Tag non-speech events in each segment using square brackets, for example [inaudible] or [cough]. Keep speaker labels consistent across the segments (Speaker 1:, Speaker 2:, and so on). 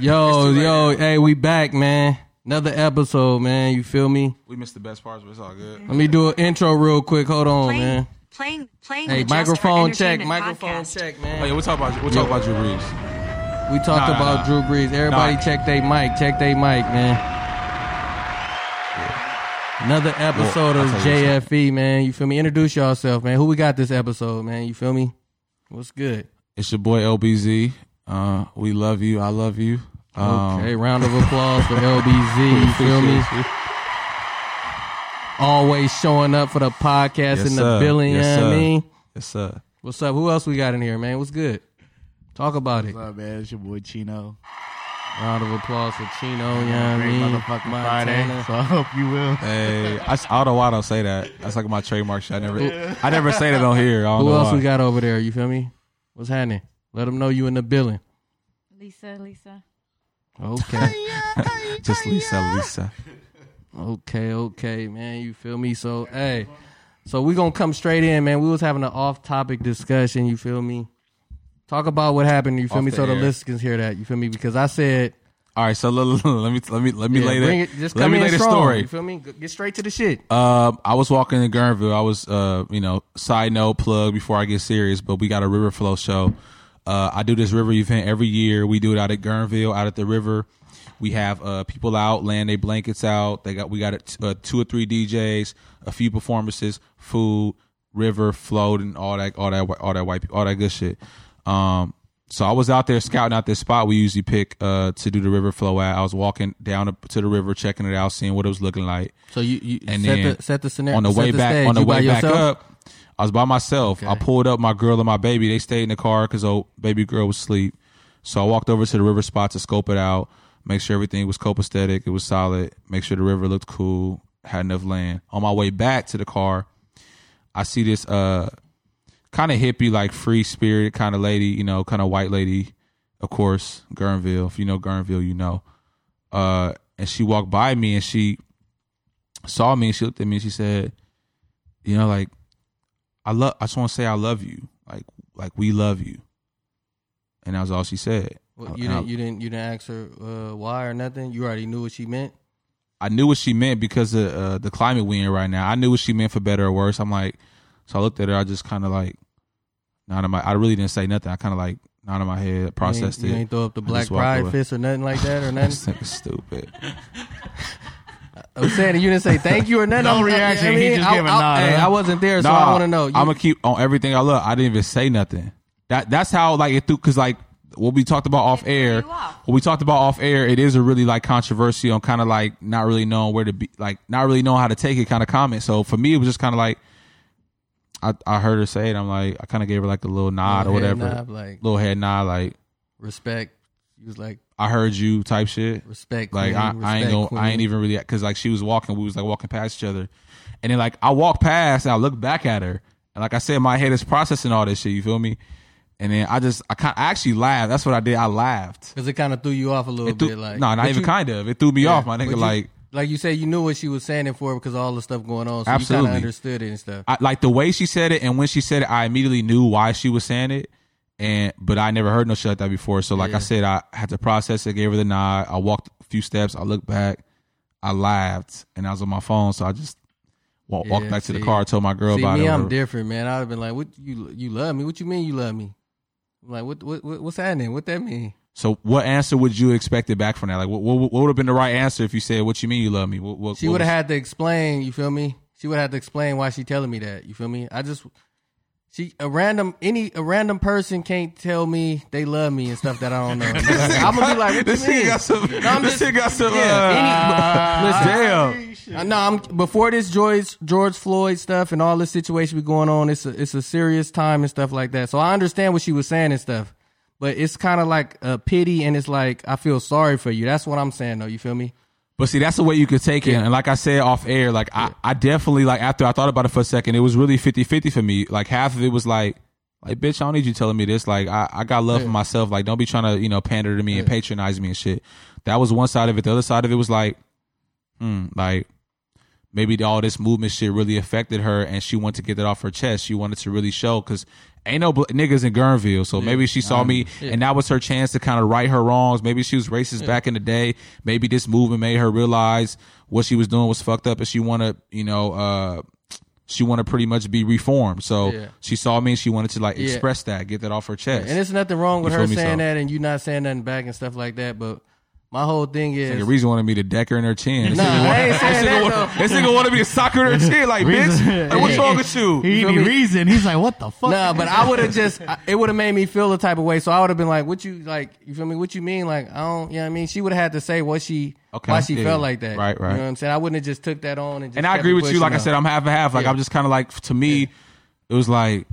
Speaker 1: Yo,
Speaker 2: It's too late
Speaker 1: yo,
Speaker 2: now.
Speaker 1: hey, we back, man. Another episode, man. You feel me?
Speaker 2: We missed the best parts, but it's all good.
Speaker 1: Let me do an intro real quick. Hold on, man.
Speaker 3: Playing, playing.
Speaker 1: Hey,
Speaker 3: the Just for
Speaker 1: microphone check,
Speaker 3: Entertainment
Speaker 1: microphone
Speaker 3: podcast.
Speaker 1: check,
Speaker 2: Oh,
Speaker 1: man.
Speaker 2: yeah, we'll talk about we'll talk about Drew Brees.
Speaker 1: We talked
Speaker 2: Nah,
Speaker 1: about
Speaker 2: nah,
Speaker 1: Drew Brees. Everybody
Speaker 2: Nah.
Speaker 1: check they mic. Check they mic, man. Another episode
Speaker 2: I'll
Speaker 1: of
Speaker 2: tell you
Speaker 1: JFE, man. You feel me? Introduce yourself, man. Who we got this episode, man? You feel me? What's good?
Speaker 2: It's your boy LBZ. Uh, we love you. I love you. Um,
Speaker 1: Okay, round of applause for
Speaker 2: [laughs]
Speaker 1: LBZ. You feel me? Always showing up for the podcast
Speaker 2: Yes,
Speaker 1: in the
Speaker 2: sir.
Speaker 1: building.
Speaker 2: Yes,
Speaker 1: you know what I
Speaker 2: sir.
Speaker 1: mean?
Speaker 2: Yes, sir.
Speaker 1: What's up? Who else we got in here, man? What's good? Talk about it.
Speaker 4: What's up, man? It's your boy Chino.
Speaker 1: Round of applause for Chino. You know what I
Speaker 4: Great
Speaker 1: mean?
Speaker 4: motherfucking
Speaker 1: Montana.
Speaker 4: Friday. So I hope you will.
Speaker 2: Hey, I, s- I don't know why I don't say that. That's like my trademark shit. I never, I never say that on here. I don't
Speaker 1: Who
Speaker 2: know
Speaker 1: else
Speaker 2: why.
Speaker 1: we got over there? You feel me? What's happening? Let them know you in the building.
Speaker 3: Lisa, Lisa.
Speaker 2: [laughs]
Speaker 1: Okay.
Speaker 2: Just Lisa, Lisa.
Speaker 1: okay, okay, man. You feel me? So, hey. So we going to come straight in, man. We was having an off-topic discussion, you feel me? Talk about what happened, you feel
Speaker 2: Off
Speaker 1: me?
Speaker 2: the
Speaker 1: so the
Speaker 2: air.
Speaker 1: listeners can hear that, you feel me? Because I said
Speaker 2: All right, so let, let, let me let me let me
Speaker 1: Yeah,
Speaker 2: lay
Speaker 1: bring
Speaker 2: the,
Speaker 1: it, just
Speaker 2: let
Speaker 1: come
Speaker 2: me
Speaker 1: in
Speaker 2: lay the
Speaker 1: strong,
Speaker 2: story.
Speaker 1: You feel me? G- Get straight to the shit.
Speaker 2: Um, I was walking in Guerneville. I was, uh, you know, side note plug before I get serious, but we got a river flow show. Uh, I do this river event every year. We do it out at Guerneville, out at the river. We have uh, people out, laying their blankets out. They got we got uh, two or three DJs, a few performances, food, river, float, and all that, all that, all that white, all that good shit. Um, so I was out there scouting out this spot we usually pick uh, to do the river flow at. I was walking down to the river, checking it out, seeing what it was looking like
Speaker 1: So you, you
Speaker 2: and
Speaker 1: set,
Speaker 2: then
Speaker 1: the, set the scenario
Speaker 2: on the
Speaker 1: set
Speaker 2: way back
Speaker 1: stage.
Speaker 2: on the
Speaker 1: You by
Speaker 2: way back
Speaker 1: yourself?
Speaker 2: up i was by myself i
Speaker 1: Okay.
Speaker 2: pulled up my girl and my baby they stayed in the car because old baby girl was asleep so i walked over to the river spot to scope it out make sure everything was copacetic it was solid make sure the river looked cool had enough land on my way back to the car i see this uh kind of hippie like free spirit kind of lady you know kind of white lady of course guerneville if you know guerneville you know uh and she walked by me and she saw me and she looked at me and she said, you know, like I love I just want to say I love you. Like like we love you. And that was all she said.
Speaker 1: Well,
Speaker 2: I-
Speaker 1: you
Speaker 2: I,
Speaker 1: didn't you didn't you didn't ask her uh, why or nothing. You already knew what she meant.
Speaker 2: I knew what she meant because of uh, the climate we in right now. I knew what she meant for better or worse. I'm like, so I looked at her. I just kind of like, not in my. I really didn't say nothing. I kind of like, not in my head,
Speaker 1: You ain't-
Speaker 2: processed
Speaker 1: you
Speaker 2: it. [laughs]
Speaker 1: ain't, throw up the
Speaker 2: I
Speaker 1: black
Speaker 2: just walked
Speaker 1: pride
Speaker 2: away.
Speaker 1: fist or nothing like
Speaker 2: [laughs]
Speaker 1: that or
Speaker 2: This
Speaker 1: nothing.
Speaker 2: thing is stupid.
Speaker 1: I'm saying you didn't say thank you or nothing.
Speaker 4: [laughs] No
Speaker 1: I'm- I-
Speaker 4: reaction. He just
Speaker 1: I,
Speaker 4: gave a
Speaker 1: I-
Speaker 4: nod,
Speaker 1: Hey,
Speaker 4: huh?
Speaker 1: I wasn't there, so I want to know. You,
Speaker 2: I'm gonna keep on everything I love. I didn't even say nothing. That that's how like it threw because like what we talked about off
Speaker 3: It threw
Speaker 2: air.
Speaker 3: you off.
Speaker 2: What we talked about off air, it is a really like controversy on kind of like not really knowing where to be, like not really knowing how to take it kind of comment. So for me, it was just kind of like I I heard her say it. I'm like I kind of gave her like a little nod or
Speaker 1: Little head
Speaker 2: whatever,
Speaker 1: nod, like-
Speaker 2: little head nod, like
Speaker 1: respect. You was like
Speaker 2: I heard you type shit.
Speaker 1: respect.
Speaker 2: Like
Speaker 1: queen,
Speaker 2: I, I ain't
Speaker 1: respect,
Speaker 2: gonna, I
Speaker 1: queen.
Speaker 2: ain't even really because like she was walking, we was like walking past each other, and then like I walked past and I looked back at her, and like I said, my head is processing all this shit. You feel me? And then I just I, kind I actually laughed. That's what I did. I laughed.
Speaker 1: Cause it kind of threw you off a little
Speaker 2: It threw,
Speaker 1: bit, like
Speaker 2: no, not
Speaker 1: but
Speaker 2: even
Speaker 1: you-
Speaker 2: kind of. It threw me
Speaker 1: yeah,
Speaker 2: off, my
Speaker 1: but
Speaker 2: nigga.
Speaker 1: you-
Speaker 2: like
Speaker 1: like you said, you knew what she was saying it for because of all the stuff going on. So you
Speaker 2: Absolutely.
Speaker 1: kind of understood it and stuff.
Speaker 2: I, like the way she said it and when she said it, I immediately knew why she was saying it. And but I never heard no shit like that before. So like I said, I had to process it, gave her the nod. I walked a few steps, I looked back, I laughed, and I was on my phone. So I just walked, walked
Speaker 1: Yeah,
Speaker 2: back to
Speaker 1: see.
Speaker 2: the car, told my girl
Speaker 1: See
Speaker 2: about
Speaker 1: me,
Speaker 2: it.
Speaker 1: I'm
Speaker 2: or-
Speaker 1: different, man. I'd have been like, "What you you love me? What you mean you love me? Like what what what- what's happening? What that mean?
Speaker 2: so what answer would you expected back from that? Like what, what, what would have been the right answer if you said, "What you mean you love me"? What, what,
Speaker 1: She
Speaker 2: what
Speaker 1: would have
Speaker 2: was-
Speaker 1: had to explain. You feel me? She would have had to explain why she telling me that. You feel me? I just she a random any a random person can't tell me they love me and stuff that I
Speaker 2: [laughs]
Speaker 1: don't know. I'm gonna be like, what
Speaker 2: This
Speaker 1: you mean?
Speaker 2: shit got some.
Speaker 1: I'm
Speaker 2: this
Speaker 1: just-
Speaker 2: shit got some.
Speaker 1: Yeah,
Speaker 2: uh,
Speaker 1: any-
Speaker 2: [laughs]
Speaker 1: listen.
Speaker 2: damn.
Speaker 1: Uh, No, I'm before this George George Floyd stuff and all this situation be going on. It's a, it's a serious time and stuff like that. So I understand what she was saying and stuff, but it's kind of like a pity and it's like I feel sorry for you. That's what I'm saying though. You feel me?
Speaker 2: But see, that's the way you could take it. And like I said off air, like I, I definitely like after I thought about it for a second, it was really 50-50 for me. Like half of it was like, like bitch, I don't need you telling me this. Like I, I got love for myself. Like don't be trying to you know pander to me and patronize me and shit. That was one side of it. The other side of it was like, hmm, like maybe all this movement shit really affected her, and she wanted to get that off her chest. She wanted to really show because ain't no bl- niggas in Guerneville, so maybe she saw me, and that was her chance to kind of right her wrongs. Maybe she was racist back in the day. Maybe this movement made her realize what she was doing was fucked up, and she want to, you know. uh she want to pretty much be reformed, so
Speaker 1: Yeah.
Speaker 2: she saw me. and She wanted to like express that, get that off her chest.
Speaker 1: And it's nothing wrong with
Speaker 2: You
Speaker 1: her
Speaker 2: feel me,
Speaker 1: saying
Speaker 2: so?
Speaker 1: that and you not saying nothing back and stuff like that. But my whole thing is,
Speaker 2: Nigga, Reason wanted me to deck her in her chin. This
Speaker 1: Nah,
Speaker 2: nigga
Speaker 1: I
Speaker 2: wanted-
Speaker 1: ain't saying
Speaker 2: this
Speaker 1: that,
Speaker 2: nigga wanted-
Speaker 1: though.
Speaker 2: This nigga wanted me to sock her in her chin. Like, bitch,
Speaker 4: Reason-
Speaker 2: like, what's
Speaker 1: [laughs]
Speaker 2: wrong with you?
Speaker 4: He need reason. He's like, what the fuck?
Speaker 1: nah, but I would have
Speaker 2: [laughs]
Speaker 1: just, I- it would have made me feel the type of way. So I would have been like, what you, like, you feel me? What you mean? Like, I don't, you know what I mean? She would have had to say what she,
Speaker 2: Okay,
Speaker 1: why she
Speaker 2: yeah.
Speaker 1: felt like that.
Speaker 2: Right,
Speaker 1: You
Speaker 2: right.
Speaker 1: know what I'm saying? I wouldn't have just took that on and just
Speaker 2: and I
Speaker 1: kept
Speaker 2: agree
Speaker 1: it
Speaker 2: with you.
Speaker 1: pushing,
Speaker 2: Like I
Speaker 1: no.
Speaker 2: said, I'm half and half. Like,
Speaker 1: Yeah.
Speaker 2: I'm just kind of like, to me, it was like,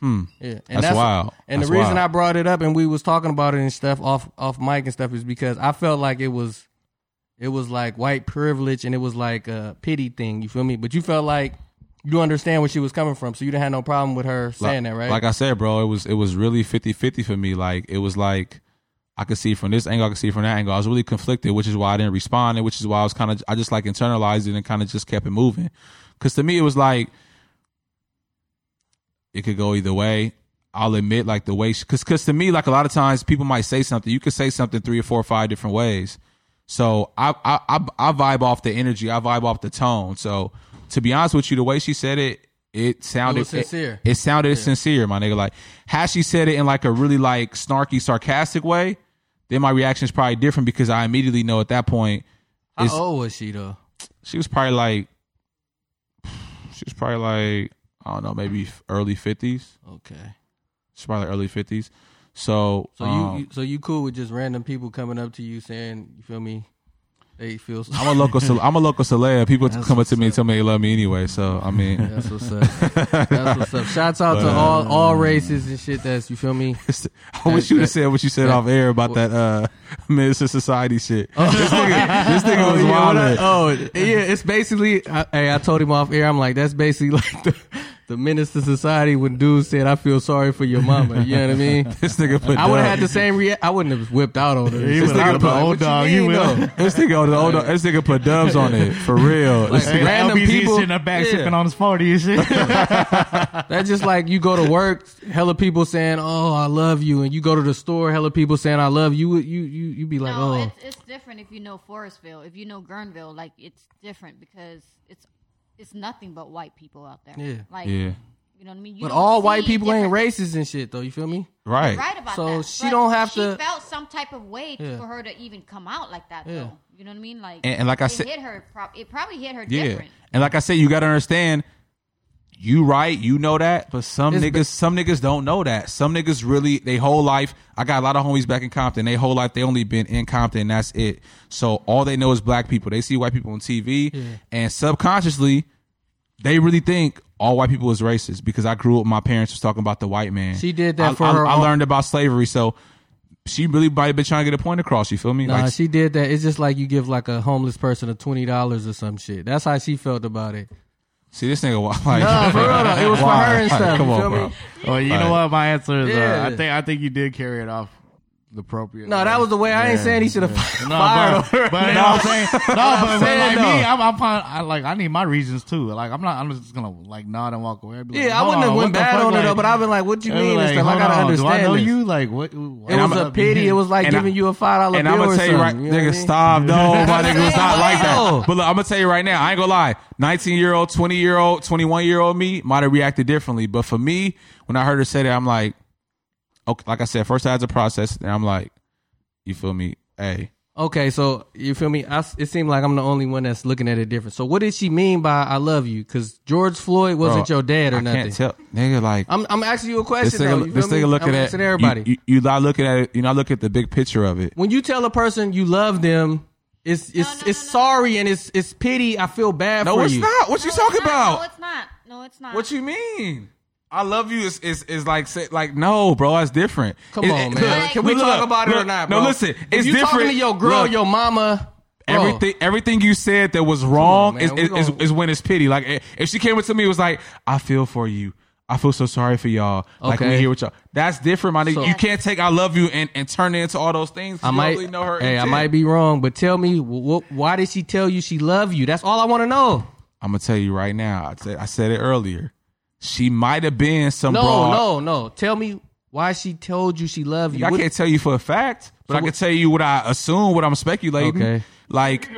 Speaker 1: Yeah, and
Speaker 2: That's wild.
Speaker 1: And
Speaker 2: That's
Speaker 1: the reason
Speaker 2: wild.
Speaker 1: I brought it up and we was talking about it and stuff off off mic and stuff is because I felt like it was it was like white privilege and it was like a pity thing. You feel me? But you felt like you understand where she was coming from, so you didn't have no problem with her saying
Speaker 2: like,
Speaker 1: that, right?
Speaker 2: Like I said, bro, it was it was really 50-50 for me. Like it was like I could see from this angle, I could see from that angle. I was really conflicted, which is why I didn't respond, and which is why I was kind of I just like internalized it and kind of just kept it moving. Because to me, it was like it could go either way. I'll admit, like the way, because because to me, like a lot of times, people might say something. You could say something three or four or five different ways. So I I I, I vibe off the energy. I vibe off the tone. So to be honest with you, the way she said it, it sounded
Speaker 1: sincere.
Speaker 2: It, sounded sincere, my nigga. Like had she said it in like a really like snarky, sarcastic way, then my reaction is probably different because I immediately know at that point
Speaker 1: How
Speaker 2: it's-
Speaker 1: old was she though?
Speaker 2: she was probably like [sighs] she was probably like I don't know, maybe early fifties.
Speaker 1: Okay,
Speaker 2: She's probably like early fifties. So,
Speaker 1: so
Speaker 2: um,
Speaker 1: you, you so you cool with just random people coming up to you saying, you feel me? They
Speaker 2: [laughs]
Speaker 1: feel. So-
Speaker 2: I'm a local. cele- I'm a local celeb. People come up to me and tell me they love me anyway. So I mean,
Speaker 1: [laughs] That's what's up. That's what's up. Shouts out to all
Speaker 2: uh,
Speaker 1: all races and shit. That's you feel me.
Speaker 2: I wish you would have said what you said off air about that uh, [laughs] Minister Society
Speaker 1: [laughs]
Speaker 2: shit. This nigga, this nigga was
Speaker 1: yeah,
Speaker 2: wild.
Speaker 1: what I- oh, yeah, it's basically. I, hey, I told him off air. I'm like, that's basically [laughs] like the, the minister society when dude said, "I feel sorry for your mama." You know what I mean?
Speaker 2: This nigga put.
Speaker 1: I would have had
Speaker 2: dub.
Speaker 1: the same react. I wouldn't have whipped out on her.
Speaker 4: He
Speaker 1: This
Speaker 4: would've
Speaker 1: nigga
Speaker 4: put
Speaker 1: like,
Speaker 4: old
Speaker 1: "What you
Speaker 4: dog, he
Speaker 1: mean,
Speaker 4: would've- [laughs]
Speaker 1: though?"
Speaker 2: This nigga, oh, no, no, this nigga put dubs on it for real. This
Speaker 1: Like,
Speaker 2: nigga-
Speaker 1: random
Speaker 4: LBZ
Speaker 1: people-
Speaker 4: sitting up back
Speaker 1: Yeah.
Speaker 4: sipping on his party
Speaker 1: [laughs]
Speaker 4: and shit.
Speaker 1: That's just like you go to work, hella people saying, "Oh, I love you," and you go to the store, hella people saying, "I love you." You you you be like,
Speaker 5: no,
Speaker 1: "Oh."
Speaker 5: it's, it's different if you know Forestville. If you know Guerneville, like it's different because it's it's nothing but white people out there.
Speaker 1: Yeah.
Speaker 5: like
Speaker 2: yeah,
Speaker 5: you know what I mean. You
Speaker 1: but
Speaker 5: don't
Speaker 1: all
Speaker 5: see
Speaker 1: white people ain't
Speaker 5: different-
Speaker 1: racist and shit, though. You feel me?
Speaker 2: right.
Speaker 5: Right about
Speaker 1: So
Speaker 5: that.
Speaker 1: she
Speaker 5: But
Speaker 1: don't have
Speaker 5: she
Speaker 1: to-
Speaker 5: felt some type of way
Speaker 1: Yeah.
Speaker 5: for her to even come out like that.
Speaker 1: Yeah.
Speaker 5: though. You know what I mean? Like
Speaker 2: And- and like I
Speaker 5: it
Speaker 2: said-
Speaker 5: hit her. prob- It probably hit her
Speaker 2: Yeah.
Speaker 5: different.
Speaker 2: And like I said, you got to understand. You right, you know that, but some
Speaker 1: It's
Speaker 2: niggas,
Speaker 1: ba-
Speaker 2: some niggas don't know that. Some niggas really, they whole life. I got a lot of homies back in Compton. They whole life they only been in Compton. That's it. So all they know is black people. They see white people on TV, and subconsciously, they really think all white people is racist. Because I grew up, my parents was talking about the white man.
Speaker 1: She did that
Speaker 2: I,
Speaker 1: for
Speaker 2: I,
Speaker 1: her
Speaker 2: I
Speaker 1: own-
Speaker 2: learned about slavery, so she really might have been trying to get a point across. You feel me?
Speaker 1: Nah,
Speaker 2: Like,
Speaker 1: she did that. It's just like you give like a homeless person a twenty dollars or some shit. That's how she felt about it.
Speaker 2: see this nigga. [laughs] Like,
Speaker 1: Nah, Oh, for real though. It was for
Speaker 2: Why?
Speaker 1: her
Speaker 2: [laughs]
Speaker 1: and
Speaker 2: Like,
Speaker 1: stuff,
Speaker 2: Come
Speaker 1: you
Speaker 2: on,
Speaker 1: feel
Speaker 2: bro.
Speaker 1: me?
Speaker 4: well, you know what? My answer is
Speaker 1: Yeah.
Speaker 4: uh, I think I think you did carry it off the appropriate.
Speaker 1: No, that was the way. I ain't saying he should have
Speaker 4: No,
Speaker 1: fired [laughs] her.
Speaker 4: but, but you know what I'm saying? No, but, but
Speaker 1: saying,
Speaker 4: like me,
Speaker 1: though.
Speaker 4: I'm, I'm fine- I, like I need my reasons too. Like I'm not. I'm just gonna like nod and walk away. I'd be like,
Speaker 1: Yeah, I
Speaker 4: hold
Speaker 1: wouldn't have
Speaker 4: on,
Speaker 1: went
Speaker 4: what the
Speaker 1: bad
Speaker 4: fuck,
Speaker 1: on her
Speaker 4: like-
Speaker 1: though. But I've been like, "What you
Speaker 4: I'd be
Speaker 1: mean?"
Speaker 4: like,
Speaker 1: and stuff. I
Speaker 4: hold
Speaker 1: gotta
Speaker 4: on,
Speaker 1: understand.
Speaker 4: Do I know
Speaker 1: this.
Speaker 4: you? Like what? what
Speaker 1: It
Speaker 4: what's
Speaker 1: was a
Speaker 4: up?
Speaker 1: pity. It was like
Speaker 2: And I-
Speaker 1: giving you a five dollar
Speaker 2: And
Speaker 1: bill
Speaker 2: I'm gonna
Speaker 1: or
Speaker 2: tell
Speaker 1: something.
Speaker 2: you right,
Speaker 1: you know what I
Speaker 2: nigga,
Speaker 1: mean?
Speaker 2: stop. No,
Speaker 1: [laughs]
Speaker 2: my nigga was not like
Speaker 1: No.
Speaker 2: that. But look, I'm gonna tell you right now, I ain't gonna lie. 19 year old, 20 year old, 21 year old me might have reacted differently. But for me, when I heard her say that, I'm like, okay, like I said, first I had to process, it, and I'm like, you feel me? Hey,
Speaker 1: Okay, so you feel me? I s it seemed like I'm the only one that's looking at it different. So what did she mean by "I love you"? Because George Floyd wasn't
Speaker 2: bro,
Speaker 1: your dad or
Speaker 2: I
Speaker 1: nothing.
Speaker 2: Can't tell, nigga. Like
Speaker 1: I'm I'm asking you a
Speaker 2: this
Speaker 1: question though. You
Speaker 2: nigga,
Speaker 1: feel
Speaker 2: this
Speaker 1: me?
Speaker 2: nigga looking
Speaker 1: I'm
Speaker 2: at
Speaker 1: asking everybody.
Speaker 2: You, you, you not looking at it. You not looking at the big picture of it.
Speaker 1: when you tell a person you love them, it's it's
Speaker 5: no,
Speaker 1: it's
Speaker 5: no, no.
Speaker 1: sorry and it's it's pity. I feel bad
Speaker 2: No,
Speaker 1: for
Speaker 2: it's
Speaker 1: you.
Speaker 2: not. What you
Speaker 5: No,
Speaker 2: talking
Speaker 5: it's not.
Speaker 2: about?
Speaker 5: No, it's not. No, it's not.
Speaker 2: What you mean? I love you is is, is like say, like no, bro. That's different.
Speaker 1: Come
Speaker 2: It-
Speaker 1: on,
Speaker 2: it-
Speaker 1: man.
Speaker 2: look,
Speaker 1: Can we
Speaker 2: look,
Speaker 1: talk about it or
Speaker 2: look,
Speaker 1: not?
Speaker 2: No,
Speaker 1: bro?
Speaker 2: listen.
Speaker 1: If
Speaker 2: It's
Speaker 1: you
Speaker 2: different.
Speaker 1: Talking to your girl,
Speaker 2: Look,
Speaker 1: your mama, bro,
Speaker 2: everything everything you said that was wrong
Speaker 1: man, we
Speaker 2: is, is,
Speaker 1: gonna-
Speaker 2: is when it's pity. Like i- if she came up to me, and was like, I feel for you. I feel so sorry for y'all. Like
Speaker 1: Okay.
Speaker 2: we here with y'all. That's different, my nigga.
Speaker 1: So-
Speaker 2: you can't take I love you and, and turn it into all those things. 'cause
Speaker 1: I
Speaker 2: you
Speaker 1: might.
Speaker 2: only know her.
Speaker 1: hey, I
Speaker 2: intent.
Speaker 1: might be wrong, but tell me, wh- wh- why did she tell you she love you? That's all I want to know.
Speaker 2: I'm gonna tell you right now. I said I said it earlier. She might have been some
Speaker 1: No,
Speaker 2: broad.
Speaker 1: no, no. Tell me why she told you she loved you.
Speaker 2: I
Speaker 1: What-
Speaker 2: can't tell you for a fact, but I can tell you what I assume, what I'm speculating.
Speaker 1: Okay.
Speaker 2: Like,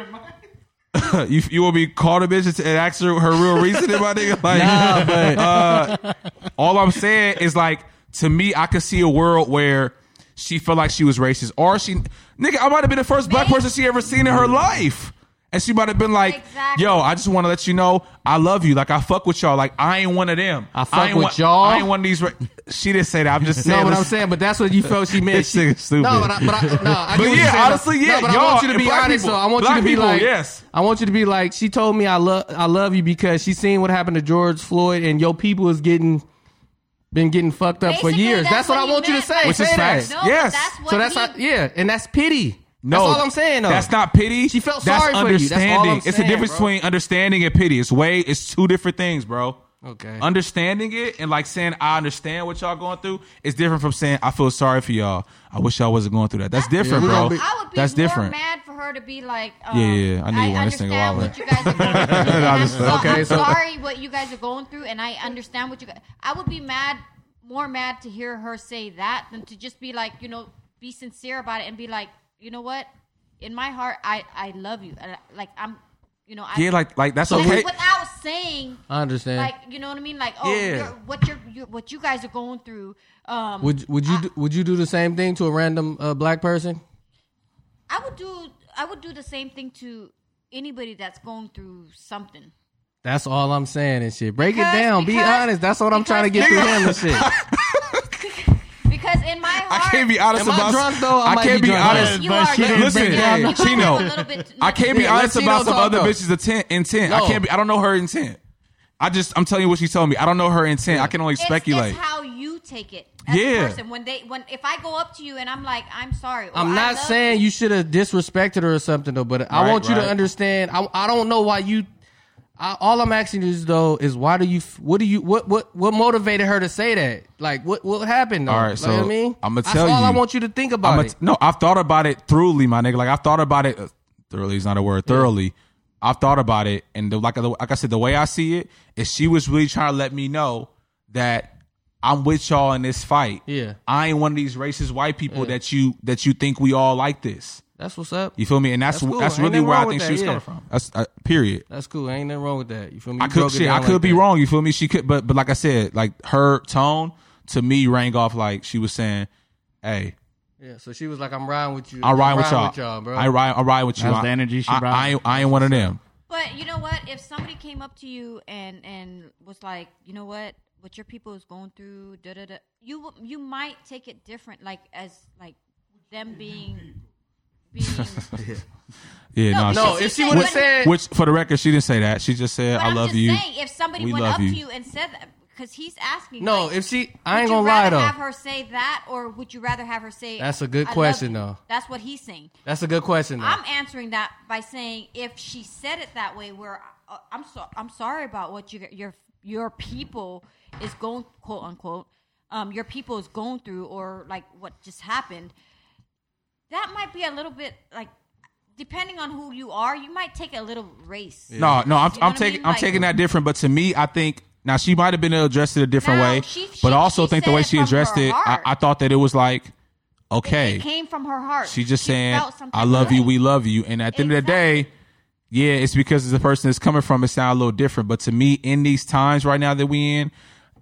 Speaker 2: [laughs] you you will be called a bitch and ask her her real reasoning, my nigga. Like, [laughs] uh, all I'm saying is like, to me, I could see a world where she felt like she was racist, or she, nigga, I might have been the first black
Speaker 5: Maybe.
Speaker 2: person she ever seen in her life. And she might have been like,
Speaker 5: Exactly.
Speaker 2: "Yo, I just want to let you know I love you. Like I fuck with y'all. Like I ain't one of them.
Speaker 1: I fuck
Speaker 2: ain't
Speaker 1: with
Speaker 2: one-
Speaker 1: y'all."
Speaker 2: I ain't one of these." Ra-. She didn't say that. I'm just saying.
Speaker 1: [laughs] no, but
Speaker 2: let's-
Speaker 1: I'm saying, but that's what you felt she meant.
Speaker 2: [laughs] This
Speaker 1: She-
Speaker 2: nigga's stupid.
Speaker 1: No, but I, but I, no, I get
Speaker 2: But
Speaker 1: what you're
Speaker 2: yeah,
Speaker 1: saying.
Speaker 2: honestly, yeah,
Speaker 1: No, but
Speaker 2: y'all-
Speaker 1: I want you to be
Speaker 2: black
Speaker 1: honest.
Speaker 2: people-
Speaker 1: though. I want
Speaker 2: black
Speaker 1: you to be
Speaker 2: people,
Speaker 1: like,
Speaker 2: yes.
Speaker 1: I want you to be like, she told me I love, I love you because she seen what happened to George Floyd and your people is getting, been getting fucked up for
Speaker 5: Basically,
Speaker 1: years. That's,
Speaker 5: that's
Speaker 1: what,
Speaker 5: what
Speaker 1: I
Speaker 5: he
Speaker 1: want you to
Speaker 5: meant
Speaker 1: say.
Speaker 5: by-
Speaker 2: Which is
Speaker 1: Say that.
Speaker 2: facts.
Speaker 5: No,
Speaker 2: Yes.
Speaker 5: but that's what
Speaker 1: So that's
Speaker 5: he,
Speaker 1: how, yeah, and that's pity.
Speaker 2: No,
Speaker 1: that's all I'm saying. Though.
Speaker 2: That's not pity.
Speaker 1: She felt
Speaker 2: that's
Speaker 1: sorry for you. That's all I'm
Speaker 2: understanding. It's the
Speaker 1: saying,
Speaker 2: difference
Speaker 1: bro.
Speaker 2: between understanding and pity. It's way. It's two different things, bro.
Speaker 1: Okay.
Speaker 2: Understanding it and like saying I understand what y'all going through is different from saying I feel sorry for y'all. I wish y'all wasn't going through that. That's different,
Speaker 1: we're
Speaker 2: bro.
Speaker 1: gonna be-
Speaker 5: I would be
Speaker 2: that's
Speaker 5: more
Speaker 2: different.
Speaker 5: mad for her to be like, um,
Speaker 2: Yeah, yeah, yeah. I knew you wanted this thing a
Speaker 5: understand
Speaker 2: while
Speaker 5: what you guys are going
Speaker 2: [laughs]
Speaker 5: through. and I'm, so,
Speaker 1: Okay,
Speaker 5: I'm
Speaker 1: so-
Speaker 5: sorry what you guys are going through, and I understand what you guys. I would be mad, more mad to hear her say that than to just be like, you know, be sincere about it and be like, you know what, in my heart, I I love you, and I- like I'm, you know, I
Speaker 2: Yeah, like like that's
Speaker 5: Like,
Speaker 2: okay.
Speaker 5: without saying.
Speaker 1: I understand.
Speaker 5: Like you know what I mean? Like oh,
Speaker 2: Yeah.
Speaker 5: you're, what you're, you what you guys are going through. Um,
Speaker 1: would would you do, would you do the same thing to a random uh, black person?
Speaker 5: I would do I would do the same thing to anybody that's going through something.
Speaker 1: That's all I'm saying and shit. Break
Speaker 5: Because-
Speaker 1: it down. be
Speaker 5: because-
Speaker 1: honest. That's what I'm
Speaker 5: because-
Speaker 1: trying to get
Speaker 2: [laughs]
Speaker 1: through him and shit.
Speaker 5: [laughs] Because in my
Speaker 2: I
Speaker 5: heart,
Speaker 2: can't be honest
Speaker 1: Am I
Speaker 2: about.
Speaker 1: drunk, though? I
Speaker 2: I,
Speaker 1: might
Speaker 2: can't
Speaker 1: be
Speaker 2: be,
Speaker 1: drunk.
Speaker 2: honest.
Speaker 5: You
Speaker 4: But
Speaker 5: are
Speaker 4: she
Speaker 5: drunk.
Speaker 4: didn't
Speaker 2: Listen,
Speaker 4: break
Speaker 5: You
Speaker 4: down.
Speaker 5: might have
Speaker 2: Chino,
Speaker 5: a little bit-
Speaker 2: I can't be
Speaker 1: Yeah,
Speaker 2: honest
Speaker 1: let's see
Speaker 2: about
Speaker 1: those
Speaker 2: some other
Speaker 1: tacos.
Speaker 2: bitches' intent. Intent.
Speaker 1: No.
Speaker 2: I can't be. I don't know her intent. I just. I'm telling you what she told me. I don't know her intent. I can only
Speaker 5: It's,
Speaker 2: speculate.
Speaker 5: it's how you take it as
Speaker 2: Yeah.
Speaker 5: a person. When they when if I go up to you and I'm like I'm sorry. or
Speaker 1: I'm
Speaker 5: I
Speaker 1: not
Speaker 5: love
Speaker 1: saying you should have disrespected her or something though, but I
Speaker 2: Right,
Speaker 1: want you to
Speaker 2: right.
Speaker 1: understand. I I don't know why you. I, all I'm asking you though is why do you? What do you? What what what motivated her to say that? Like what what happened? Though?
Speaker 2: All right,
Speaker 1: Like,
Speaker 2: so
Speaker 1: what I mean,
Speaker 2: I'ma
Speaker 1: That's
Speaker 2: tell
Speaker 1: all
Speaker 2: you.
Speaker 1: I want you to think about
Speaker 2: I'm a-
Speaker 1: it.
Speaker 2: no, I've thought about it thoroughly, my nigga. Like I've thought about it uh, thoroughly is not a word. Thoroughly, I've thought about it, and the, like like I said, the way I see it is she was really trying to let me know that I'm with y'all in this fight.
Speaker 1: Yeah.
Speaker 2: I ain't one of these racist white people that you that you think we all like this.
Speaker 1: That's what's up.
Speaker 2: You feel me? And that's
Speaker 1: That's
Speaker 2: that's,
Speaker 1: cool. Ain't
Speaker 2: really
Speaker 1: nothing
Speaker 2: where I
Speaker 1: wrong
Speaker 2: think
Speaker 1: with
Speaker 2: she was
Speaker 1: that,
Speaker 2: coming
Speaker 1: yeah.
Speaker 2: from. That's uh, period.
Speaker 1: That's cool. Ain't nothing wrong with that. You feel me?
Speaker 2: I
Speaker 1: You
Speaker 2: could
Speaker 1: broke it
Speaker 2: shit. I
Speaker 1: down
Speaker 2: could
Speaker 1: like
Speaker 2: be
Speaker 1: that.
Speaker 2: wrong. You feel me? She could, but but like I said, like her tone to me rang off like she was saying, "Hey,
Speaker 1: Yeah. So she was like, "I'm riding with you.
Speaker 2: I
Speaker 1: I'm
Speaker 2: ride with y'all.
Speaker 1: riding bro."
Speaker 2: I ride. I ride with you.
Speaker 4: That's
Speaker 2: I-
Speaker 4: the energy she
Speaker 2: I,
Speaker 4: brought.
Speaker 2: I, ain't- I ain't one of them.
Speaker 5: But you know what? If somebody came up to you and and was like, you know what, what your people is going through, da da da, you w- you might take it different, like as like them being
Speaker 1: [laughs]
Speaker 5: being.
Speaker 2: Yeah, no.
Speaker 1: No,
Speaker 2: she-
Speaker 1: if she
Speaker 5: said-
Speaker 1: would have
Speaker 5: but-
Speaker 1: said,
Speaker 2: which for the record, she didn't say that. She just said,
Speaker 5: But
Speaker 2: "I
Speaker 5: I'm
Speaker 2: love
Speaker 5: just
Speaker 2: you."
Speaker 5: Saying, if somebody
Speaker 2: We
Speaker 5: went
Speaker 2: love
Speaker 5: up
Speaker 2: you.
Speaker 5: to you and said that, because he's asking.
Speaker 1: No,
Speaker 5: like,
Speaker 1: if she- I ain't
Speaker 5: would you
Speaker 1: gonna lie,
Speaker 5: rather
Speaker 1: though.
Speaker 5: Have her say that, or would you rather have her say?
Speaker 1: That's a good
Speaker 5: "I love
Speaker 1: question,
Speaker 5: you"?
Speaker 1: though.
Speaker 5: That's what he's saying.
Speaker 1: "That's a good question." Though.
Speaker 5: I'm answering that by saying if she said it that way, where uh, I'm so I'm sorry about what you your your people is going quote unquote um, your people is going through or like what just happened. That might be a little bit like depending on who you are, you might take a little race.
Speaker 2: No, no. I'm,
Speaker 5: You know
Speaker 2: I'm
Speaker 5: what I
Speaker 2: taking.
Speaker 5: mean?
Speaker 2: I'm
Speaker 5: Like-
Speaker 2: taking that different. But to me, I think now she might have been addressed it a different
Speaker 5: No,
Speaker 2: way.
Speaker 5: she- she-
Speaker 2: but I also
Speaker 5: she
Speaker 2: think the
Speaker 5: said
Speaker 2: way
Speaker 5: it
Speaker 2: she
Speaker 5: from
Speaker 2: addressed
Speaker 5: her
Speaker 2: it, I,
Speaker 5: heart.
Speaker 2: I thought that it was like, okay,
Speaker 5: It came from her heart.
Speaker 2: She just saying,
Speaker 5: felt something
Speaker 2: "I love
Speaker 5: good.
Speaker 2: you, we love you." And at the end of the
Speaker 5: Exactly.
Speaker 2: day, yeah, it's because the person it's coming from it sound a little different. But to me, in these times right now that we in,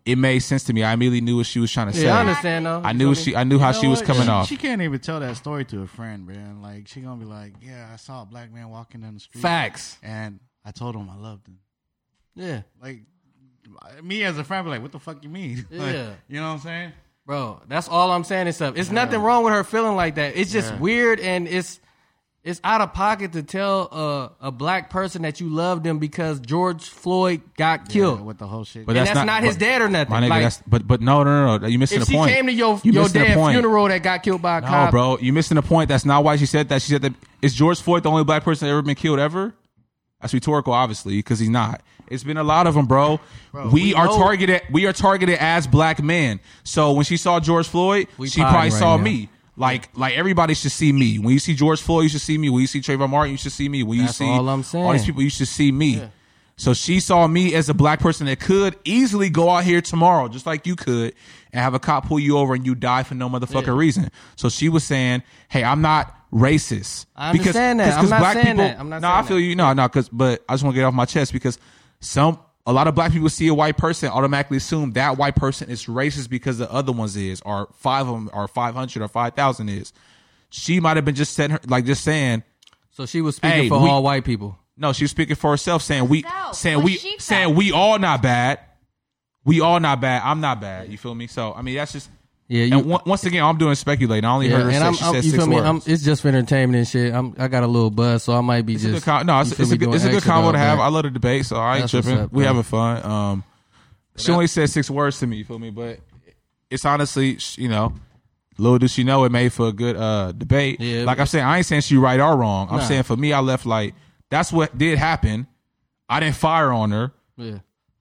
Speaker 2: it made sense to me. I immediately knew what she was trying to say.
Speaker 1: yeah, I understand though.
Speaker 2: I
Speaker 1: You
Speaker 2: knew
Speaker 1: feel me?
Speaker 2: she. I knew how she was coming
Speaker 4: [laughs] she,
Speaker 2: off.
Speaker 4: She can't even tell that story to a friend, man. Like she gonna be like, "Yeah, I saw a black man walking down the street,
Speaker 1: Facts.
Speaker 4: and I told him I loved him."
Speaker 1: Yeah.
Speaker 4: Like me as a friend, be like, "What the fuck you mean?" [laughs] Like,
Speaker 1: Yeah.
Speaker 4: you know what I'm saying?
Speaker 1: Bro, that's all I'm saying and stuff. It's nothing wrong with her feeling like that. It's just weird and it's it's out of pocket to tell a, a black person that you love them because George Floyd got
Speaker 4: Yeah,
Speaker 1: killed.
Speaker 4: with the whole shit.
Speaker 2: But
Speaker 1: and that's not, his
Speaker 2: but-
Speaker 1: dad or nothing.
Speaker 2: My nigga,
Speaker 1: like,
Speaker 2: that's, but but no no no, no. you missing
Speaker 1: if
Speaker 2: the
Speaker 1: she
Speaker 2: point.
Speaker 1: came to your
Speaker 2: You
Speaker 1: your
Speaker 2: missing the
Speaker 1: dad's
Speaker 2: point.
Speaker 1: funeral that got killed by a
Speaker 2: No,
Speaker 1: cop,
Speaker 2: bro, you missing the point. That's not why she said that. She said that is George Floyd the only black person that ever been killed ever. That's rhetorical, obviously, because he's not. It's been a lot of them, bro. we,
Speaker 1: we
Speaker 2: are
Speaker 1: know-
Speaker 2: targeted. We are targeted as black men. So when she saw George Floyd,
Speaker 1: We
Speaker 2: she
Speaker 1: potty
Speaker 2: probably
Speaker 1: right
Speaker 2: saw
Speaker 1: now.
Speaker 2: me. Like, like everybody should see me. When you see George Floyd, you should see me. When you see Trayvon Martin, you should see me. When you
Speaker 1: That's
Speaker 2: see
Speaker 1: all I'm saying.
Speaker 2: all these people, you should see me. So she saw me as a black person that could easily go out here tomorrow, just like you could, and have a cop pull you over and you die for no motherfucking reason. So she was saying, "Hey, I'm not racist."
Speaker 1: I understand that. I'm not saying that. I'm not
Speaker 2: no,
Speaker 1: saying
Speaker 2: I feel
Speaker 1: that.
Speaker 2: you. No, no, because but I just want to get it off my chest because some a lot of black people see a white person automatically assume that white person is racist because the other ones is or five of them or five hundred or five thousand is. She might have been just saying her, like just saying
Speaker 1: So she was speaking
Speaker 2: Hey,
Speaker 1: for
Speaker 2: we-
Speaker 1: all white people.
Speaker 2: no, she was speaking for herself, saying we,
Speaker 5: Herself,
Speaker 2: saying
Speaker 5: what
Speaker 2: we,
Speaker 5: she felt.
Speaker 2: saying we all not bad. We all not bad. I'm not bad. You feel me? So I mean, that's just.
Speaker 1: Yeah, you-
Speaker 2: and one- once again, I'm doing speculating. I only
Speaker 1: Yeah,
Speaker 2: heard her
Speaker 1: and
Speaker 2: say
Speaker 1: I'm,
Speaker 2: she
Speaker 1: I'm-
Speaker 2: said
Speaker 1: you
Speaker 2: six
Speaker 1: feel me?
Speaker 2: words.
Speaker 1: I'm, it's just for entertainment and shit. I'm, I got a little buzz, so I might be
Speaker 2: it's a
Speaker 1: just
Speaker 2: good con- no, it's,
Speaker 1: you feel
Speaker 2: it's a
Speaker 1: me,
Speaker 2: good,
Speaker 1: doing
Speaker 2: it's a good
Speaker 1: extra
Speaker 2: convo to
Speaker 1: down,
Speaker 2: have.
Speaker 1: but-
Speaker 2: I love the debate, so I ain't
Speaker 1: That's what's
Speaker 2: tripping.
Speaker 1: up,
Speaker 2: we
Speaker 1: bro.
Speaker 2: having fun. Um, she only said six words to me. You feel me? But it's honestly, sh- you know, little does she know it made for a good uh debate.
Speaker 1: Yeah,
Speaker 2: like
Speaker 1: but-
Speaker 2: I'm saying, I ain't saying she right or wrong. I'm
Speaker 1: Nah.
Speaker 2: saying for me, I left like that's what did happen. I didn't fire on her.
Speaker 1: Yeah.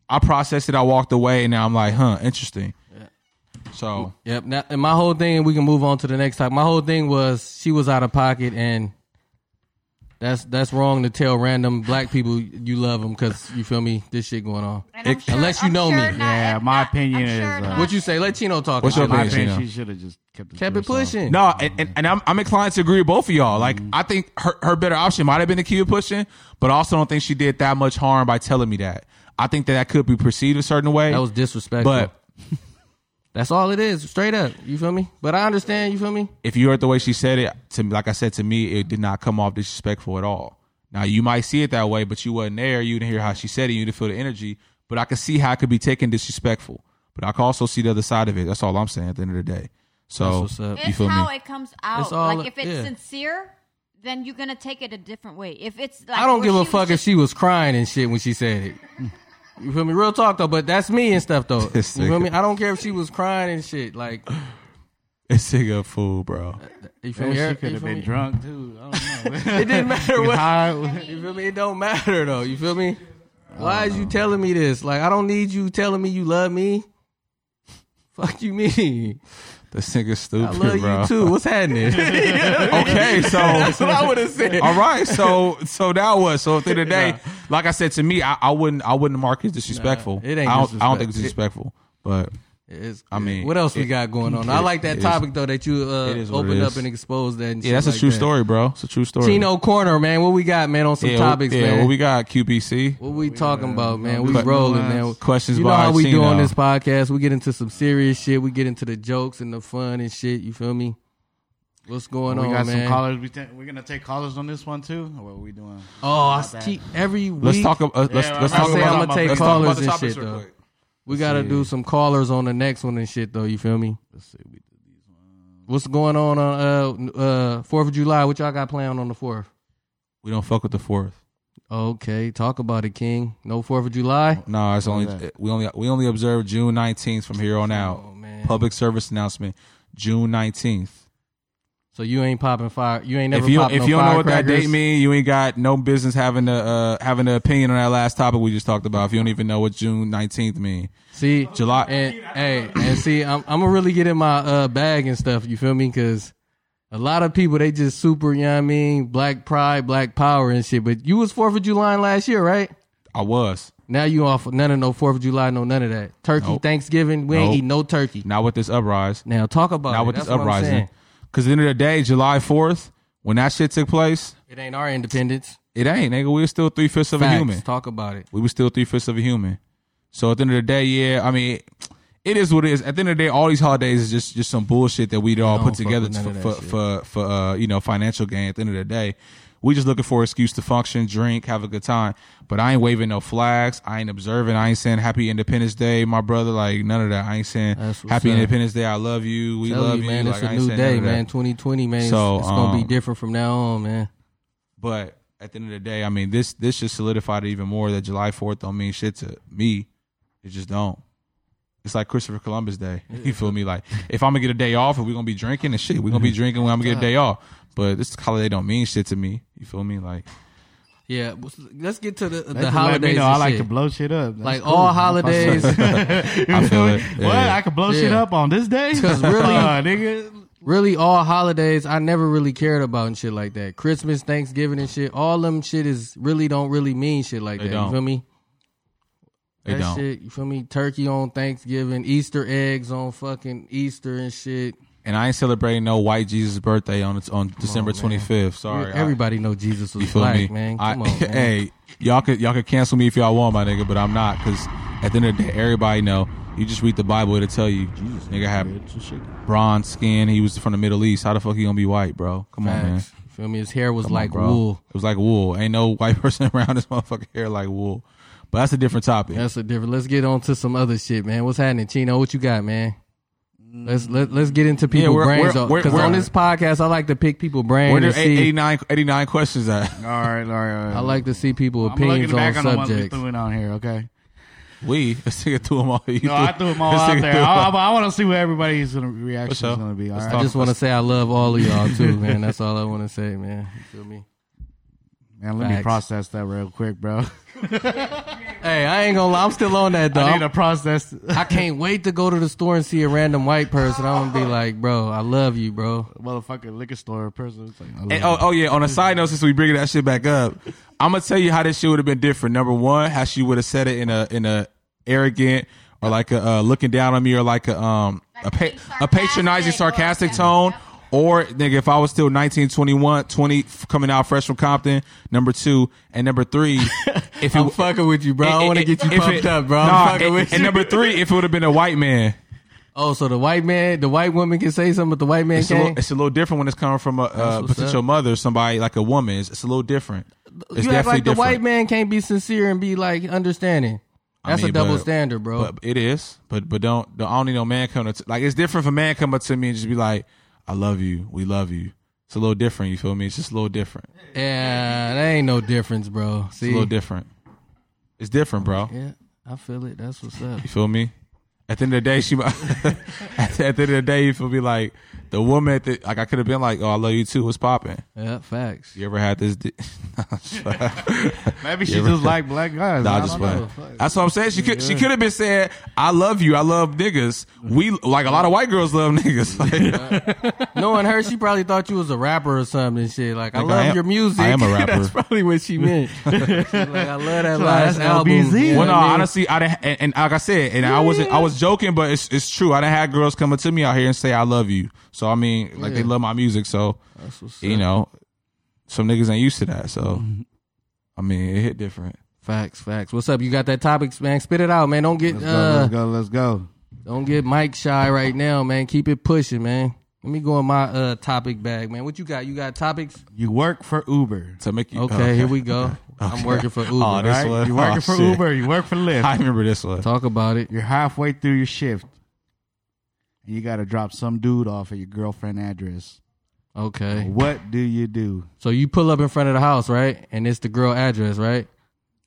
Speaker 2: I processed it. I walked away, and now I'm like, huh, interesting. So
Speaker 1: Yep. Now, and my whole thing, we can move on to the next topic. My whole thing was she was out of pocket, and that's that's wrong to tell random black people you love them because you feel me. This shit going on.
Speaker 5: And I'm
Speaker 2: It-
Speaker 5: sure-
Speaker 1: Unless you
Speaker 5: I'm
Speaker 1: know
Speaker 5: sure
Speaker 1: me.
Speaker 5: not-
Speaker 4: Yeah,
Speaker 5: I'm
Speaker 4: my
Speaker 5: not- I'm
Speaker 4: opinion
Speaker 5: sure
Speaker 4: is, uh,
Speaker 5: not-
Speaker 1: What you say? Let Chino talk.
Speaker 2: What's your
Speaker 1: about it.
Speaker 4: My
Speaker 2: opinion,
Speaker 4: opinion,
Speaker 2: Gino?
Speaker 4: she should have just kept it.
Speaker 1: Kept
Speaker 4: to
Speaker 1: it
Speaker 4: herself.
Speaker 1: pushing.
Speaker 2: no, and, and, and I'm, I'm inclined to agree with both of y'all. Like
Speaker 1: Mm-hmm.
Speaker 2: I think her, her better option might have been to keep it pushing, but I also don't think she did that much harm by telling me that. I think that that could be perceived a certain way.
Speaker 1: that was disrespectful.
Speaker 2: But
Speaker 1: that's all it is, straight up. You feel me? But I understand. You feel me?
Speaker 2: if you heard the way she said it, to like I said to me, it did not come off disrespectful at all. Now you might see it that way, but you wasn't there. You didn't hear how she said it. You didn't feel the energy. But I could see how it could be taken disrespectful. But I could also see the other side of it. That's all I'm saying at the end of the day. So
Speaker 1: That's what's up.
Speaker 2: you
Speaker 5: It's
Speaker 2: feel
Speaker 5: how
Speaker 2: me?
Speaker 5: it comes out.
Speaker 1: It's all-
Speaker 5: like if it's
Speaker 1: yeah.
Speaker 5: sincere, then you're gonna take it a different way. If it's like
Speaker 1: I don't
Speaker 5: where
Speaker 1: give a
Speaker 5: was
Speaker 1: fuck
Speaker 5: just-
Speaker 1: if she was crying and shit when she said it. You feel me? Real talk though, but that's me and stuff though. You
Speaker 2: [laughs] This
Speaker 1: feel
Speaker 2: nigga.
Speaker 1: me? I don't care if she was crying and shit. Like
Speaker 2: It's a good fool, bro.
Speaker 1: you feel me?
Speaker 4: Man, she
Speaker 1: You
Speaker 4: could have
Speaker 1: feel
Speaker 4: been
Speaker 1: me?
Speaker 4: drunk too.
Speaker 1: [laughs]
Speaker 4: I don't know.
Speaker 1: It didn't
Speaker 2: [laughs]
Speaker 1: matter what.
Speaker 4: High-
Speaker 1: You feel me? It don't matter though. You feel me? Why is you telling me this? Like I don't need you telling me you love me. [laughs] Fuck you mean?
Speaker 2: This nigga's stupid,
Speaker 1: I
Speaker 2: [laughs]
Speaker 1: love
Speaker 2: bro.
Speaker 1: you too. What's
Speaker 2: [laughs]
Speaker 1: happening?
Speaker 2: Okay,
Speaker 1: [laughs] That's
Speaker 2: so
Speaker 1: what I would have said.
Speaker 2: all right, so so that was so at the end of the
Speaker 1: [laughs]
Speaker 2: day, like I said to me, I, I wouldn't I wouldn't mark it disrespectful.
Speaker 1: it ain't
Speaker 2: I don't, I don't
Speaker 1: disrespect-
Speaker 2: think it's disrespectful, but
Speaker 1: It's-
Speaker 2: I mean,
Speaker 1: what else we
Speaker 2: it-
Speaker 1: got going on? I
Speaker 2: it-
Speaker 1: like that
Speaker 2: it is-
Speaker 1: topic though that you
Speaker 2: it
Speaker 1: uh,
Speaker 2: is what it
Speaker 1: opened up
Speaker 2: is.
Speaker 1: and exposed that. And
Speaker 2: yeah, that's a true story,
Speaker 1: story.
Speaker 2: bro. It's a true story.
Speaker 1: Tino Corner, man. What we got, man, on some
Speaker 2: yeah, what-
Speaker 1: topics,
Speaker 2: yeah,
Speaker 1: man.
Speaker 2: what we got? QBC.
Speaker 1: What we talking about, man? We
Speaker 2: But-
Speaker 1: rolling, man.
Speaker 2: Questions
Speaker 1: You know
Speaker 2: by
Speaker 1: how we do
Speaker 2: Tino.
Speaker 1: on this podcast. We get into some serious shit. We get into the jokes and the fun and shit. You feel me? What's going
Speaker 4: we
Speaker 1: on,
Speaker 4: got
Speaker 1: man?
Speaker 4: some callers. We ta- we're gonna take callers on this one too. Or what are we doing?
Speaker 1: oh, I keep every week.
Speaker 2: Let's talk. ab- Uh, let's
Speaker 4: Yeah,
Speaker 2: let's
Speaker 4: I
Speaker 2: talk
Speaker 4: say
Speaker 2: about.
Speaker 4: I'ma take
Speaker 2: let's talk about
Speaker 1: callers
Speaker 2: the
Speaker 1: and
Speaker 2: topics
Speaker 1: shit,
Speaker 2: real
Speaker 1: though.
Speaker 2: quick.
Speaker 1: we gotta do some callers on the next one and shit, though. You feel me?
Speaker 4: Let's see. We did these ones.
Speaker 1: What's going on on uh uh Fourth of July? What y'all got planned on the Fourth?
Speaker 2: We don't fuck with the fourth.
Speaker 1: Okay, talk about it, King. No Fourth of July.
Speaker 2: No, it's only
Speaker 4: that?
Speaker 2: we only we only observe June nineteenth from here on out.
Speaker 1: Oh man.
Speaker 2: Public service announcement, June nineteenth.
Speaker 1: So you ain't popping fire. You ain't never.
Speaker 2: If you
Speaker 1: popped
Speaker 2: if
Speaker 1: no
Speaker 2: you don't know what that
Speaker 1: firecrackers?
Speaker 2: date mean, you ain't got no business having a uh, having an opinion on that last topic we just talked about. If you don't even know what June nineteenth mean,
Speaker 1: See,
Speaker 2: July.
Speaker 1: and hey, and see, I'm I'm gonna really get in my uh, bag and stuff. You feel me? Because a lot of people they just super. You know what I mean? Black pride, black power, and shit. But you was Fourth of July last year, right?
Speaker 2: I was
Speaker 1: Now you off none of no Fourth of July, no none of that. Turkey,
Speaker 2: Nope.
Speaker 1: Thanksgiving, we ain't
Speaker 2: Nope.
Speaker 1: eat no turkey.
Speaker 2: not with this uprise,
Speaker 1: Now talk about
Speaker 2: not
Speaker 1: it.
Speaker 2: with
Speaker 1: That's
Speaker 2: this
Speaker 1: what I'm
Speaker 2: uprising.
Speaker 1: saying.
Speaker 2: Because at the end of the day, July fourth, when that shit took place,
Speaker 1: It ain't our independence.
Speaker 2: it ain't nigga. We were still three fifths of a
Speaker 1: Facts.
Speaker 2: human.
Speaker 1: Talk about it.
Speaker 2: We were still three fifths of a human. So at the end of the day, yeah, I mean, it is what it is. At the end of the day, all these holidays is just just some bullshit that we all
Speaker 1: don't
Speaker 2: put
Speaker 1: fuck
Speaker 2: together
Speaker 1: with none
Speaker 2: for
Speaker 1: of that
Speaker 2: for, for
Speaker 1: shit.
Speaker 2: for uh you know financial gain. At the end of the day, we just looking for an excuse to function, drink, have a good time. But I ain't waving no flags. I ain't observing. I ain't saying Happy Independence Day, my brother. Like none of that. I ain't saying
Speaker 1: That's what's
Speaker 2: Happy
Speaker 1: up.
Speaker 2: Independence Day. I love you. We
Speaker 1: Tell
Speaker 2: love
Speaker 1: you,
Speaker 2: you,
Speaker 1: man,
Speaker 2: Like,
Speaker 1: it's
Speaker 2: I
Speaker 1: a
Speaker 2: ain't
Speaker 1: new
Speaker 2: saying none
Speaker 1: day,
Speaker 2: of that.
Speaker 1: man. 2020, man. It's-
Speaker 2: So,
Speaker 1: it's, gonna be
Speaker 2: um,
Speaker 1: different from now on, man.
Speaker 2: But at the end of the day, I mean, this this just solidified it even more that July Fourth don't mean shit to me. It just don't. It's like Christopher Columbus Day. [laughs] You feel me? Like if I'm gonna get a day off, and we're gonna be drinking and shit, we're
Speaker 1: Mm-hmm.
Speaker 2: gonna be drinking when I'm gonna get a day off. But this holiday don't mean shit to me. You feel me? Like
Speaker 1: Yeah, let's get to the, the
Speaker 4: They just let
Speaker 1: holidays.
Speaker 4: me know
Speaker 1: and
Speaker 4: I like
Speaker 1: shit.
Speaker 4: to blow shit up. That's
Speaker 1: like
Speaker 4: cool.
Speaker 1: all
Speaker 4: I'm fine.
Speaker 1: holidays.
Speaker 2: I feel it.
Speaker 4: [laughs] what?
Speaker 2: Yeah.
Speaker 4: I could blow shit
Speaker 1: Yeah.
Speaker 4: up on this day?
Speaker 1: 'Cause really-
Speaker 4: [laughs] Uh, nigga.
Speaker 1: really all holidays I never really cared about and shit like that. Christmas, Thanksgiving and shit, all them shit is really don't really mean shit like
Speaker 2: They
Speaker 1: that. You
Speaker 2: don't.
Speaker 1: feel me?
Speaker 2: They
Speaker 1: that
Speaker 2: don't.
Speaker 1: shit, you feel me? Turkey on Thanksgiving, Easter eggs on fucking Easter and shit.
Speaker 2: And I ain't celebrating no white Jesus birthday on its on December twenty fifth. Sorry, I-
Speaker 1: Everybody know Jesus was
Speaker 2: you feel
Speaker 1: black,
Speaker 2: me?
Speaker 1: man.
Speaker 2: I- [laughs]
Speaker 1: Come on, man.
Speaker 2: hey, y'all could y'all could cancel me if y'all want, my nigga, but I'm not because at the end of the day, everybody know. You just read the Bible, it'll tell you. Jesus, nigga had bronze skin. He was from the Middle East. How the fuck he gonna be white, bro? Come on, man.
Speaker 1: Facts. You feel me? His hair was
Speaker 2: Come on,
Speaker 1: like
Speaker 2: bro.
Speaker 1: wool.
Speaker 2: It was like wool. Ain't no white [laughs] person around this motherfucking hair like wool. But that's a different topic.
Speaker 1: That's a different. Let's get on to some other shit, man. What's happening, Chino? What you got, man? Let's let, let's get into people's
Speaker 2: we're-
Speaker 1: brains
Speaker 2: we're- we're-
Speaker 1: because
Speaker 2: we're-
Speaker 1: on this podcast, I like to pick people's brains.
Speaker 2: Where
Speaker 1: and
Speaker 2: are
Speaker 1: see,
Speaker 2: 89, 89 questions at? [laughs]
Speaker 4: All right, all right. All right.
Speaker 1: I like to see people's
Speaker 4: I'm looking
Speaker 1: opinions on
Speaker 4: back on, the ones we
Speaker 1: subjects.
Speaker 4: threw in on here. Okay.
Speaker 2: We let's take it through them all. [laughs] You
Speaker 4: No, I threw
Speaker 1: [laughs]
Speaker 4: them all
Speaker 2: let's take
Speaker 4: out
Speaker 2: it
Speaker 4: there.
Speaker 2: through 'em all.
Speaker 4: I, want to see what everybody's gonna,
Speaker 2: For
Speaker 4: reaction
Speaker 2: sure.
Speaker 4: is going to be. All
Speaker 2: Let's
Speaker 4: right.
Speaker 1: I
Speaker 2: talk.
Speaker 1: just want to say I love all of y'all
Speaker 2: [laughs]
Speaker 1: too, man. That's all I want to say, man. You feel me?
Speaker 4: Man, let me
Speaker 1: Facts.
Speaker 4: process that real quick, bro. [laughs]
Speaker 1: Hey, I ain't gonna lie. I'm still on that though.
Speaker 4: I need
Speaker 1: I'm-
Speaker 4: to process. [laughs]
Speaker 1: I can't wait to go to the store and see a random white person. I'm
Speaker 2: [laughs]
Speaker 1: gonna be like, bro, I love you, bro.
Speaker 4: Motherfucking liquor store person. It's like, I love
Speaker 2: And-
Speaker 4: it.
Speaker 2: oh, oh yeah. On a side note, since we bringing that shit back up, I'm gonna tell you how this shit would have been different. Number one, how she would have said it in a in a arrogant or like a uh, looking down on me or like a um a pa- a patronizing sarcastic tone. Or nigga, if I was still 19, 21, 20, f- coming out fresh from Compton, number two, and number
Speaker 1: [laughs]
Speaker 2: three, if it,
Speaker 1: I'm fucking with you, bro. I
Speaker 2: it-
Speaker 1: want to
Speaker 2: it-
Speaker 1: get you
Speaker 2: if
Speaker 1: pumped
Speaker 2: it-
Speaker 1: up, bro. I'm
Speaker 2: nah,
Speaker 1: fucking
Speaker 2: and-
Speaker 1: with you.
Speaker 2: And number three, if it would have been a white
Speaker 1: [laughs]
Speaker 2: man,
Speaker 1: oh, so the white man, the white woman can say something, but the white man
Speaker 2: it's a little,
Speaker 1: can't.
Speaker 2: it's a little different when it's coming from a, uh
Speaker 1: what's
Speaker 2: potential
Speaker 1: up.
Speaker 2: mother, somebody like a woman. It's, it's a little different. It's
Speaker 1: You act like the white man can't be sincere and be like understanding.
Speaker 2: I
Speaker 1: That's
Speaker 2: mean,
Speaker 1: a double
Speaker 2: but-
Speaker 1: standard, bro.
Speaker 2: But it is, but but don't the only no man come to like it's different for man come up to me and just be like, I love you, we love you. It's a little different. You feel me? It's just a little different. It's
Speaker 1: yeah, that ain't no difference, bro.
Speaker 2: a
Speaker 1: See,
Speaker 2: little different. It's different, bro.
Speaker 1: yeah, I feel it. That's what's up. [laughs]
Speaker 2: You feel me? At the end of the day, she might- [laughs] at the end of the day, you feel me? Like the woman, at the, like I could have been like, oh, I love you too. What's popping?
Speaker 1: Yeah, facts.
Speaker 2: You ever had this? Di- [laughs]
Speaker 4: Maybe
Speaker 2: Yeah, [laughs]
Speaker 4: she just
Speaker 2: bro.
Speaker 4: like black guys.
Speaker 2: Nah,
Speaker 4: I
Speaker 2: I
Speaker 4: don't
Speaker 2: just [laughs]
Speaker 4: know.
Speaker 2: playing. That's what I'm saying. She could she could have been saying, "I love you. I love niggas." We like a lot of white girls love niggas. [laughs] Like,
Speaker 1: Knowing her, she probably thought you was a rapper or something. and Shit, like I
Speaker 2: Like,
Speaker 1: love
Speaker 2: I am-
Speaker 1: your music.
Speaker 2: I am a rapper.
Speaker 1: [laughs] That's probably what she meant. She's like I love that
Speaker 4: So
Speaker 1: last
Speaker 4: that's
Speaker 1: album.
Speaker 4: LBZ.
Speaker 1: You
Speaker 2: well,
Speaker 1: know what
Speaker 2: no,
Speaker 1: I mean?
Speaker 2: honestly, I didn't, and, and like I said, and I wasn't I was joking, but it's it's true. I didn't have girls coming to me out here and say, "I love you." So I mean, like they
Speaker 1: Yeah.
Speaker 2: love my music. So
Speaker 1: That's what's
Speaker 2: you
Speaker 1: up. Mm-hmm.
Speaker 2: know, some niggas ain't used to that. So I mean, it hit different.
Speaker 1: Facts, facts. What's up? You got that topics, man? Spit it out, man. Don't get
Speaker 4: Let's go,
Speaker 1: uh,
Speaker 4: let's go, let's go.
Speaker 1: don't get Mike shy right now, man. Keep it pushing, man. Let me go in my uh topic bag, man. What you got? You got topics?
Speaker 4: You work for Uber.
Speaker 2: To make you
Speaker 1: Okay, here we go. I'm working for Uber.
Speaker 2: Oh, this
Speaker 4: Right?
Speaker 2: one. [laughs]
Speaker 4: You working
Speaker 2: Oh,
Speaker 4: for
Speaker 2: shit.
Speaker 4: Uber. You work for
Speaker 2: [laughs]
Speaker 4: Lyft.
Speaker 2: I remember this one.
Speaker 1: Talk about it.
Speaker 4: You're halfway through your shift, and you got to drop some dude off at your girlfriend address.
Speaker 1: Okay.
Speaker 4: What do you do?
Speaker 1: So you pull up in front of the house, right? And it's the girl address, right?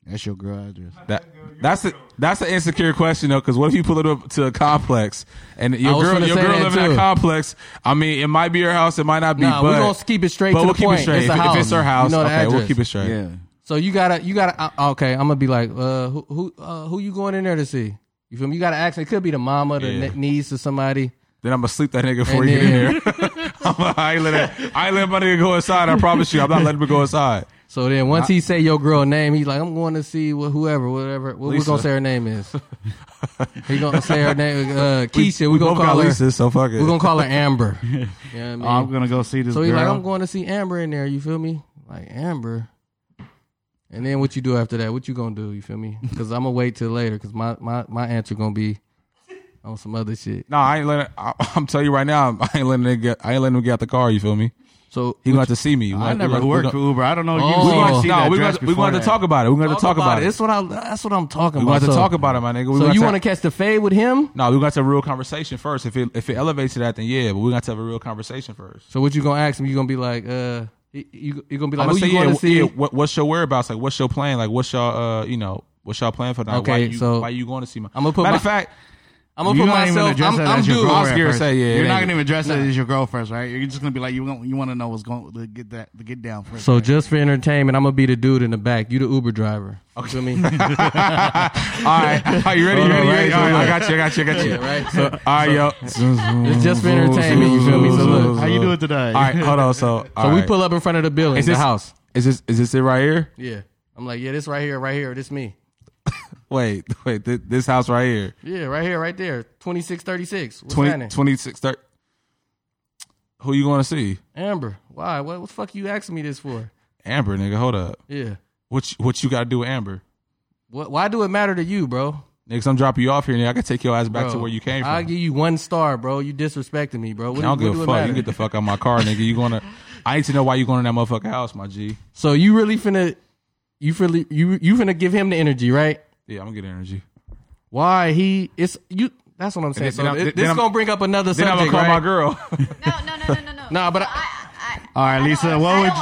Speaker 4: That's your girl address.
Speaker 2: That that's a, that's an insecure question though, because what if you pull it up to a complex and your
Speaker 1: was
Speaker 2: girl
Speaker 1: finna
Speaker 2: your
Speaker 1: say
Speaker 2: girl
Speaker 1: that,
Speaker 2: live in
Speaker 1: too.
Speaker 2: a complex? I mean, it might be her house, it might not be.
Speaker 1: Nah,
Speaker 2: but
Speaker 1: we're gonna keep it straight
Speaker 2: but
Speaker 1: to
Speaker 2: we'll
Speaker 1: the
Speaker 2: keep
Speaker 1: point.
Speaker 2: it straight.
Speaker 1: It's
Speaker 2: if,
Speaker 1: a
Speaker 2: if
Speaker 1: house.
Speaker 2: it's her house,
Speaker 1: You know the
Speaker 2: okay, we'll
Speaker 1: address.
Speaker 2: keep it straight.
Speaker 4: Yeah.
Speaker 1: So you gotta, you gotta. uh, Okay, I'm gonna be like, uh, who, who, uh, who you going in there to see? You feel me? You gotta ask. It could be the mama, the
Speaker 2: Yeah.
Speaker 1: ne- niece, or somebody.
Speaker 2: Then I'm gonna sleep that nigga before
Speaker 1: And
Speaker 2: you get in [laughs] there. I'm like, I ain't let that, I ain't let my nigga go inside. I promise you, I'm not letting him go inside.
Speaker 1: So then once he say your girl name, he's like, I'm going to see wh- whoever, whatever. What we
Speaker 2: Lisa.
Speaker 1: gonna say her
Speaker 2: [laughs]
Speaker 1: name is? he gonna say her name, uh, Keisha. We, gonna
Speaker 2: both got
Speaker 1: call her.
Speaker 2: Lisa, Oh, so fuck it.
Speaker 1: We gonna call her
Speaker 2: [laughs]
Speaker 1: Amber. you know what I mean?
Speaker 4: I'm gonna go see this
Speaker 1: so
Speaker 4: girl.
Speaker 1: he's like, I'm going to see Amber in there. You feel me? Like Amber. And then what you do after that? What you gonna do? You feel me? Because I'm gonna wait till later. Because my my my answer gonna be on some other shit.
Speaker 2: no, I ain't letting. I, [laughs] I'm telling you right now, I ain't letting nigga. I ain't letting him get out the car. You feel me?
Speaker 1: So
Speaker 2: He gonna have to see me.
Speaker 4: I never worked for Uber. I don't know. if
Speaker 1: Oh.
Speaker 4: you
Speaker 2: We're
Speaker 1: We're
Speaker 4: see
Speaker 2: gonna,
Speaker 4: that
Speaker 2: no, we're gonna,
Speaker 4: address
Speaker 2: we're gonna
Speaker 4: before
Speaker 2: have to
Speaker 4: that.
Speaker 2: talk about it. We're gonna have to talk about it.
Speaker 1: That's what I. That's what I'm talking
Speaker 2: We
Speaker 1: about.
Speaker 2: want to
Speaker 1: So-
Speaker 2: talk about it, my nigga. We
Speaker 1: so
Speaker 2: gonna
Speaker 1: you
Speaker 2: ta-
Speaker 1: want to catch the fade with him?
Speaker 2: No, we're gonna have to have a real conversation first. If it if it elevates to that, then yeah, but we're gonna have to have a real conversation first.
Speaker 1: So what you gonna ask him? You gonna be like, uh, you you you gonna be
Speaker 2: I'm gonna
Speaker 1: like, who
Speaker 2: say,
Speaker 1: you
Speaker 2: yeah,
Speaker 1: gonna
Speaker 2: w-
Speaker 1: see?
Speaker 2: yeah, what, what's your whereabouts? Like, what's your plan? Like, what's y'all, uh, you know, what's y'all plan for that? why
Speaker 1: Okay,
Speaker 2: you,
Speaker 1: so-
Speaker 2: why you going to see my?
Speaker 1: I'ma put
Speaker 2: matter
Speaker 1: my-
Speaker 2: of fact,
Speaker 1: I'm gonna
Speaker 4: You're
Speaker 1: put
Speaker 4: not even
Speaker 1: myself.
Speaker 4: addressing
Speaker 1: I'm,
Speaker 4: it
Speaker 1: I'm
Speaker 4: as your
Speaker 1: dude.
Speaker 2: I
Speaker 4: girlfriend
Speaker 2: was scared to
Speaker 4: first.
Speaker 2: say, yeah, it
Speaker 4: You're not
Speaker 2: ain't-
Speaker 4: gonna even address it as your girl first, right? You're just gonna be like, you want you want to know what's going to get that to get down first.
Speaker 1: So just for entertainment, I'm gonna be the dude in the back. You the Uber driver. Okay. You feel me?
Speaker 2: all
Speaker 1: [laughs]
Speaker 2: right, are you ready? You
Speaker 1: Hold
Speaker 2: ready? You ready?
Speaker 1: on, right, so
Speaker 2: all right, I
Speaker 1: look.
Speaker 2: got you, I got you, I got you.
Speaker 1: Yeah, right.
Speaker 2: So, all right, yo.
Speaker 1: [laughs] It's just for entertainment. You feel me? So look.
Speaker 4: How you doing today?
Speaker 2: All right, hold on. So,
Speaker 1: [laughs] So we pull up in front of the building,
Speaker 2: Is
Speaker 1: the
Speaker 2: this-
Speaker 1: house.
Speaker 2: Is this is this it right here?
Speaker 1: Yeah. I'm like, yeah, this right here, right here, this me.
Speaker 2: Wait, [laughs] wait. Th- this house right here.
Speaker 1: Yeah, right here, right there. Twenty six thirty six. What's
Speaker 2: 20,
Speaker 1: happening?
Speaker 2: 26, 30. Who you going to see?
Speaker 1: Amber, why? What, what the fuck you asking me this for?
Speaker 2: Amber, nigga. Hold up.
Speaker 1: Yeah.
Speaker 2: What you, what you got to do with Amber?
Speaker 1: What, why do it matter to you, bro?
Speaker 2: Niggas, I'm dropping you off here, nigga. I can take your ass back to
Speaker 1: Bro,
Speaker 2: where you came
Speaker 1: I'll
Speaker 2: from.
Speaker 1: give you one star, bro. You disrespecting me, bro. What
Speaker 2: I don't
Speaker 1: do, what
Speaker 2: give
Speaker 1: do
Speaker 2: a
Speaker 1: it
Speaker 2: fuck. You
Speaker 1: matter?
Speaker 2: can get the fuck out of my car, nigga. You gonna?
Speaker 1: [laughs]
Speaker 2: I need to know why you going to that motherfucking house, my G.
Speaker 1: so you really finna you finna you you finna give him the energy, right?
Speaker 2: Yeah, I'm gonna get energy.
Speaker 1: Why he it's you that's what I'm saying.
Speaker 2: then-
Speaker 1: So
Speaker 2: then I'm-
Speaker 1: thi-
Speaker 2: then
Speaker 1: this
Speaker 2: I'm-
Speaker 1: gonna bring up another
Speaker 2: Then I'm
Speaker 1: subject,
Speaker 2: gonna call
Speaker 1: right?
Speaker 2: my girl.
Speaker 1: [laughs]
Speaker 5: No, no, no, no, no, no.
Speaker 1: Nah, but
Speaker 5: So
Speaker 1: I-
Speaker 5: I, I,
Speaker 4: All right, Lisa,
Speaker 5: don't-
Speaker 4: what
Speaker 5: I
Speaker 4: would
Speaker 5: don't-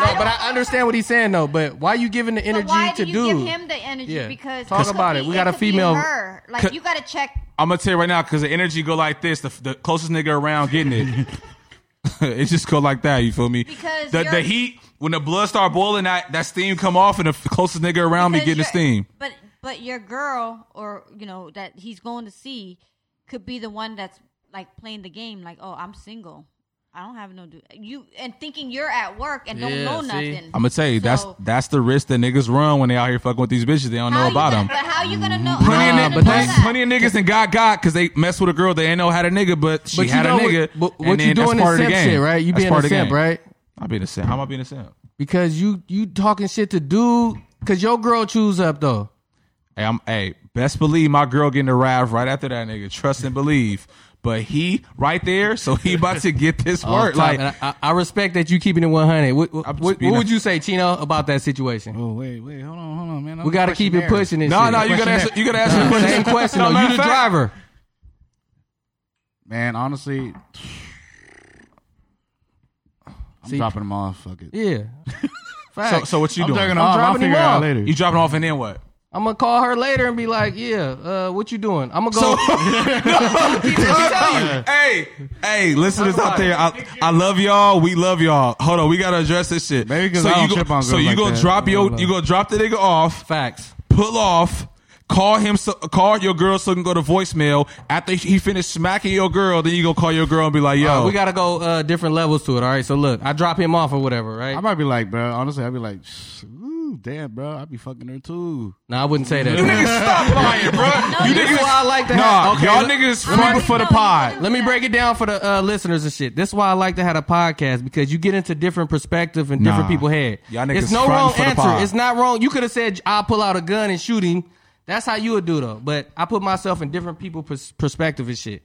Speaker 1: No,
Speaker 5: don't-
Speaker 1: but I understand what he's saying though. But why you giving the energy
Speaker 5: so why
Speaker 1: to
Speaker 5: do you
Speaker 1: dude?
Speaker 5: give him the energy?
Speaker 1: Yeah.
Speaker 5: Because
Speaker 1: Talk
Speaker 5: could
Speaker 1: about
Speaker 5: be-
Speaker 1: it. We got a
Speaker 5: could be
Speaker 1: female-
Speaker 5: her. Like
Speaker 2: Could-
Speaker 5: you got to check.
Speaker 2: I'm gonna tell you right now because the energy go like this. The, the closest nigga around getting it, [laughs] it just go like that. You feel me?
Speaker 5: Because
Speaker 2: the,
Speaker 5: you're-
Speaker 2: the heat when the blood start boiling, that that steam come off, and the f- closest nigga around me
Speaker 5: because
Speaker 2: getting the
Speaker 5: your-
Speaker 2: steam.
Speaker 5: But but your girl or you know that he's going to see could be the one that's like playing the game. Like oh, I'm single. I don't have no dude. You and thinking you're at work and don't
Speaker 1: Yeah,
Speaker 5: know
Speaker 1: see?
Speaker 5: nothing.
Speaker 2: I'm gonna tell you that's
Speaker 5: So-
Speaker 2: that's the risk that niggas run when they out here fucking with these bitches. They don't
Speaker 5: How
Speaker 2: know
Speaker 5: you
Speaker 2: about
Speaker 5: gonna-
Speaker 2: them.
Speaker 5: But how you gonna know?
Speaker 2: Plenty, of, nigg-
Speaker 1: Nah,
Speaker 5: how you
Speaker 1: but
Speaker 5: gonna know
Speaker 2: plenty,
Speaker 1: that's-
Speaker 5: that?
Speaker 2: plenty of niggas and got got because they messed with a girl. They ain't know how to nigga, but she
Speaker 1: But you
Speaker 2: had a
Speaker 1: know
Speaker 2: nigga.
Speaker 1: what- but
Speaker 2: and
Speaker 1: what you
Speaker 2: then that's
Speaker 1: doing
Speaker 2: part
Speaker 1: is
Speaker 2: of the
Speaker 1: simp
Speaker 2: game.
Speaker 1: shit, right? You
Speaker 2: That's
Speaker 1: being
Speaker 2: part
Speaker 1: a
Speaker 2: of the
Speaker 1: simp,
Speaker 2: game.
Speaker 1: right?
Speaker 2: I being a simp. How am I being a simp?
Speaker 1: Because you you talking shit to dude. Cause your girl choose up though.
Speaker 2: Hey, I'm hey, best believe my girl getting a rav right after that nigga. Trust and believe. But he right there, so he about to get this
Speaker 1: [laughs] Off
Speaker 2: work.
Speaker 1: top,
Speaker 2: Like
Speaker 1: and I, I I respect that you keeping it one hundred. What, what,
Speaker 2: I'm just
Speaker 1: what-
Speaker 2: being
Speaker 1: what
Speaker 2: a-
Speaker 1: would you say, Chino, about that situation?
Speaker 4: Oh wait, wait, hold on, hold on, man.
Speaker 1: We got to keep it pushing. And
Speaker 2: no,
Speaker 1: shit.
Speaker 2: no, you gotta answer. You gotta answer the
Speaker 1: [laughs]
Speaker 2: question.
Speaker 1: same question.
Speaker 2: No,
Speaker 1: though.
Speaker 2: matter
Speaker 1: You the
Speaker 2: of fact-
Speaker 1: driver.
Speaker 4: Man, honestly, I'm
Speaker 1: See-
Speaker 4: dropping them off. Fuck it.
Speaker 1: Yeah.
Speaker 2: So,
Speaker 1: [laughs] Facts.
Speaker 2: so what you
Speaker 4: I'm
Speaker 2: doing?
Speaker 4: taking off. I'll
Speaker 1: dropping him
Speaker 4: figure it out
Speaker 1: off.
Speaker 4: later.
Speaker 2: You dropping off and then what?
Speaker 1: I'm gonna call her later and be like, "Yeah, uh, what you doing? I'm gonna [laughs] go."
Speaker 2: So- hey, hey, listeners out there, I, I love y'all. We love y'all. Hold on, we gotta address this shit.
Speaker 4: Maybe 'cause
Speaker 2: so
Speaker 4: I don't
Speaker 2: you
Speaker 4: trip on
Speaker 2: so
Speaker 4: girls
Speaker 2: you
Speaker 4: like
Speaker 2: gonna
Speaker 4: that.
Speaker 2: drop
Speaker 4: I
Speaker 2: your
Speaker 4: don't
Speaker 2: you gonna drop the nigga off.
Speaker 1: Facts.
Speaker 2: pull off, call him, so, call your girl so it can go to voicemail. After he finished smacking your girl, then you go call your girl and be like, yo,
Speaker 1: Uh, we gotta go uh, different levels to it. All right. So look, I drop him off or whatever, right?
Speaker 4: I might be like, bro. Honestly, I'd be like, "Shh, ooh, damn, bro. I'd be fucking her too.
Speaker 1: no, I wouldn't [laughs] say that.
Speaker 2: niggas stop lying, bro. you
Speaker 1: That's why I
Speaker 2: niggas,
Speaker 1: like to
Speaker 2: nah,
Speaker 1: have. okay,
Speaker 2: y'all
Speaker 1: let-
Speaker 2: niggas
Speaker 5: I already
Speaker 2: front for the
Speaker 5: know you
Speaker 2: pod.
Speaker 5: wouldn't
Speaker 1: Let me
Speaker 5: do
Speaker 1: break it down for the uh, listeners and shit. That's why I like to have a podcast because you get into different perspective and different
Speaker 2: Nah.
Speaker 1: people head.
Speaker 2: Y'all niggas
Speaker 1: it's no
Speaker 2: fronting
Speaker 1: wrong
Speaker 2: for the
Speaker 1: answer.
Speaker 2: pod.
Speaker 1: It's not wrong. You could have said I'll pull out a gun and shoot him. That's how you would do though. But I put myself in different people pers- perspective and shit.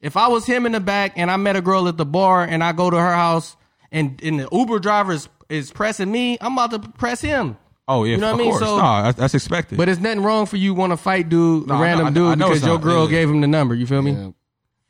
Speaker 1: If I was him in the back and I met a girl at the bar and I go to her house and and the Uber driver is, is pressing me, I'm about to press him.
Speaker 2: Oh, yeah,
Speaker 1: you
Speaker 2: of
Speaker 1: know what I mean.
Speaker 2: course.
Speaker 1: So,
Speaker 2: nah, that's- that's expected.
Speaker 1: but it's nothing wrong for you want to fight dude,
Speaker 2: Nah, I know-
Speaker 1: random
Speaker 2: I know- I
Speaker 1: dude
Speaker 2: know
Speaker 1: because
Speaker 2: it's
Speaker 1: your
Speaker 2: not.
Speaker 1: girl
Speaker 2: Yeah.
Speaker 1: gave him the number. You feel me?
Speaker 4: Yeah.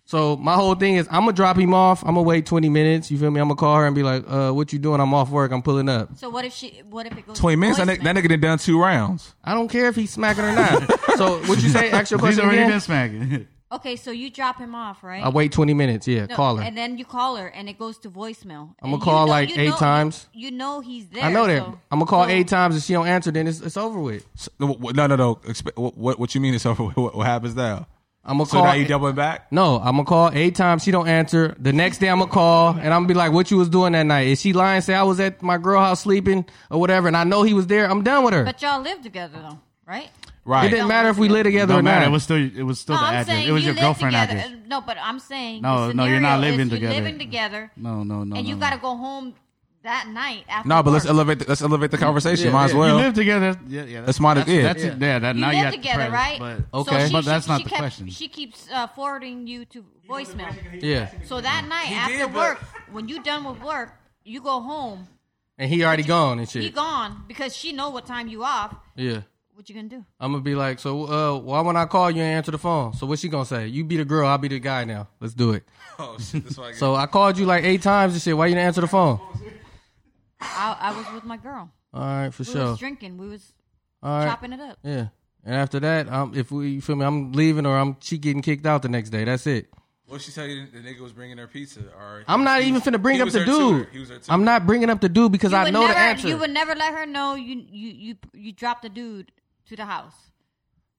Speaker 1: So my whole thing is I'm gonna drop him off. I'm gonna wait 20 minutes. You feel me? I'm gonna call her and be like, uh, "What you doing? I'm off work. I'm pulling up.
Speaker 5: So what if she? What if it goes?
Speaker 2: 20 minutes, that
Speaker 5: voicemail?
Speaker 2: nigga, that nigga done done two rounds.
Speaker 1: I don't care if he's smacking or not." so what you say? Ask your
Speaker 4: He's
Speaker 1: question
Speaker 4: already
Speaker 1: again.
Speaker 4: been [laughs] smacking.
Speaker 5: Okay, so you drop him off, right?
Speaker 1: I wait 20 minutes. Yeah,
Speaker 5: No,
Speaker 1: call her.
Speaker 5: And then you call her, and it goes to voicemail.
Speaker 1: I'ma
Speaker 5: And you
Speaker 1: call, like,
Speaker 5: you
Speaker 1: eight times.
Speaker 5: You know he's there.
Speaker 1: I know that.
Speaker 5: so-
Speaker 1: I'm gonna call
Speaker 5: so-
Speaker 1: eight times. If she don't answer, then it's, it's over with.
Speaker 2: So- No, no, no. Expe- What, what, what you mean is over? [laughs] What, what happens now?
Speaker 1: I'm gonna
Speaker 2: So
Speaker 1: call.
Speaker 2: now you doubling back?
Speaker 1: no, I'm gonna call eight times. She don't answer. The next day, I'm gonna call and I'm gonna be like, "What you was doing that night? Is she lying? Say I was at my girl house sleeping or whatever." And I know he was there. I'm done with her.
Speaker 5: But y'all live together though, right?
Speaker 1: it
Speaker 2: Right.
Speaker 1: didn't matter if we live together
Speaker 4: No
Speaker 1: or
Speaker 4: matter. It
Speaker 1: not.
Speaker 4: was still. It was still
Speaker 5: no,
Speaker 4: the
Speaker 5: I'm
Speaker 4: address.
Speaker 5: saying
Speaker 4: It was
Speaker 5: you
Speaker 4: your
Speaker 5: live
Speaker 4: girlfriend
Speaker 5: together.
Speaker 4: address.
Speaker 5: Uh, No, but I'm saying
Speaker 4: No,
Speaker 5: the
Speaker 4: no, you're not
Speaker 5: scenario
Speaker 4: living
Speaker 5: is
Speaker 4: together.
Speaker 5: You're living together,
Speaker 4: No, no, no.
Speaker 5: and
Speaker 4: no,
Speaker 5: you
Speaker 4: no.
Speaker 5: got to go home that night after.
Speaker 2: No, but let's
Speaker 5: work.
Speaker 2: elevate. The, let's elevate the conversation. Might as
Speaker 1: yeah.
Speaker 4: You
Speaker 2: well.
Speaker 4: live together. Yeah, yeah.
Speaker 2: That's my- yeah.
Speaker 4: That's it. Yeah. That
Speaker 5: You
Speaker 4: now
Speaker 5: live
Speaker 4: you got
Speaker 5: together,
Speaker 4: the premise,
Speaker 5: right?
Speaker 4: But
Speaker 1: Okay.
Speaker 5: so she,
Speaker 4: But that's
Speaker 5: she,
Speaker 4: not
Speaker 5: she
Speaker 4: the
Speaker 5: kept,
Speaker 4: question.
Speaker 5: She keeps uh, forwarding you to voicemail.
Speaker 1: yeah,
Speaker 5: So that night after
Speaker 2: did, but-
Speaker 5: work, when you done with work, you go home.
Speaker 1: and he already gone and shit.
Speaker 5: He gone because she know what time you off.
Speaker 1: yeah.
Speaker 5: What you gonna do?
Speaker 1: I'm gonna be like, so uh, why when I call you and answer the phone? So what's she gonna say? You be the girl, I'll be the guy now. Let's do it.
Speaker 2: Oh shit! That's why I
Speaker 1: So I called you like eight times and shit. Why you didn't answer the phone?
Speaker 5: I, I was with my girl.
Speaker 1: All right, for
Speaker 5: We
Speaker 1: sure.
Speaker 5: was drinking. We was
Speaker 1: All right,
Speaker 5: chopping it up.
Speaker 1: yeah. And after that, um, if we you feel me, I'm leaving or I'm she getting kicked out the next day. That's it.
Speaker 2: What she tell you? The nigga was bringing her pizza. Or
Speaker 1: I'm not even finna bring up the dude. I'm not bringing up the dude because
Speaker 5: You
Speaker 1: I
Speaker 5: would
Speaker 1: know
Speaker 5: never,
Speaker 1: the answer.
Speaker 5: You would never let her know you you you you dropped the dude to the house.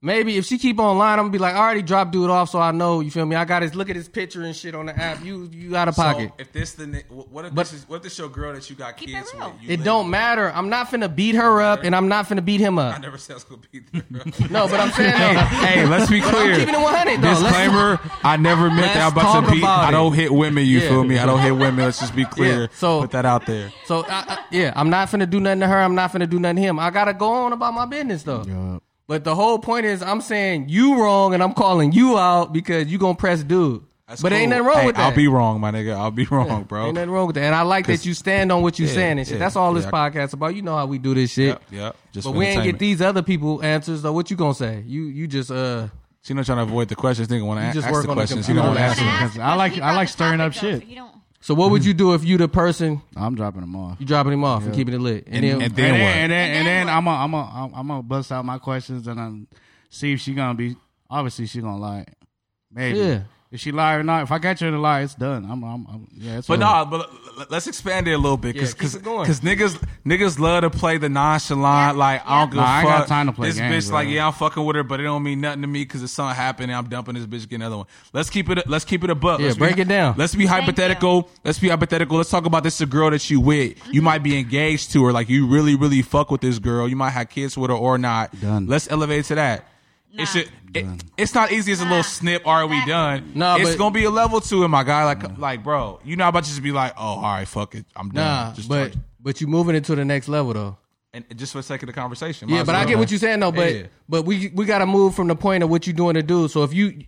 Speaker 1: Maybe if she keep on lying, I'm gonna be like, I already dropped dude off, so I know. You feel me? I got his look at his picture and shit on the app. You you out of pocket.
Speaker 6: So if this the ni- wh- what if
Speaker 1: But-
Speaker 6: this is what if this your girl that you got
Speaker 5: Keep
Speaker 6: kids
Speaker 5: it
Speaker 6: with?
Speaker 5: real.
Speaker 6: You
Speaker 1: it
Speaker 6: live-
Speaker 1: don't matter. I'm not finna beat her up, and I'm not finna beat
Speaker 6: [laughs]
Speaker 1: him
Speaker 6: I
Speaker 1: up.
Speaker 6: never said I was gonna be there.
Speaker 1: [laughs] No, but I'm saying,
Speaker 2: Hey,
Speaker 1: no.
Speaker 2: [laughs] hey, let's be clear.
Speaker 1: keeping it 100 though. Let's-
Speaker 2: Disclaimer: I never meant that. I'm
Speaker 1: let's
Speaker 2: about
Speaker 1: talk
Speaker 2: to beat.
Speaker 1: about
Speaker 2: I
Speaker 1: it.
Speaker 2: don't hit women. You
Speaker 1: Yeah.
Speaker 2: feel me? I don't hit women. Let's just be clear.
Speaker 1: Yeah, so-
Speaker 2: put that out there.
Speaker 1: so I, I, yeah, I'm not finna do nothing to her. I'm not finna do nothing to him. I gotta go on about my business though.
Speaker 4: Yup.
Speaker 1: But the whole point is, I'm saying you wrong, and I'm calling you out because you gonna press dude.
Speaker 2: That's
Speaker 1: but
Speaker 2: cool.
Speaker 1: ain't nothing wrong
Speaker 2: Hey,
Speaker 1: with that.
Speaker 2: I'll be wrong, my nigga. I'll be wrong, bro.
Speaker 1: Ain't nothing wrong with that. And I like that you stand on what you saying and shit.
Speaker 2: yeah,
Speaker 1: That's all this
Speaker 2: yeah.
Speaker 1: podcast about. You know how we do this shit.
Speaker 2: Yep, yep. Just
Speaker 1: but we ain't
Speaker 2: entertainment.
Speaker 1: get these other people answers though. What you gonna say? You you just uh
Speaker 2: She not trying to avoid the questions. Nigga want
Speaker 1: just
Speaker 2: to ask
Speaker 1: work
Speaker 2: the
Speaker 1: on the
Speaker 2: questions. He
Speaker 1: computer.
Speaker 2: don't want to
Speaker 4: Yeah.
Speaker 2: ask them.
Speaker 4: Because I like-
Speaker 5: Keep
Speaker 4: I
Speaker 5: on
Speaker 4: like
Speaker 5: the
Speaker 4: stirring
Speaker 5: topic,
Speaker 4: up
Speaker 5: though,
Speaker 4: shit.
Speaker 5: so You don't.
Speaker 1: so what would you do if you the person
Speaker 4: Oh, I'm dropping them off.
Speaker 1: you dropping him off and keeping it lit? And, then
Speaker 2: and then- what?
Speaker 4: and then,
Speaker 5: And
Speaker 4: and
Speaker 5: then
Speaker 4: then I'm gonna I'm gonna I'm gonna bust out my questions and I'm see if she gonna be. Obviously, she gonna lie. Maybe.
Speaker 1: Yeah.
Speaker 4: If she lie or not, if I catch her to lie, it's done. I'm, I'm, I'm yeah. It's
Speaker 2: But
Speaker 4: over.
Speaker 2: nah, but l- l- let's expand it a little bit
Speaker 1: Yeah,
Speaker 2: because
Speaker 1: keep it going.
Speaker 2: niggas niggas love to play the nonchalant
Speaker 5: Yeah,
Speaker 2: like I don't
Speaker 5: yeah.
Speaker 2: give
Speaker 4: Nah, I
Speaker 2: a
Speaker 4: ain't
Speaker 2: fuck.
Speaker 4: got time to play
Speaker 2: this
Speaker 4: games,
Speaker 2: bitch
Speaker 4: bro.
Speaker 2: like yeah I'm fucking with her, but it don't mean nothing to me because if something happened and I'm dumping this bitch, get another one. Let's keep it let's keep it a buck.
Speaker 1: Yeah,
Speaker 2: Let's be-
Speaker 1: break it down.
Speaker 2: Let's be
Speaker 5: Thank
Speaker 2: hypothetical. Let's be hypothetical. Let's talk about this is a girl that you with. You might be engaged to her, like you really really fuck with this girl. You might have kids with her or not.
Speaker 4: Done.
Speaker 2: Let's elevate it to that. It should, it, it's not easy as a little
Speaker 5: Nah.
Speaker 2: snip. Are we
Speaker 5: Exactly.
Speaker 2: done?
Speaker 1: Nah,
Speaker 2: it's
Speaker 1: but-
Speaker 2: gonna be a level two in my guy. Like, like, bro, you not about to just be like, oh, all right, fuck it, I'm done.
Speaker 1: nah,
Speaker 2: just
Speaker 1: but
Speaker 2: charge-
Speaker 1: but you moving it to the next level though.
Speaker 2: and just for the sake of the conversation. might
Speaker 1: Yeah,
Speaker 2: as
Speaker 1: but I
Speaker 2: well.
Speaker 1: get what you're saying though. But
Speaker 2: Yeah.
Speaker 1: but we we gotta move from the point of what you doing to do. So if you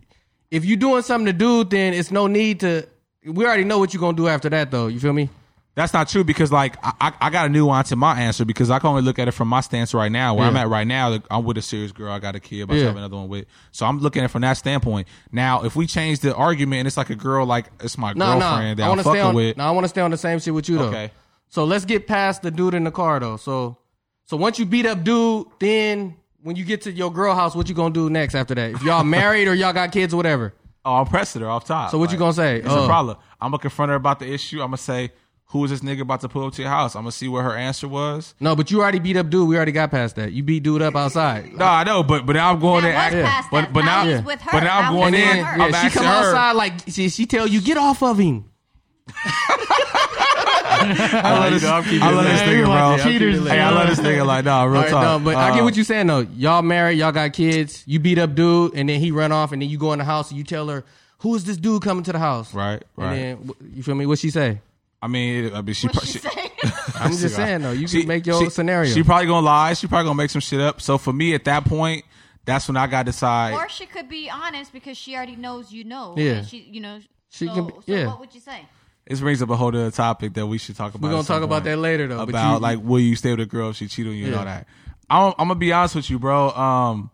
Speaker 1: if you doing something to do, then it's no need to. We already know what you gonna do after that though. You feel me?
Speaker 2: That's not true because like I, I- I got a nuance in my answer because I can only look at it from my stance right now where I'm
Speaker 1: Yeah.
Speaker 2: at right now. Like, I'm with a serious girl. I got a kid. About
Speaker 1: Yeah.
Speaker 2: to have another one with. So I'm looking at it from that standpoint. Now, if we change the argument, and it's like a girl, like it's my
Speaker 1: No, no.
Speaker 2: girlfriend
Speaker 1: I
Speaker 2: that I'm
Speaker 1: want to stay
Speaker 2: fucking
Speaker 1: on.
Speaker 2: with.
Speaker 1: No, I want to stay on the same shit with you though.
Speaker 2: Okay.
Speaker 1: So let's get past the dude in the car though. So, so once you beat up dude, then when you get to your girl house, what you gonna do next after that? If y'all [laughs] married or y'all got kids or whatever.
Speaker 2: Oh, I'm pressing her off top.
Speaker 1: So what you gonna say?
Speaker 2: It's
Speaker 1: Uh,
Speaker 2: a problem. I'm gonna confront her about the issue. I'm gonna say, "Who is this nigga about to pull up to your house?" I'm gonna see what her answer was.
Speaker 1: No, but you already beat up dude. We already got past that. You beat dude up outside.
Speaker 2: No, I know, but but now I'm going
Speaker 5: That
Speaker 2: in.
Speaker 5: was
Speaker 2: act-
Speaker 5: past
Speaker 2: but
Speaker 5: that.
Speaker 2: but
Speaker 5: Now
Speaker 2: now,
Speaker 5: he's with her.
Speaker 2: but now I'm
Speaker 5: Now
Speaker 2: going
Speaker 5: he's
Speaker 2: in.
Speaker 5: with her.
Speaker 2: I'm
Speaker 1: yeah, she
Speaker 2: asking
Speaker 1: come
Speaker 2: her.
Speaker 1: outside like she, she tell you get off of him.
Speaker 2: I love this, I love this
Speaker 4: Hey, you
Speaker 2: nigga,
Speaker 4: like
Speaker 2: bro.
Speaker 4: cheaters.
Speaker 2: Hey, I love this nigga. Like, nah, real
Speaker 1: All right,
Speaker 2: talk.
Speaker 1: no, but I
Speaker 2: Uh,
Speaker 1: get what you're saying though. Y'all married, y'all got kids. You beat up dude, and then he run off, and then you go in the house and you tell her who is this dude coming to the house?
Speaker 2: Right, right.
Speaker 1: Uh, And then wh- you feel me? What she say?
Speaker 2: I mean, it- I mean, she. pro- she- [laughs]
Speaker 1: I'm just saying though, you can make your
Speaker 2: she-
Speaker 1: own scenario.
Speaker 2: She probably gonna lie. She probably gonna make some shit up. So for me, at that point, that's when I gotta decide.
Speaker 5: Or she could be honest because she already knows you know.
Speaker 1: Yeah.
Speaker 5: And She, you know.
Speaker 1: She
Speaker 5: so,
Speaker 1: can be-
Speaker 5: so
Speaker 1: yeah.
Speaker 5: what would you say?
Speaker 2: This brings up a whole other topic that we should talk about.
Speaker 1: We're gonna
Speaker 2: at some
Speaker 1: talk about
Speaker 2: point.
Speaker 1: that later, though, but
Speaker 2: About
Speaker 1: you-
Speaker 2: like, will you stay with a girl if she cheat on you and
Speaker 1: Yeah.
Speaker 2: all that? I'm, I'm gonna be honest with you, bro. Um,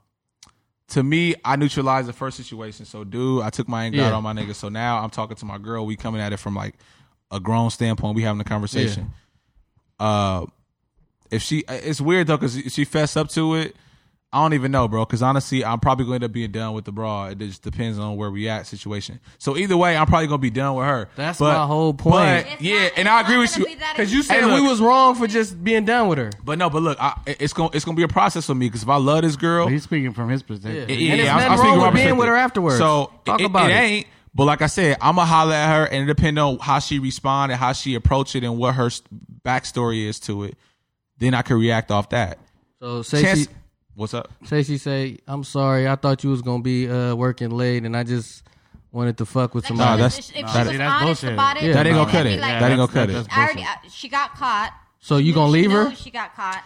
Speaker 2: to me, I neutralized the first situation. So, dude, I took my anger out
Speaker 1: Yeah.
Speaker 2: on my nigga. So now I'm talking to my girl. We coming at it from like a grown standpoint. We having a conversation. Uh, if she, it's weird though, cause if she fess up to it. I don't even know, bro. Because honestly, I'm probably going to end up being done with the bra. It just depends on where we at situation. So either way, I'm probably going to be done with her.
Speaker 1: That's
Speaker 2: But-
Speaker 1: my whole
Speaker 2: but-
Speaker 1: point.
Speaker 5: It's
Speaker 2: yeah,
Speaker 5: not-
Speaker 2: and
Speaker 5: it's
Speaker 2: I agree
Speaker 5: not
Speaker 2: with
Speaker 5: gonna
Speaker 2: you.
Speaker 5: be that
Speaker 1: Because you
Speaker 5: easy.
Speaker 1: said
Speaker 2: Hey, look.
Speaker 1: we was wrong for just being done with her.
Speaker 2: But no, but look, I, it's gonna it's gonna be a process for me because if I love this girl,
Speaker 4: But he's speaking from his perspective.
Speaker 1: Yeah.
Speaker 2: yeah,
Speaker 1: And there's
Speaker 2: I'm,
Speaker 1: nothing
Speaker 2: I'm speaking
Speaker 1: wrong
Speaker 2: from
Speaker 1: with
Speaker 2: my
Speaker 1: being
Speaker 2: perspective.
Speaker 1: with her afterwards.
Speaker 2: So
Speaker 1: Talk
Speaker 2: it,
Speaker 1: about
Speaker 2: it,
Speaker 1: it.
Speaker 2: ain't. But like I said, I'ma holler at her, and it depend on how she respond and how she approach it and what her s- backstory is to it. Then I can react off that.
Speaker 1: So say
Speaker 2: Chance-
Speaker 1: she
Speaker 2: what's up?
Speaker 1: say she say, I'm sorry, I thought you was gonna be uh, working late, and I just wanted to fuck with
Speaker 5: Like
Speaker 2: Nah,
Speaker 1: somebody.
Speaker 2: that's-
Speaker 5: if she was
Speaker 2: that-
Speaker 4: See, that's
Speaker 5: honest
Speaker 4: bullshit.
Speaker 5: about it,
Speaker 1: Yeah. That ain't
Speaker 2: gonna
Speaker 5: she'd
Speaker 2: cut
Speaker 5: be
Speaker 2: it.
Speaker 5: like,
Speaker 2: That ain't gonna
Speaker 4: that's-
Speaker 2: cut it.
Speaker 4: that's
Speaker 5: I already,
Speaker 4: bullshit.
Speaker 5: I, she got caught.
Speaker 1: so you gonna
Speaker 5: She
Speaker 1: leave
Speaker 5: knew
Speaker 1: her?
Speaker 5: She got caught.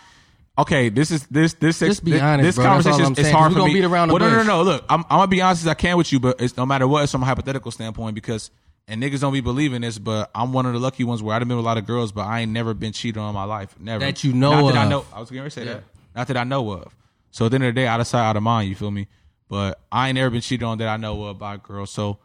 Speaker 2: Okay, this is this this
Speaker 1: Just be
Speaker 2: this,
Speaker 1: honest,
Speaker 2: this
Speaker 1: bro. That's all
Speaker 2: conversation
Speaker 1: I'm
Speaker 2: is
Speaker 1: saying, 'cause
Speaker 2: hard
Speaker 1: we
Speaker 2: for
Speaker 1: gonna
Speaker 2: me.
Speaker 1: beat around the
Speaker 2: well, no, no,
Speaker 1: bush.
Speaker 2: no. Look, I'm, I'm gonna be honest as I can with you, but it's no matter what, it's from a hypothetical standpoint because and niggas don't be believing this, but I'm one of the lucky ones where I've been with a lot of girls, but I ain't never been cheated on in my life, never
Speaker 1: That you know
Speaker 2: Not that I
Speaker 1: of.
Speaker 2: know. I was gonna say that. Not that I know of. So at the end of the day, out of sight, out of mind. You feel me? But I ain't never been cheated on that I know of by a girl. So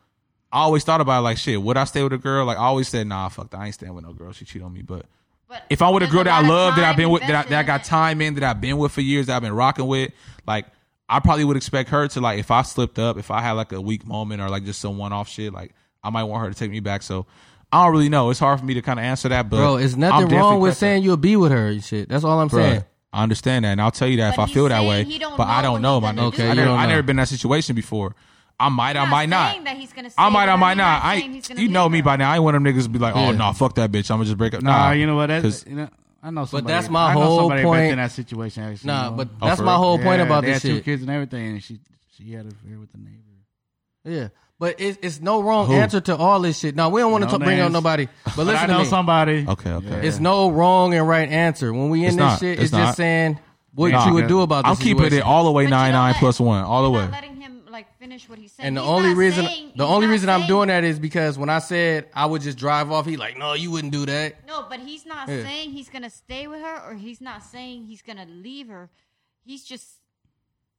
Speaker 2: I always thought about it like shit. Would I stay with a girl? Like I always said, nah, fuck that. I ain't staying with no girl. She cheat on me, but
Speaker 5: But
Speaker 2: if I'm with a
Speaker 5: there's
Speaker 2: girl that I
Speaker 5: lot of
Speaker 2: love, that
Speaker 5: time
Speaker 2: I've been with, that I,
Speaker 5: invested
Speaker 2: that I
Speaker 5: in
Speaker 2: got
Speaker 5: it.
Speaker 2: time in, that I've been with for years, that I've been rocking with, like I probably would expect her to like if I slipped up, if I had like a weak moment or like just some one off shit, like I might want her to take me back. So I don't really know. It's hard for me to kind of answer that, but
Speaker 1: Bro, it's
Speaker 2: I'm
Speaker 1: nothing
Speaker 2: definitely
Speaker 1: wrong with
Speaker 2: pressing-
Speaker 1: saying you'll be with her and shit. That's all I'm
Speaker 2: Bruh,
Speaker 1: saying.
Speaker 2: I understand that, and I'll tell you that
Speaker 5: But
Speaker 2: if I
Speaker 5: he's
Speaker 2: feel that
Speaker 5: saying
Speaker 2: way.
Speaker 5: he don't
Speaker 2: But I
Speaker 5: know
Speaker 2: don't
Speaker 5: what
Speaker 2: know,
Speaker 5: he's
Speaker 2: my
Speaker 5: gonna
Speaker 2: nigga.
Speaker 5: do.
Speaker 1: Okay,
Speaker 2: I
Speaker 1: you
Speaker 2: never,
Speaker 1: don't
Speaker 2: I
Speaker 1: know.
Speaker 2: never been in that situation before. I might, I
Speaker 5: not
Speaker 2: might
Speaker 5: saying
Speaker 2: not.
Speaker 5: That he's gonna say
Speaker 2: I might,
Speaker 5: it,
Speaker 2: I
Speaker 5: but
Speaker 2: might
Speaker 5: I'm
Speaker 2: not. I,
Speaker 5: saying he's gonna
Speaker 2: you
Speaker 5: leave
Speaker 2: know
Speaker 5: her.
Speaker 2: me by now. I ain't one of them niggas be like, oh
Speaker 1: Yeah.
Speaker 2: nah, fuck that bitch. I'm gonna just break up. Nah,
Speaker 4: Nah, you know what? That's
Speaker 2: 'Cause-
Speaker 4: you know, I know somebody.
Speaker 1: that's my
Speaker 4: I know
Speaker 1: whole
Speaker 4: somebody
Speaker 1: point.
Speaker 4: Been in that situation, actually.
Speaker 1: Nah, but
Speaker 2: Oh,
Speaker 1: that's
Speaker 2: for
Speaker 1: my
Speaker 2: real?
Speaker 1: whole point
Speaker 4: Yeah,
Speaker 1: about
Speaker 4: they
Speaker 1: this
Speaker 4: had
Speaker 1: shit.
Speaker 4: Two kids and everything, and she she had an affair with the neighbor.
Speaker 1: Yeah, but it's it's no wrong
Speaker 2: Who?
Speaker 1: answer to all this shit. Now we don't want
Speaker 4: No
Speaker 1: to bring up
Speaker 4: names. [laughs]
Speaker 1: nobody, but
Speaker 4: But I
Speaker 1: listen
Speaker 4: know
Speaker 1: to me.
Speaker 4: somebody.
Speaker 2: Okay, okay.
Speaker 1: It's no wrong and right answer. When we in
Speaker 2: It's
Speaker 1: this
Speaker 2: not.
Speaker 1: shit,
Speaker 2: It's
Speaker 1: it's,
Speaker 2: not.
Speaker 1: just saying what
Speaker 2: Nah.
Speaker 1: you would do about. This
Speaker 2: I'm keeping it
Speaker 1: situation.
Speaker 2: all the way
Speaker 5: But you
Speaker 2: nine
Speaker 5: don't
Speaker 2: nine
Speaker 5: let-
Speaker 2: plus one, all the
Speaker 5: you're
Speaker 2: way.
Speaker 5: not letting him like finish what he's saying.
Speaker 1: And the
Speaker 5: He's
Speaker 1: only
Speaker 5: not
Speaker 1: reason,
Speaker 5: saying-
Speaker 1: the
Speaker 5: he's
Speaker 1: only
Speaker 5: not
Speaker 1: reason I'm
Speaker 5: saying-
Speaker 1: doing that is because when I said I would just drive off, he like, no, you wouldn't do that.
Speaker 5: No, but he's not
Speaker 1: Yeah.
Speaker 5: saying he's gonna stay with her, or he's not saying he's gonna leave her. He's just,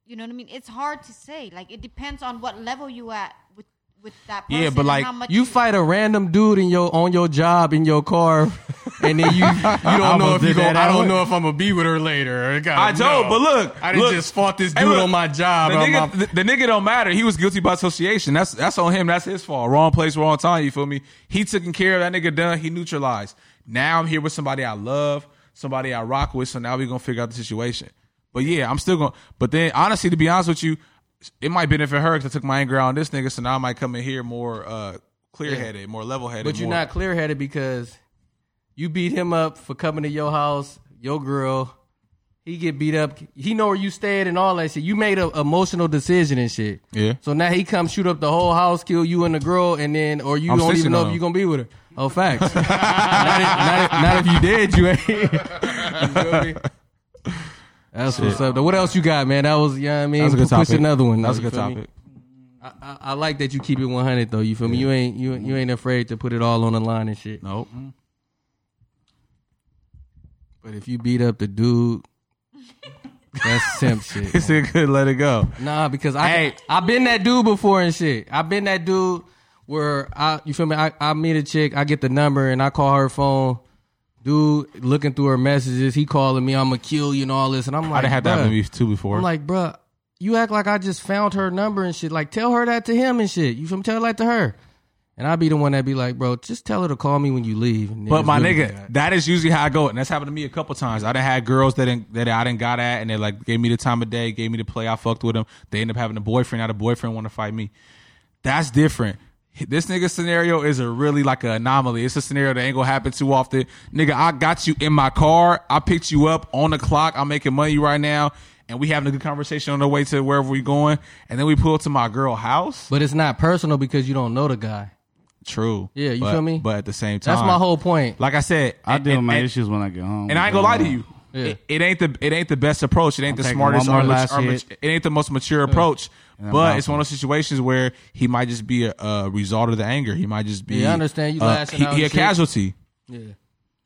Speaker 5: you know what I mean. It's hard to say. Like it depends on what level you at with with that person.
Speaker 2: Yeah, but,
Speaker 5: and
Speaker 2: like,
Speaker 5: how much
Speaker 1: You fight a random dude in your on your job in your car, [laughs] and
Speaker 2: [laughs]
Speaker 1: then you you don't
Speaker 4: [laughs]
Speaker 1: know
Speaker 4: almost
Speaker 1: if you
Speaker 4: did
Speaker 1: go.
Speaker 4: that.
Speaker 1: I
Speaker 4: I
Speaker 1: don't
Speaker 4: would-
Speaker 1: know if I'm gonna be with her later. God,
Speaker 2: I don't,
Speaker 1: no.
Speaker 2: but look,
Speaker 1: I didn't
Speaker 2: look.
Speaker 1: just fought this
Speaker 2: Hey,
Speaker 1: dude
Speaker 2: look,
Speaker 1: on my job.
Speaker 2: The
Speaker 1: on
Speaker 2: nigga,
Speaker 1: my-
Speaker 2: the, the nigga don't matter. He was guilty by association. That's that's on him. That's his fault. Wrong place, wrong time. You feel me? He taken care of that nigga. Done. He neutralized. Now I'm here with somebody I love, somebody I rock with. So now we gonna figure out the situation. But yeah, I'm still gonna. But then honestly, to be honest with you, it might benefit her because I took my anger out on this nigga. So now I might come in here more uh, clear headed, more level headed.
Speaker 1: But you're
Speaker 2: more,
Speaker 1: not clear headed because you beat him up for coming to your house, your girl. He get beat up. He know where you stayed and all that shit. You made a emotional decision and shit.
Speaker 2: Yeah.
Speaker 1: So now he come shoot up the whole house, kill you and the girl, and then or you
Speaker 2: I'm
Speaker 1: don't even
Speaker 2: snitching
Speaker 1: know
Speaker 2: on
Speaker 1: if
Speaker 2: him.
Speaker 1: you gonna be with her.
Speaker 2: [laughs]
Speaker 1: Oh, facts. not, if, not, if, not if you did, you ain't. [laughs] You feel me? That's what's up. Though. What else you got, man? That was, yeah, you know what I mean,
Speaker 2: That was a good
Speaker 1: P- push
Speaker 2: topic.
Speaker 1: another one.
Speaker 2: That was a
Speaker 1: though,
Speaker 2: good
Speaker 1: you feel me?
Speaker 2: topic.
Speaker 1: I, I, I like that you keep it 100 though. You feel me? You ain't you you ain't afraid to put it all on the line and shit.
Speaker 2: Nope.
Speaker 1: But if you beat up the dude, that's
Speaker 2: [laughs]
Speaker 1: simp shit.
Speaker 2: This nigga could let it go.
Speaker 1: Nah, because I
Speaker 2: Hey.
Speaker 1: I've been that dude before and shit. I've been that dude where I you feel me? I, I meet a chick, I get the number and I call her phone. Dude looking through her messages, he calling me, I'm gonna kill you and all this, and I'm like,
Speaker 2: I didn't have that
Speaker 1: bruh.
Speaker 2: movie too before.
Speaker 1: I'm like, bruh, you act like I just found her number and shit. Like, tell her that to him and shit. You from tell that to her. And I'd be the one that be like, bro, just tell her to call me when you leave. And then
Speaker 2: But
Speaker 1: it's
Speaker 2: my
Speaker 1: really
Speaker 2: nigga,
Speaker 1: bad.
Speaker 2: that is usually how I go, and that's happened to me a couple times. I done had girls that didn't, that I didn't got at, and they like gave me the time of day, gave me the play. I fucked with them. They end up having a boyfriend. Now the boyfriend want to fight me. That's different. This nigga scenario is a really like an anomaly. It's a scenario that ain't gonna happen too often. Nigga, I got you in my car. I picked you up on the clock. I'm making money right now, and we having a good conversation on the way to wherever we going. And then we pull up to my girl house.
Speaker 1: But it's not personal because you don't know the guy.
Speaker 2: True.
Speaker 1: Yeah, you
Speaker 2: But-
Speaker 1: feel me?
Speaker 2: But at the same time,
Speaker 1: That's my whole point.
Speaker 2: Like I said,
Speaker 4: I
Speaker 2: and-
Speaker 4: deal with
Speaker 2: and-
Speaker 4: my
Speaker 2: and-
Speaker 4: issues when I get home.
Speaker 2: and I ain't gonna lie to you.
Speaker 1: Yeah.
Speaker 2: It, it ain't the it ain't the best approach. It ain't
Speaker 4: I'm
Speaker 2: the
Speaker 4: taking
Speaker 2: smartest
Speaker 4: one more
Speaker 2: or, mat-
Speaker 4: last
Speaker 2: or mat-
Speaker 4: hit.
Speaker 2: it ain't the most mature approach.
Speaker 4: And I'm
Speaker 2: But
Speaker 4: out.
Speaker 2: it's one of those situations where he might just be a, a result of the anger. He might just be. uh,
Speaker 1: Yeah, I understand you lashing
Speaker 2: he,
Speaker 1: out
Speaker 2: he
Speaker 1: and
Speaker 2: a
Speaker 1: shit.
Speaker 2: casualty.
Speaker 1: Yeah.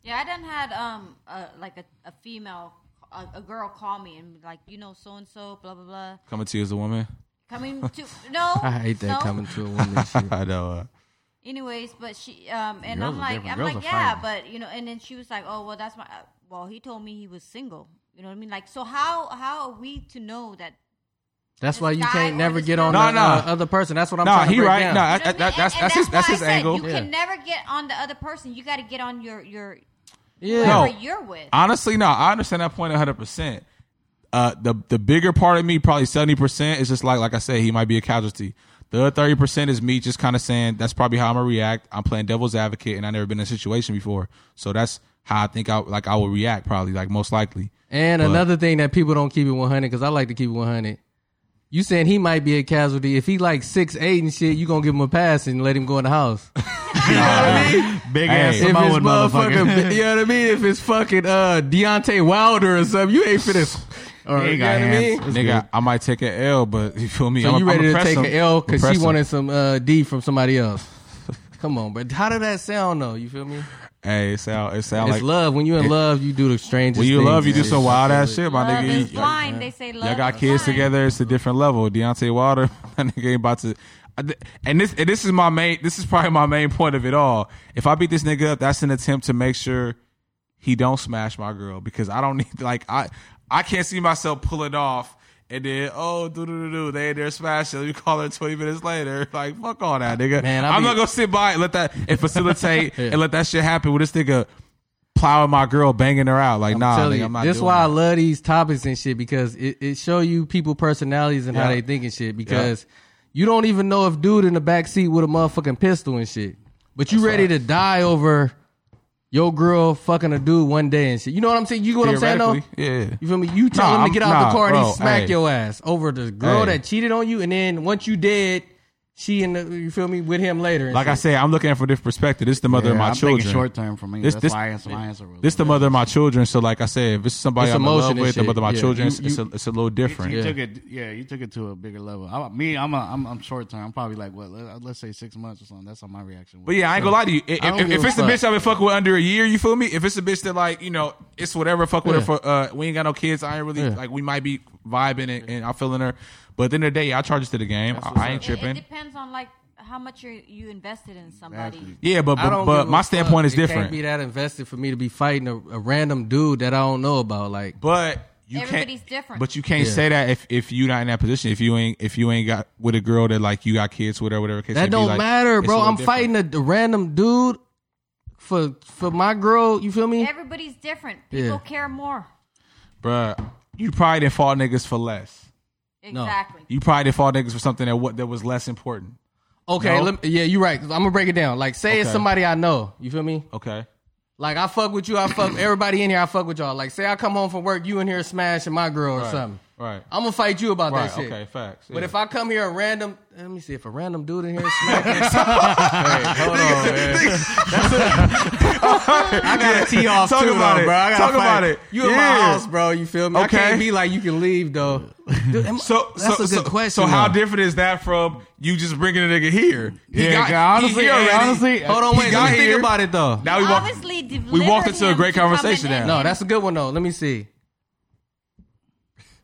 Speaker 5: Yeah, I done had um a, like a, a female, a, a girl call me and be like you know so and so blah blah blah
Speaker 2: Coming to you as a woman.
Speaker 5: coming
Speaker 2: [laughs]
Speaker 5: to no.
Speaker 1: I hate that
Speaker 5: no.
Speaker 1: coming to a woman and [laughs] shit.
Speaker 2: I know. Uh,
Speaker 5: Anyways, but she um and
Speaker 4: Girls
Speaker 5: I'm
Speaker 4: are
Speaker 5: like
Speaker 4: different.
Speaker 5: I'm
Speaker 4: Girls
Speaker 5: like
Speaker 4: are
Speaker 5: yeah, but you know, and then she was like, oh well, that's my uh, well. He told me he was single. You know what I mean? Like, so how how are we to know that?
Speaker 1: That's why you
Speaker 5: This guy
Speaker 1: can't
Speaker 5: or
Speaker 1: never
Speaker 5: this
Speaker 1: get on
Speaker 2: girl.
Speaker 1: the
Speaker 2: Nah, nah.
Speaker 1: uh, other person. That's what I'm
Speaker 2: nah,
Speaker 1: trying to
Speaker 2: he
Speaker 1: break
Speaker 2: right.
Speaker 1: down.
Speaker 2: Nah,
Speaker 5: You know
Speaker 2: that,
Speaker 5: what I mean?
Speaker 2: that, that's
Speaker 5: And-
Speaker 2: that's
Speaker 5: and
Speaker 2: his that's
Speaker 5: why I
Speaker 2: his
Speaker 5: said
Speaker 2: angle.
Speaker 5: You can never get on the other person. You got to get on your your
Speaker 1: yeah.
Speaker 5: whoever
Speaker 2: No.
Speaker 5: you're with.
Speaker 2: Honestly, no, I understand that point 100. percent Uh, the the bigger part of me, probably 70 percent, is just like like I said, he might be a casualty. The other 30 percent is me just kind of saying that's probably how I'm gonna react. I'm playing devil's advocate, and I never been in a situation before, so that's how I think I like I will react probably like most likely.
Speaker 1: And
Speaker 2: But-
Speaker 1: another thing that people don't keep it 100 because I like to keep it 100. You saying he might be a casualty. If he like six eight and shit, you gonna give him a pass and let him go in the house.
Speaker 4: big
Speaker 2: Hey.
Speaker 4: ass
Speaker 2: If
Speaker 1: if it's
Speaker 4: Samoan [laughs] motherfucker.
Speaker 1: motherfucking, you know what I mean? If it's fucking uh, Deontay Wilder or something, you ain't finna.
Speaker 4: Or
Speaker 1: You
Speaker 4: he
Speaker 1: know
Speaker 4: got
Speaker 1: what I
Speaker 4: hands.
Speaker 1: mean?
Speaker 4: It's
Speaker 2: Nigga,
Speaker 4: good.
Speaker 2: I might take an L, but [laughs] you feel me?
Speaker 1: So
Speaker 2: I'm, I'm
Speaker 1: you ready to
Speaker 2: press
Speaker 1: take
Speaker 2: him.
Speaker 1: an L because
Speaker 2: Press
Speaker 1: she
Speaker 2: him.
Speaker 1: wanted some uh, D from somebody else. [laughs] Come on, bro. How did that sound though? You feel me?
Speaker 2: Hey, it sound it sound
Speaker 1: it's
Speaker 2: like
Speaker 1: love. When you in
Speaker 2: it-
Speaker 1: love, you do the strangest.
Speaker 2: when you
Speaker 1: things
Speaker 2: love, you
Speaker 1: and
Speaker 2: do
Speaker 1: shit.
Speaker 2: some wild ass shit, my
Speaker 5: love
Speaker 2: nigga.
Speaker 5: is
Speaker 2: You-
Speaker 5: blind. they say love.
Speaker 2: Y'all got
Speaker 5: is
Speaker 2: kids
Speaker 5: blind.
Speaker 2: together. It's a different level. Deontay Wilder, [laughs] that nigga ain't about to. I th- And this, and this is my main. This is probably my main point of it all. If I beat this nigga up, that's an attempt to make sure he don't smash my girl because I don't need [laughs] like I, I can't see myself pulling off. And then oh do do do do they they're smashing. Let me call her twenty minutes later. [laughs] Like fuck all that nigga.
Speaker 1: Man, I
Speaker 2: I'm
Speaker 1: be- [laughs]
Speaker 2: not gonna sit by and let that and facilitate and let that shit happen with this nigga plowing my girl, banging her out. Like, nah,
Speaker 1: Tell
Speaker 2: Ah, nigga,
Speaker 1: you,
Speaker 2: I'm not.
Speaker 1: this
Speaker 2: doing
Speaker 1: why I
Speaker 2: that.
Speaker 1: love these topics and shit because it, it show you people personalities and how
Speaker 2: Yeah.
Speaker 1: they think and shit because you don't even know if dude in the back seat with a motherfucking pistol and shit, but you ready to die over your girl fucking a dude one day and shit. You know what I'm saying? You know what I'm saying though?
Speaker 2: Theoretically, yeah, yeah.
Speaker 1: You feel me? You tell
Speaker 2: Nah,
Speaker 1: him
Speaker 2: I'm-
Speaker 1: to get out
Speaker 2: nah,
Speaker 1: the car and
Speaker 2: bro,
Speaker 1: he smack
Speaker 2: hey.
Speaker 1: your ass over the girl
Speaker 2: Hey.
Speaker 1: that cheated on you, and then once you dead, she and the, you feel me with him later. and
Speaker 2: Like I
Speaker 1: shit.
Speaker 2: said, I'm looking at it from this perspective. This is the mother of
Speaker 4: Yeah,
Speaker 2: my
Speaker 4: I'm thinking
Speaker 2: children.
Speaker 4: short term for me.
Speaker 2: This-
Speaker 4: That's
Speaker 2: this-
Speaker 4: why I answer my answer. Really
Speaker 2: This the mother of my children. So like I said, if it's somebody
Speaker 1: It's
Speaker 2: I'm in
Speaker 1: emotion
Speaker 2: love
Speaker 1: and
Speaker 2: with, the
Speaker 1: shit.
Speaker 2: mother of my
Speaker 1: Yeah,
Speaker 2: children,
Speaker 1: you-
Speaker 2: it's, a, it's a little different.
Speaker 4: You
Speaker 1: Yeah.
Speaker 4: took it, yeah. You took it to a bigger level. I, me, I'm a, I'm, I'm short term. I'm probably like what, let, let's say six months or something. That's how my reaction. was.
Speaker 2: But yeah, I ain't gonna lie to you. If,
Speaker 1: I don't
Speaker 2: if,
Speaker 1: give
Speaker 2: if
Speaker 1: a
Speaker 2: it's the
Speaker 1: fuck.
Speaker 2: bitch I've been fucking with under a year, you feel me? If it's a bitch that like you know, it's whatever. Fuck with
Speaker 1: Yeah.
Speaker 2: her for uh, we ain't got no kids. I ain't really
Speaker 1: Yeah.
Speaker 2: like we might be vibing and, and I'm feeling her. But at the end of the day, I charge us to the game. I, I ain't
Speaker 5: It- It,
Speaker 2: tripping.
Speaker 5: depends on like how much you you invested in somebody.
Speaker 4: Exactly.
Speaker 2: yeah, but
Speaker 1: I
Speaker 2: but,
Speaker 1: don't
Speaker 2: but
Speaker 1: give a
Speaker 2: my
Speaker 1: fuck.
Speaker 2: standpoint is
Speaker 1: It
Speaker 2: different.
Speaker 1: Can't be that invested for me to be fighting a, a random dude that I don't know about. Like
Speaker 2: But you
Speaker 5: Everybody's
Speaker 2: can't,
Speaker 5: different.
Speaker 2: But you can't
Speaker 1: Yeah.
Speaker 2: say that if if you not in that position. If you ain't if you ain't got with a girl that like you got kids with or whatever. the Case may
Speaker 1: that
Speaker 2: be,
Speaker 1: don't
Speaker 2: like,
Speaker 1: matter,
Speaker 2: it's a
Speaker 1: bro.
Speaker 2: little
Speaker 1: I'm
Speaker 2: different.
Speaker 1: fighting a, a random dude for for my girl. You feel me?
Speaker 5: Everybody's different.
Speaker 1: Yeah.
Speaker 5: People care more.
Speaker 2: Bruh, You probably didn't fall niggas for less.
Speaker 5: Exactly.
Speaker 2: You probably didn't fall niggas for something that what that was less important.
Speaker 1: Okay,
Speaker 2: No.
Speaker 1: let me, yeah, you're right. I'm gonna break it down. Like, say it's
Speaker 2: Okay.
Speaker 1: somebody I know. You feel me?
Speaker 2: Okay.
Speaker 1: Like I fuck with you, I fuck [coughs] everybody in here. I fuck with y'all. Like, say I come home from work, you in here smashing my girl or something.
Speaker 2: Right.
Speaker 1: I'm gonna fight you about
Speaker 2: Right.
Speaker 1: that shit.
Speaker 2: Okay. Facts.
Speaker 1: But
Speaker 2: yeah.
Speaker 1: if I come here a random, let me see if a random dude [laughs] in here smacking. hey, hold on, man. [laughs]
Speaker 2: [laughs]
Speaker 1: That's a, I gotta tee off
Speaker 2: Talk
Speaker 1: too,
Speaker 2: about
Speaker 1: though,
Speaker 2: it.
Speaker 1: bro. I gotta
Speaker 2: Talk
Speaker 1: fight.
Speaker 2: about it.
Speaker 1: You in my
Speaker 2: Yeah.
Speaker 1: house, bro? You feel me?
Speaker 2: Okay.
Speaker 1: I can't be like you can leave [laughs] though. Dude, am-
Speaker 2: so
Speaker 1: that's
Speaker 2: so,
Speaker 1: a good
Speaker 2: so,
Speaker 1: question.
Speaker 2: So how
Speaker 1: though.
Speaker 2: different is that from you just bringing a nigga here? He
Speaker 4: Yeah,
Speaker 2: got-
Speaker 4: God,
Speaker 2: he
Speaker 4: honestly,
Speaker 2: here
Speaker 4: hey,
Speaker 2: already.
Speaker 4: honestly,
Speaker 1: Hold on,
Speaker 2: He
Speaker 1: wait.
Speaker 2: got
Speaker 1: Let me
Speaker 2: here.
Speaker 1: think about it though.
Speaker 2: Now we walk.
Speaker 5: Obviously,
Speaker 2: we walked into a great conversation now.
Speaker 1: No, that's a good one though. Let me see.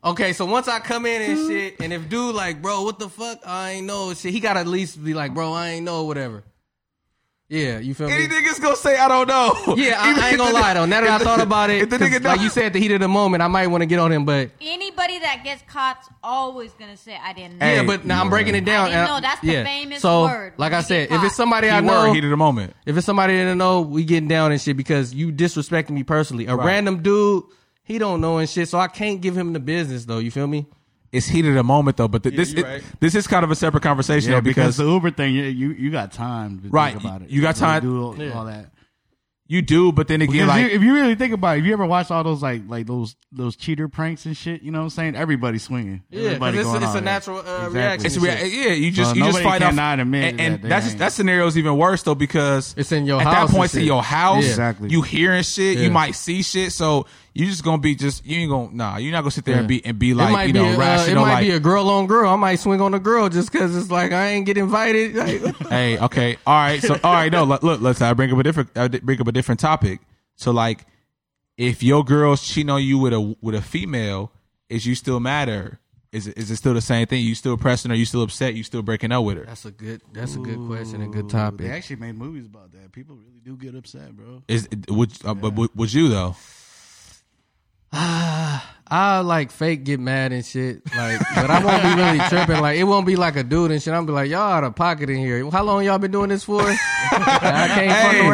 Speaker 1: Okay, so once I come in and shit, and if dude like, bro, what the fuck? I ain't know shit. He gotta at least be like, bro, I ain't know whatever. Yeah, you feel me?
Speaker 2: Any niggas gonna say I don't know?
Speaker 1: Yeah, I,
Speaker 2: Even
Speaker 1: I
Speaker 2: if
Speaker 1: ain't gonna
Speaker 2: the- [laughs]
Speaker 1: lie though. Now
Speaker 2: if
Speaker 1: that I
Speaker 2: the-
Speaker 1: thought about it,
Speaker 2: if the
Speaker 1: 'cause
Speaker 2: nigga
Speaker 1: like
Speaker 2: don't-
Speaker 1: you said, at the heat of the moment, I might want to get on him, but
Speaker 5: Anybody that gets caught always gonna say, "I didn't know."
Speaker 2: Hey,
Speaker 1: yeah, but now I'm breaking it down.
Speaker 5: I didn't
Speaker 1: and
Speaker 5: know. That's the
Speaker 1: yeah.
Speaker 5: famous
Speaker 1: so,
Speaker 5: word.
Speaker 1: Like
Speaker 5: When
Speaker 1: I
Speaker 5: you
Speaker 1: said,
Speaker 5: get
Speaker 1: if it's
Speaker 5: caught.
Speaker 1: somebody I
Speaker 2: He were
Speaker 1: know,
Speaker 2: heated a moment.
Speaker 1: if it's somebody that I know, we getting down and shit because you disrespecting me personally. A random dude, he don't know and shit, so I can't give him the business though. You feel me?
Speaker 2: It's heated a moment though, but th- this
Speaker 6: you
Speaker 2: it-
Speaker 6: right.
Speaker 2: this is kind of a separate conversation
Speaker 4: yeah,
Speaker 2: though, because,
Speaker 4: because the Uber thing, you you, you got time to
Speaker 2: Right,
Speaker 4: think about it.
Speaker 2: you got
Speaker 4: really
Speaker 2: time-
Speaker 4: do all, all that.
Speaker 2: you do. But then again,
Speaker 4: Because
Speaker 2: like
Speaker 4: you- if you really think about it, if you ever watch all those like like those those cheater pranks and shit, you know what I'm saying? Everybody's swinging.
Speaker 1: Yeah, 'cause
Speaker 4: Everybody
Speaker 1: it's-
Speaker 4: going
Speaker 1: it's
Speaker 4: all
Speaker 1: a
Speaker 4: in.
Speaker 1: natural, uh, reaction.
Speaker 2: It's
Speaker 1: and
Speaker 2: rea-
Speaker 1: shit.
Speaker 2: yeah, you just
Speaker 4: So
Speaker 2: you just
Speaker 4: nobody
Speaker 2: fight off,
Speaker 4: cannot admit
Speaker 2: and,
Speaker 4: that
Speaker 2: and
Speaker 4: they
Speaker 2: that's just,
Speaker 4: ain't.
Speaker 2: that scenario is even worse though because
Speaker 1: It's in your
Speaker 2: at
Speaker 1: house
Speaker 2: that
Speaker 1: and
Speaker 2: point it's in
Speaker 1: shit.
Speaker 2: your house,
Speaker 1: Yeah.
Speaker 4: Exactly.
Speaker 2: You hearing shit,
Speaker 1: Yeah.
Speaker 2: you might see shit, so you just gonna be just you ain't gonna nah, you're not gonna sit there and
Speaker 1: Yeah.
Speaker 2: be and be
Speaker 1: it
Speaker 2: like
Speaker 1: might
Speaker 2: you
Speaker 1: be
Speaker 2: know
Speaker 1: a, uh, it
Speaker 2: rational
Speaker 1: might
Speaker 2: like
Speaker 1: be a girl on girl. I might swing on a girl just because it's like I ain't get invited. [laughs] Like,
Speaker 2: hey, okay, all right,
Speaker 1: [laughs]
Speaker 2: so all right, no, look, look let's I bring up a different I bring up a different topic. So like, if your girl's cheating on you with a with a female, is you still mad at her? Is it, is it still the same thing? You still pressing her? You still upset? You still breaking up with her?
Speaker 1: that's a good. That's a good question. A good
Speaker 4: They
Speaker 1: topic.
Speaker 4: actually made movies about that. People really do get upset, bro.
Speaker 2: Is would uh, but would, would you though?
Speaker 1: I like fake get mad and shit. Like, but I won't be really tripping. Like, it won't be like a dude and shit. I'm be like, y'all out of pocket in here. How long y'all been doing this for? [laughs] I can't
Speaker 2: Hey.
Speaker 1: fuck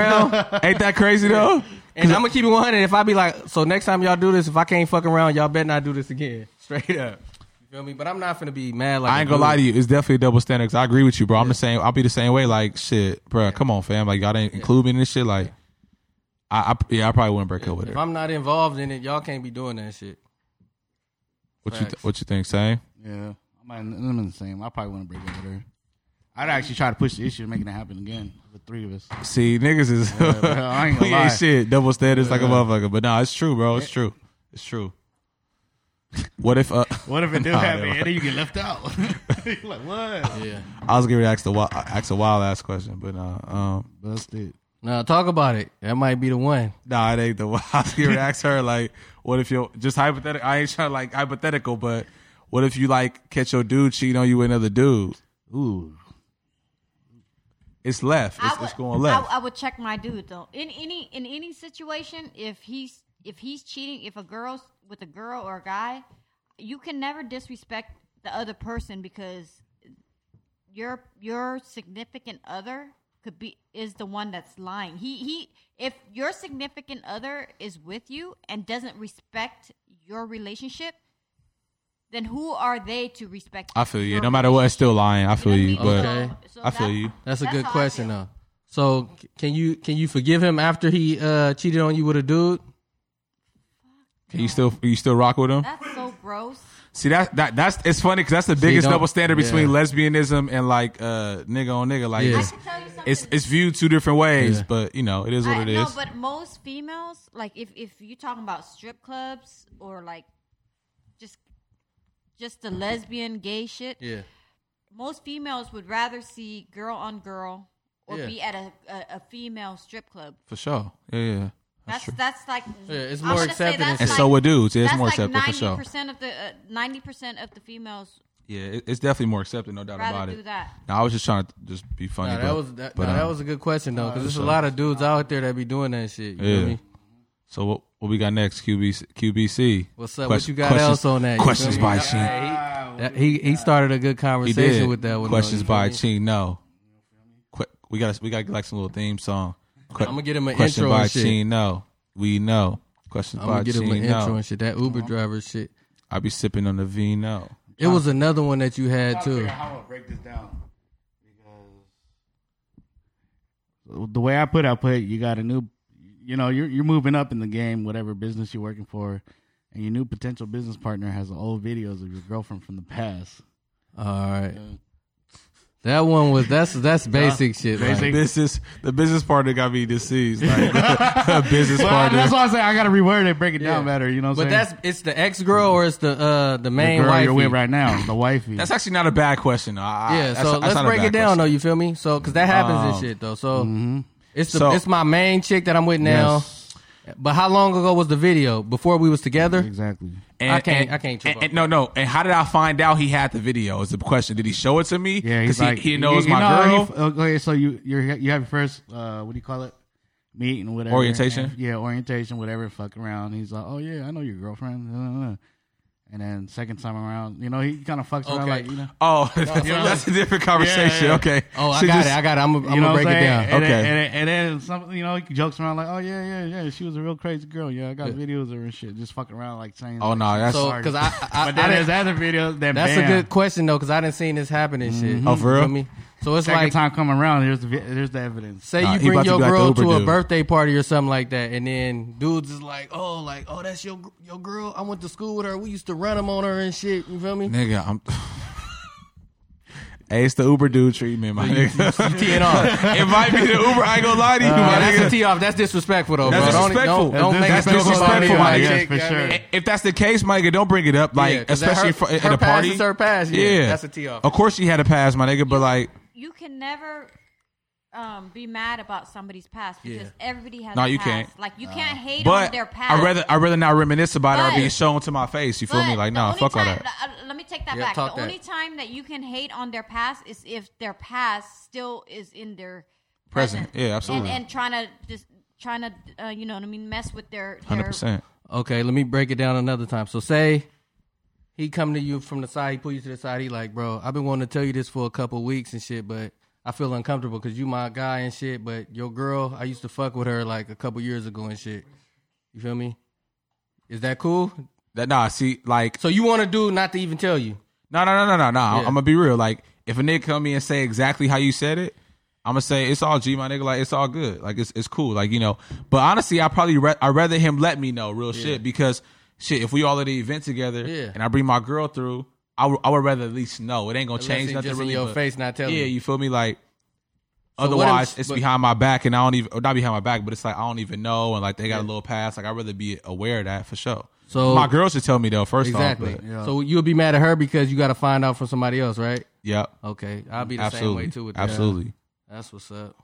Speaker 1: around.
Speaker 2: [laughs] Ain't that crazy though?
Speaker 1: And I'm gonna keep it 100. If I be like, so next time y'all do this, if I can't fuck around, y'all better not do this again. [laughs] Straight up. You feel me? But I'm not finna be mad. Like
Speaker 2: I ain't gonna lie to you. It's definitely a double standard. 'cause I agree with you, bro. I'm the same. I'll be the same way. Like shit, bro. Come on, fam. Like y'all didn't include me in this shit. Like, I, I yeah, I probably wouldn't break up with
Speaker 1: If
Speaker 2: her.
Speaker 1: I'm not involved in it, y'all can't be doing that shit.
Speaker 2: What you
Speaker 1: Facts.
Speaker 2: what you think, same?
Speaker 4: Yeah, I'm, in- I'm in the same. I probably want to break up with her. I'd actually try to push the issue of making it happen again with three
Speaker 1: [laughs]
Speaker 4: of us.
Speaker 2: See, niggas is [laughs]
Speaker 4: bro, I ain't
Speaker 2: we
Speaker 4: gonna lie.
Speaker 2: ain't shit. Double standards like a motherfucker. But nah, it's true, bro. It's true. It's true. What if uh, [laughs]
Speaker 4: What if it do
Speaker 1: Oh,
Speaker 2: Nah,
Speaker 4: happen
Speaker 2: never.
Speaker 4: and then you get left out? [laughs] You're like what? Yeah,
Speaker 2: I was gonna ask the wi- ask a wild ass question, but nah, um,
Speaker 4: busted.
Speaker 1: Now talk about it. That might be the one.
Speaker 2: Nah, it ain't the wild. [laughs] I was
Speaker 5: [laughs]
Speaker 2: gonna ask her like, what if you just hypothetical? I ain't trying to like hypothetical, but what if you like catch your dude cheating on you with another dude?
Speaker 4: Ooh,
Speaker 2: It's left. It's,
Speaker 5: I would,
Speaker 2: it's going left.
Speaker 5: I, I would check my dude though. In any in any situation, if he's if he's cheating, if a girl's with a girl or a guy, you can never disrespect the other person because your your significant other could be is the one that's lying. He he if your significant other is with you and doesn't respect your relationship, then who are they to respect?
Speaker 2: I feel you.
Speaker 5: your
Speaker 2: No matter what, it's still lying. I feel you,
Speaker 5: relationship?
Speaker 2: but
Speaker 1: Okay.
Speaker 5: So- so
Speaker 2: I feel you.
Speaker 1: That's a good
Speaker 5: how I
Speaker 1: question
Speaker 5: feel.
Speaker 1: though. So c- can you can you forgive him after he uh cheated on you with a dude?
Speaker 2: Can you still you still rock with him?
Speaker 5: That's so gross.
Speaker 2: See that that that's it's funny because that's the biggest
Speaker 1: don't-
Speaker 2: double standard between
Speaker 1: yeah.
Speaker 2: lesbianism and like uh nigga on nigga. Like
Speaker 1: Yeah.
Speaker 2: it's,
Speaker 5: I can tell you something.
Speaker 2: it's it's viewed two different ways,
Speaker 1: Yeah.
Speaker 2: but you know it is what
Speaker 5: I-
Speaker 2: it
Speaker 5: no,
Speaker 2: is.
Speaker 5: but most females, like if if you're talking about strip clubs or like just just the lesbian gay shit,
Speaker 1: Yeah.
Speaker 5: most females would rather see girl on girl or
Speaker 1: Yeah.
Speaker 5: be at a, a, a female strip club.
Speaker 2: For sure. Yeah, yeah. That's
Speaker 5: That's
Speaker 2: true.
Speaker 5: that's, like
Speaker 1: Yeah, it's
Speaker 5: I'm
Speaker 1: more
Speaker 5: gonna say
Speaker 1: accepted in
Speaker 5: that's
Speaker 2: And
Speaker 1: like-
Speaker 2: so with dudes, yeah, it's
Speaker 5: that's
Speaker 2: more
Speaker 5: like
Speaker 2: accepted for sure.
Speaker 5: percent of the uh, ninety percent of the females
Speaker 2: Yeah, it, it's definitely more accepted, no doubt about
Speaker 5: rather do
Speaker 2: it.
Speaker 5: that.
Speaker 2: No, I was just trying to just be funny.
Speaker 1: Nah, that
Speaker 2: but-
Speaker 1: was that,
Speaker 2: but,
Speaker 1: nah, that
Speaker 2: um,
Speaker 1: was a good question though, because there's a lot of dudes out there that be doing that shit. You feel
Speaker 2: Yeah.
Speaker 1: me?
Speaker 2: So what, what we got next? QBC. QBC.
Speaker 1: What's up?
Speaker 2: Question-
Speaker 1: what you got
Speaker 2: questions-
Speaker 1: else on that? You
Speaker 2: Questions
Speaker 1: feel me?
Speaker 2: by
Speaker 1: That-
Speaker 2: Ching.
Speaker 1: that- he he started a good
Speaker 2: He
Speaker 1: conversation
Speaker 2: did.
Speaker 1: with that one.
Speaker 2: questions by Ching. No. Qu- we got we got like some little theme song. Que-
Speaker 1: I'm gonna get him an
Speaker 2: question
Speaker 1: intro
Speaker 2: by
Speaker 1: and shit.
Speaker 2: Ching. No. We know. Questions
Speaker 1: I'm
Speaker 2: by
Speaker 1: gonna get him an
Speaker 2: Ching.
Speaker 1: intro
Speaker 2: No.
Speaker 1: and shit. That Uber
Speaker 4: Uh-huh.
Speaker 1: driver shit.
Speaker 2: I be sipping on the V. No.
Speaker 1: It was another one that you had too.
Speaker 4: I'm gonna break this down because the way I put, it, I put it, you got a new, you know, you're you're moving up in the game, whatever business you're working for, and your new potential business partner has old videos of your girlfriend from the past.
Speaker 1: All right. That one was that's that's basic shit. like-
Speaker 4: Basic.
Speaker 2: This is the business partner got me deceased.
Speaker 1: [laughs]
Speaker 2: Like, business
Speaker 4: Well, I-
Speaker 2: partner.
Speaker 4: that's why I say I gotta reword it, break it down
Speaker 1: Yeah.
Speaker 4: better. You know, what
Speaker 1: But
Speaker 4: I'm
Speaker 1: that's it's the ex girl or it's the uh the
Speaker 4: saying?
Speaker 1: main
Speaker 4: the girl
Speaker 1: wifey.
Speaker 4: you're with right now, the wifey.
Speaker 2: That's actually not a bad question. I,
Speaker 1: Yeah,
Speaker 2: that's,
Speaker 1: so
Speaker 2: that's
Speaker 1: let's
Speaker 2: not a
Speaker 1: break
Speaker 2: bad
Speaker 1: it down
Speaker 2: question.
Speaker 1: though. You feel me? So because that happens
Speaker 2: Um,
Speaker 4: Oh.
Speaker 1: and shit though. So
Speaker 4: Mm-hmm.
Speaker 1: it's the
Speaker 2: So-
Speaker 1: it's my main chick that I'm with now. But how long ago was the video? Before we was together?
Speaker 4: exactly.
Speaker 1: I can't- I can't trip
Speaker 2: and-
Speaker 1: off
Speaker 2: and- no, no. And how did I find out he had the video? Is the question. Did he show it to me?
Speaker 4: Yeah, he's
Speaker 2: he,
Speaker 4: like
Speaker 2: he knows
Speaker 4: you- you
Speaker 2: my girl.
Speaker 4: know, he- okay, so you you're, you have your first uh, what do you call it? Meeting, whatever.
Speaker 2: Orientation?
Speaker 4: And- yeah, orientation, whatever. Fuck around. He's like, oh yeah, I know your girlfriend. Uh, And then second time around, you know, he kind of fucks around
Speaker 1: Okay.
Speaker 4: like you know.
Speaker 1: [laughs]
Speaker 2: oh, [laughs] that's a different conversation.
Speaker 4: Yeah, yeah.
Speaker 2: Okay.
Speaker 1: Oh, I
Speaker 2: Should
Speaker 1: got
Speaker 2: just-
Speaker 1: it. I got it. I'm gonna
Speaker 4: you know what
Speaker 1: break
Speaker 4: I'm
Speaker 1: it
Speaker 4: saying?
Speaker 1: down.
Speaker 4: And
Speaker 2: Okay.
Speaker 4: Then, and, then, and then some, you know, he jokes around like, oh yeah, yeah, yeah, she was a real crazy girl. Yeah, I got videos of her and shit, just fucking around like saying.
Speaker 2: Oh
Speaker 4: like,
Speaker 2: no, that's
Speaker 1: So
Speaker 4: Sorry.
Speaker 1: because I, I, I,
Speaker 4: But then
Speaker 1: didn't-
Speaker 4: there's other videos. Then
Speaker 1: that's
Speaker 4: bam,
Speaker 1: a good question though because I didn't seen this happen and shit.
Speaker 2: Oh, for
Speaker 1: You
Speaker 2: real?
Speaker 1: feel me? So it's
Speaker 4: Second
Speaker 1: like
Speaker 4: time coming around, here's the vi- here's the evidence.
Speaker 1: Say
Speaker 2: Nah,
Speaker 1: you
Speaker 2: he
Speaker 1: bring
Speaker 2: about to
Speaker 1: your
Speaker 2: be like the
Speaker 1: girl
Speaker 2: Uber
Speaker 1: to a
Speaker 2: dude.
Speaker 1: birthday party or something like that, and then dudes is like, "Oh, like, oh, that's your your girl. I went to school with her. We used to run them on her and shit." You feel me?
Speaker 2: nigga. I'm. [laughs] Hey, it's the Uber dude treatment,
Speaker 1: [laughs]
Speaker 2: my nigga. [laughs]
Speaker 1: Teeing off.
Speaker 2: it might be the Uber. I ain't gonna lie to you,
Speaker 1: Yeah,
Speaker 2: my
Speaker 1: Uh, that's a
Speaker 2: nigga.
Speaker 1: tee off. That's disrespectful though.
Speaker 2: That's
Speaker 1: bro. Don't- e-,
Speaker 2: disrespecful.
Speaker 1: Don't, don't,
Speaker 4: That's
Speaker 1: make a joke
Speaker 2: disrespectful,
Speaker 1: about me,
Speaker 2: my
Speaker 1: like,
Speaker 2: nigga.
Speaker 1: chick,
Speaker 4: For
Speaker 1: I mean,
Speaker 4: sure.
Speaker 1: yeah,
Speaker 2: If that's the case, my nigga, don't bring it up. Like,
Speaker 1: 'cause that
Speaker 2: especially
Speaker 1: her,
Speaker 2: for, at
Speaker 1: her
Speaker 2: a
Speaker 1: pass
Speaker 2: party.
Speaker 1: Is her pass. Yeah,
Speaker 2: Yeah.
Speaker 1: that's a tee off.
Speaker 2: Of course, she had a pass, my nigga. But like,
Speaker 5: You can never um, be mad about somebody's past because everybody has.
Speaker 2: No,
Speaker 5: a
Speaker 2: you
Speaker 5: past.
Speaker 2: can't.
Speaker 5: Like you can't hate on
Speaker 2: but
Speaker 5: their past.
Speaker 2: I rather I rather not reminisce about it
Speaker 5: But-
Speaker 2: or being shown to my face. You feel me?
Speaker 5: But
Speaker 2: Like,
Speaker 5: the
Speaker 2: nah,
Speaker 5: only
Speaker 2: fuck all
Speaker 5: time-
Speaker 2: that.
Speaker 5: uh, Let me take that
Speaker 1: Yeah,
Speaker 5: back. The
Speaker 1: talk that.
Speaker 5: only time that you can hate on their past is if their past still is in their
Speaker 2: Present.
Speaker 5: present.
Speaker 2: Yeah, absolutely.
Speaker 5: And, and trying to just trying to uh, you know what I mean mess with their
Speaker 2: Hundred
Speaker 5: their
Speaker 2: percent.
Speaker 1: Okay, let me break it down another time. So say he come to you from the side, he pull you to the side, he like, bro, I've been wanting to tell you this for a couple weeks and shit, but I feel uncomfortable because you my guy and shit, but your girl, I used to fuck with her like a couple years ago and shit. You feel me? Is that cool?
Speaker 2: That nah, see, like,
Speaker 1: So you want a dude not to even tell you?
Speaker 2: no, no, no, no, no, no. I'm
Speaker 1: Yeah.
Speaker 2: gonna be real. Like, if a nigga come me and say exactly how you said it, I'm gonna say it's all G, my nigga. Like, it's all good. Like, it's it's cool. Like, you know. But honestly, I probably re- I rather him let me know real shit because shit. If we all at the event together,
Speaker 1: Yeah.
Speaker 2: and I bring my girl through, I would- I would rather at least know it ain't gonna
Speaker 1: Unless
Speaker 2: change
Speaker 1: he
Speaker 2: nothing
Speaker 1: just
Speaker 2: really.
Speaker 1: in your
Speaker 2: but-
Speaker 1: face, not telling
Speaker 2: yeah,
Speaker 1: you.
Speaker 2: you feel me? Like,
Speaker 1: So what
Speaker 2: otherwise,
Speaker 1: if-
Speaker 2: it's
Speaker 1: but-
Speaker 2: behind my back, and I don't even or not behind my back, but it's like I don't even know, and like they got a little pass. Like, I'd rather be aware of that for sure.
Speaker 1: So-
Speaker 2: my girl should tell me though. First
Speaker 1: Oh. Exactly.
Speaker 2: off, but,
Speaker 1: So you'll be mad at her because you got to find out from somebody else, right?
Speaker 2: yeah.
Speaker 1: Okay, I'll be the uh,
Speaker 2: Absolutely.
Speaker 1: same way too with that.
Speaker 2: Absolutely.
Speaker 1: That's what's up.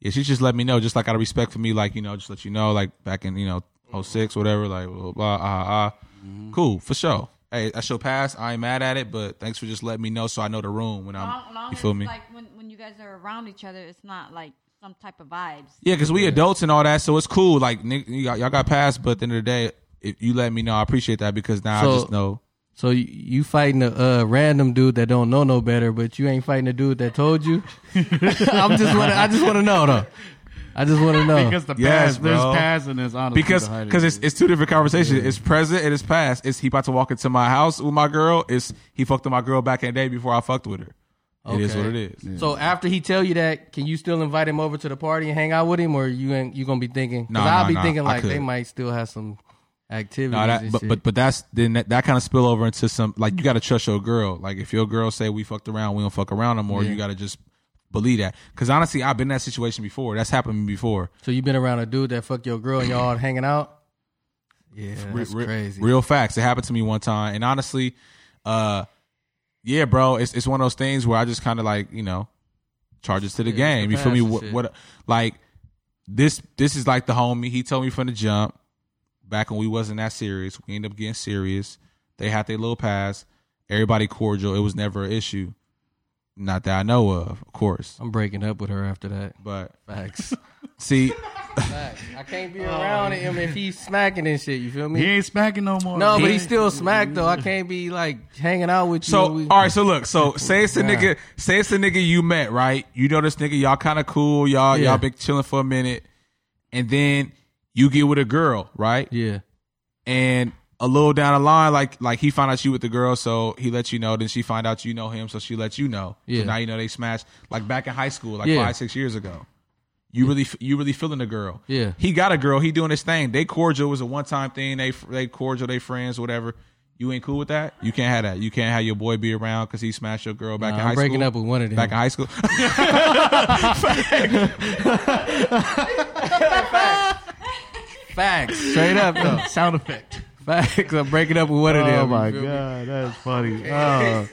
Speaker 2: Yeah, she just let me know, just like out of respect for me, like, you know, just let you know, like back in, you
Speaker 1: Mm-hmm.
Speaker 2: know, 06, whatever, like, blah, blah, blah, ah, ah. Cool, for sure. Hey, I shall pass. I ain't mad at it, but thanks for just letting me know so I know the room when I'm,
Speaker 5: Long, long
Speaker 2: you feel
Speaker 5: as,
Speaker 2: me?
Speaker 5: Like when when you guys are around each other, it's not like some type of vibes.
Speaker 2: yeah, because we adults and all that, so it's cool. Like, nigga, y'all, y'all got passed, but at the end of the day, if you let me know, I appreciate that because now I
Speaker 1: So-
Speaker 2: just know.
Speaker 1: So you, you fighting a uh, random dude that don't know no better, but you ain't fighting a dude that told [laughs] you. I'm just wanna, I just want to know though. I just want to know.
Speaker 4: Because the
Speaker 2: Yes,
Speaker 4: past, there's
Speaker 2: bro.
Speaker 4: past and there's honestly
Speaker 2: because
Speaker 4: behind it.
Speaker 2: because it's, it's two different conversations. It's present and it's past. It's he about to walk into my house with my girl. It's he fucked with my girl back in the day before I fucked with her. It is
Speaker 1: Okay.
Speaker 2: what it is.
Speaker 1: So after he tell you that, can you still invite him over to the party and hang out with him, or you ain't you gonna be thinking?
Speaker 2: Nah,
Speaker 1: Because I'll
Speaker 2: nah,
Speaker 1: be
Speaker 2: nah,
Speaker 1: thinking
Speaker 2: I
Speaker 1: like they
Speaker 2: could.
Speaker 1: might still have some activities.
Speaker 2: No, that,
Speaker 1: and
Speaker 2: but,
Speaker 1: shit.
Speaker 2: but but that's then that, that kind of spill over into some like you got to trust your girl. Like if your girl say we fucked around, we don't fuck around no more. You got to just believe that. Because honestly, I've been in that situation before. That's happened to me before.
Speaker 1: so you been around a dude that fuck your girl and y'all all hanging out? Yeah, that's
Speaker 2: Re- re-
Speaker 1: crazy.
Speaker 2: Real facts. It happened to me one time, and honestly, uh, yeah, bro, it's it's one of those things where I just kind of like you know, charges to the
Speaker 1: Yeah,
Speaker 2: game. You
Speaker 1: it's
Speaker 2: feel
Speaker 1: the
Speaker 2: me?
Speaker 1: past
Speaker 2: What,
Speaker 1: and
Speaker 2: what like this? This is like the homie. He told me from the jump back when we wasn't that serious. We ended up getting serious. They had their little pass. Everybody cordial. It was never an issue. Not that I know of, of course.
Speaker 1: I'm breaking up with her after that.
Speaker 2: But
Speaker 1: Facts. Oh,
Speaker 2: see,
Speaker 1: Facts. I can't be around him if he's smacking and shit. You feel
Speaker 4: he
Speaker 1: me?
Speaker 4: ain't smacking no
Speaker 2: Oh,
Speaker 4: more.
Speaker 1: No, but he's still smacked though. I can't be like hanging out with you.
Speaker 2: So uh,
Speaker 1: We-
Speaker 2: all right, so look, so say it's a
Speaker 1: Yeah.
Speaker 2: nigga, say it's a nigga you met, right? You know this nigga, y'all kind of cool, y'all
Speaker 1: Yeah.
Speaker 2: y'all been chilling for a minute, and then you get with a girl, right?
Speaker 1: yeah,
Speaker 2: And a little down the line, like like he found out you with the girl, so he let you know. Then she find out you know him, so she let you know.
Speaker 1: Yeah.
Speaker 2: So now you know they smashed like back in high school, like
Speaker 1: Yeah.
Speaker 2: five six years ago. You really f- you really feeling the girl?
Speaker 1: Yeah.
Speaker 2: He got a girl. He doing his thing. They cordial it was a one time thing. They they cordial. They friends. Whatever. You ain't cool with that. You can't have that. You can't have your boy be around because he smashed your girl back in
Speaker 1: Nah, I'm
Speaker 2: high
Speaker 1: breaking
Speaker 2: school.
Speaker 1: up with one of them.
Speaker 2: Back in high school. [laughs]
Speaker 1: Facts. Straight
Speaker 2: [laughs]
Speaker 1: up though.
Speaker 4: sound effect.
Speaker 1: Facts. I'm breaking up with one of them.
Speaker 4: Oh
Speaker 1: you
Speaker 4: my
Speaker 1: feel me?
Speaker 4: god, that's funny.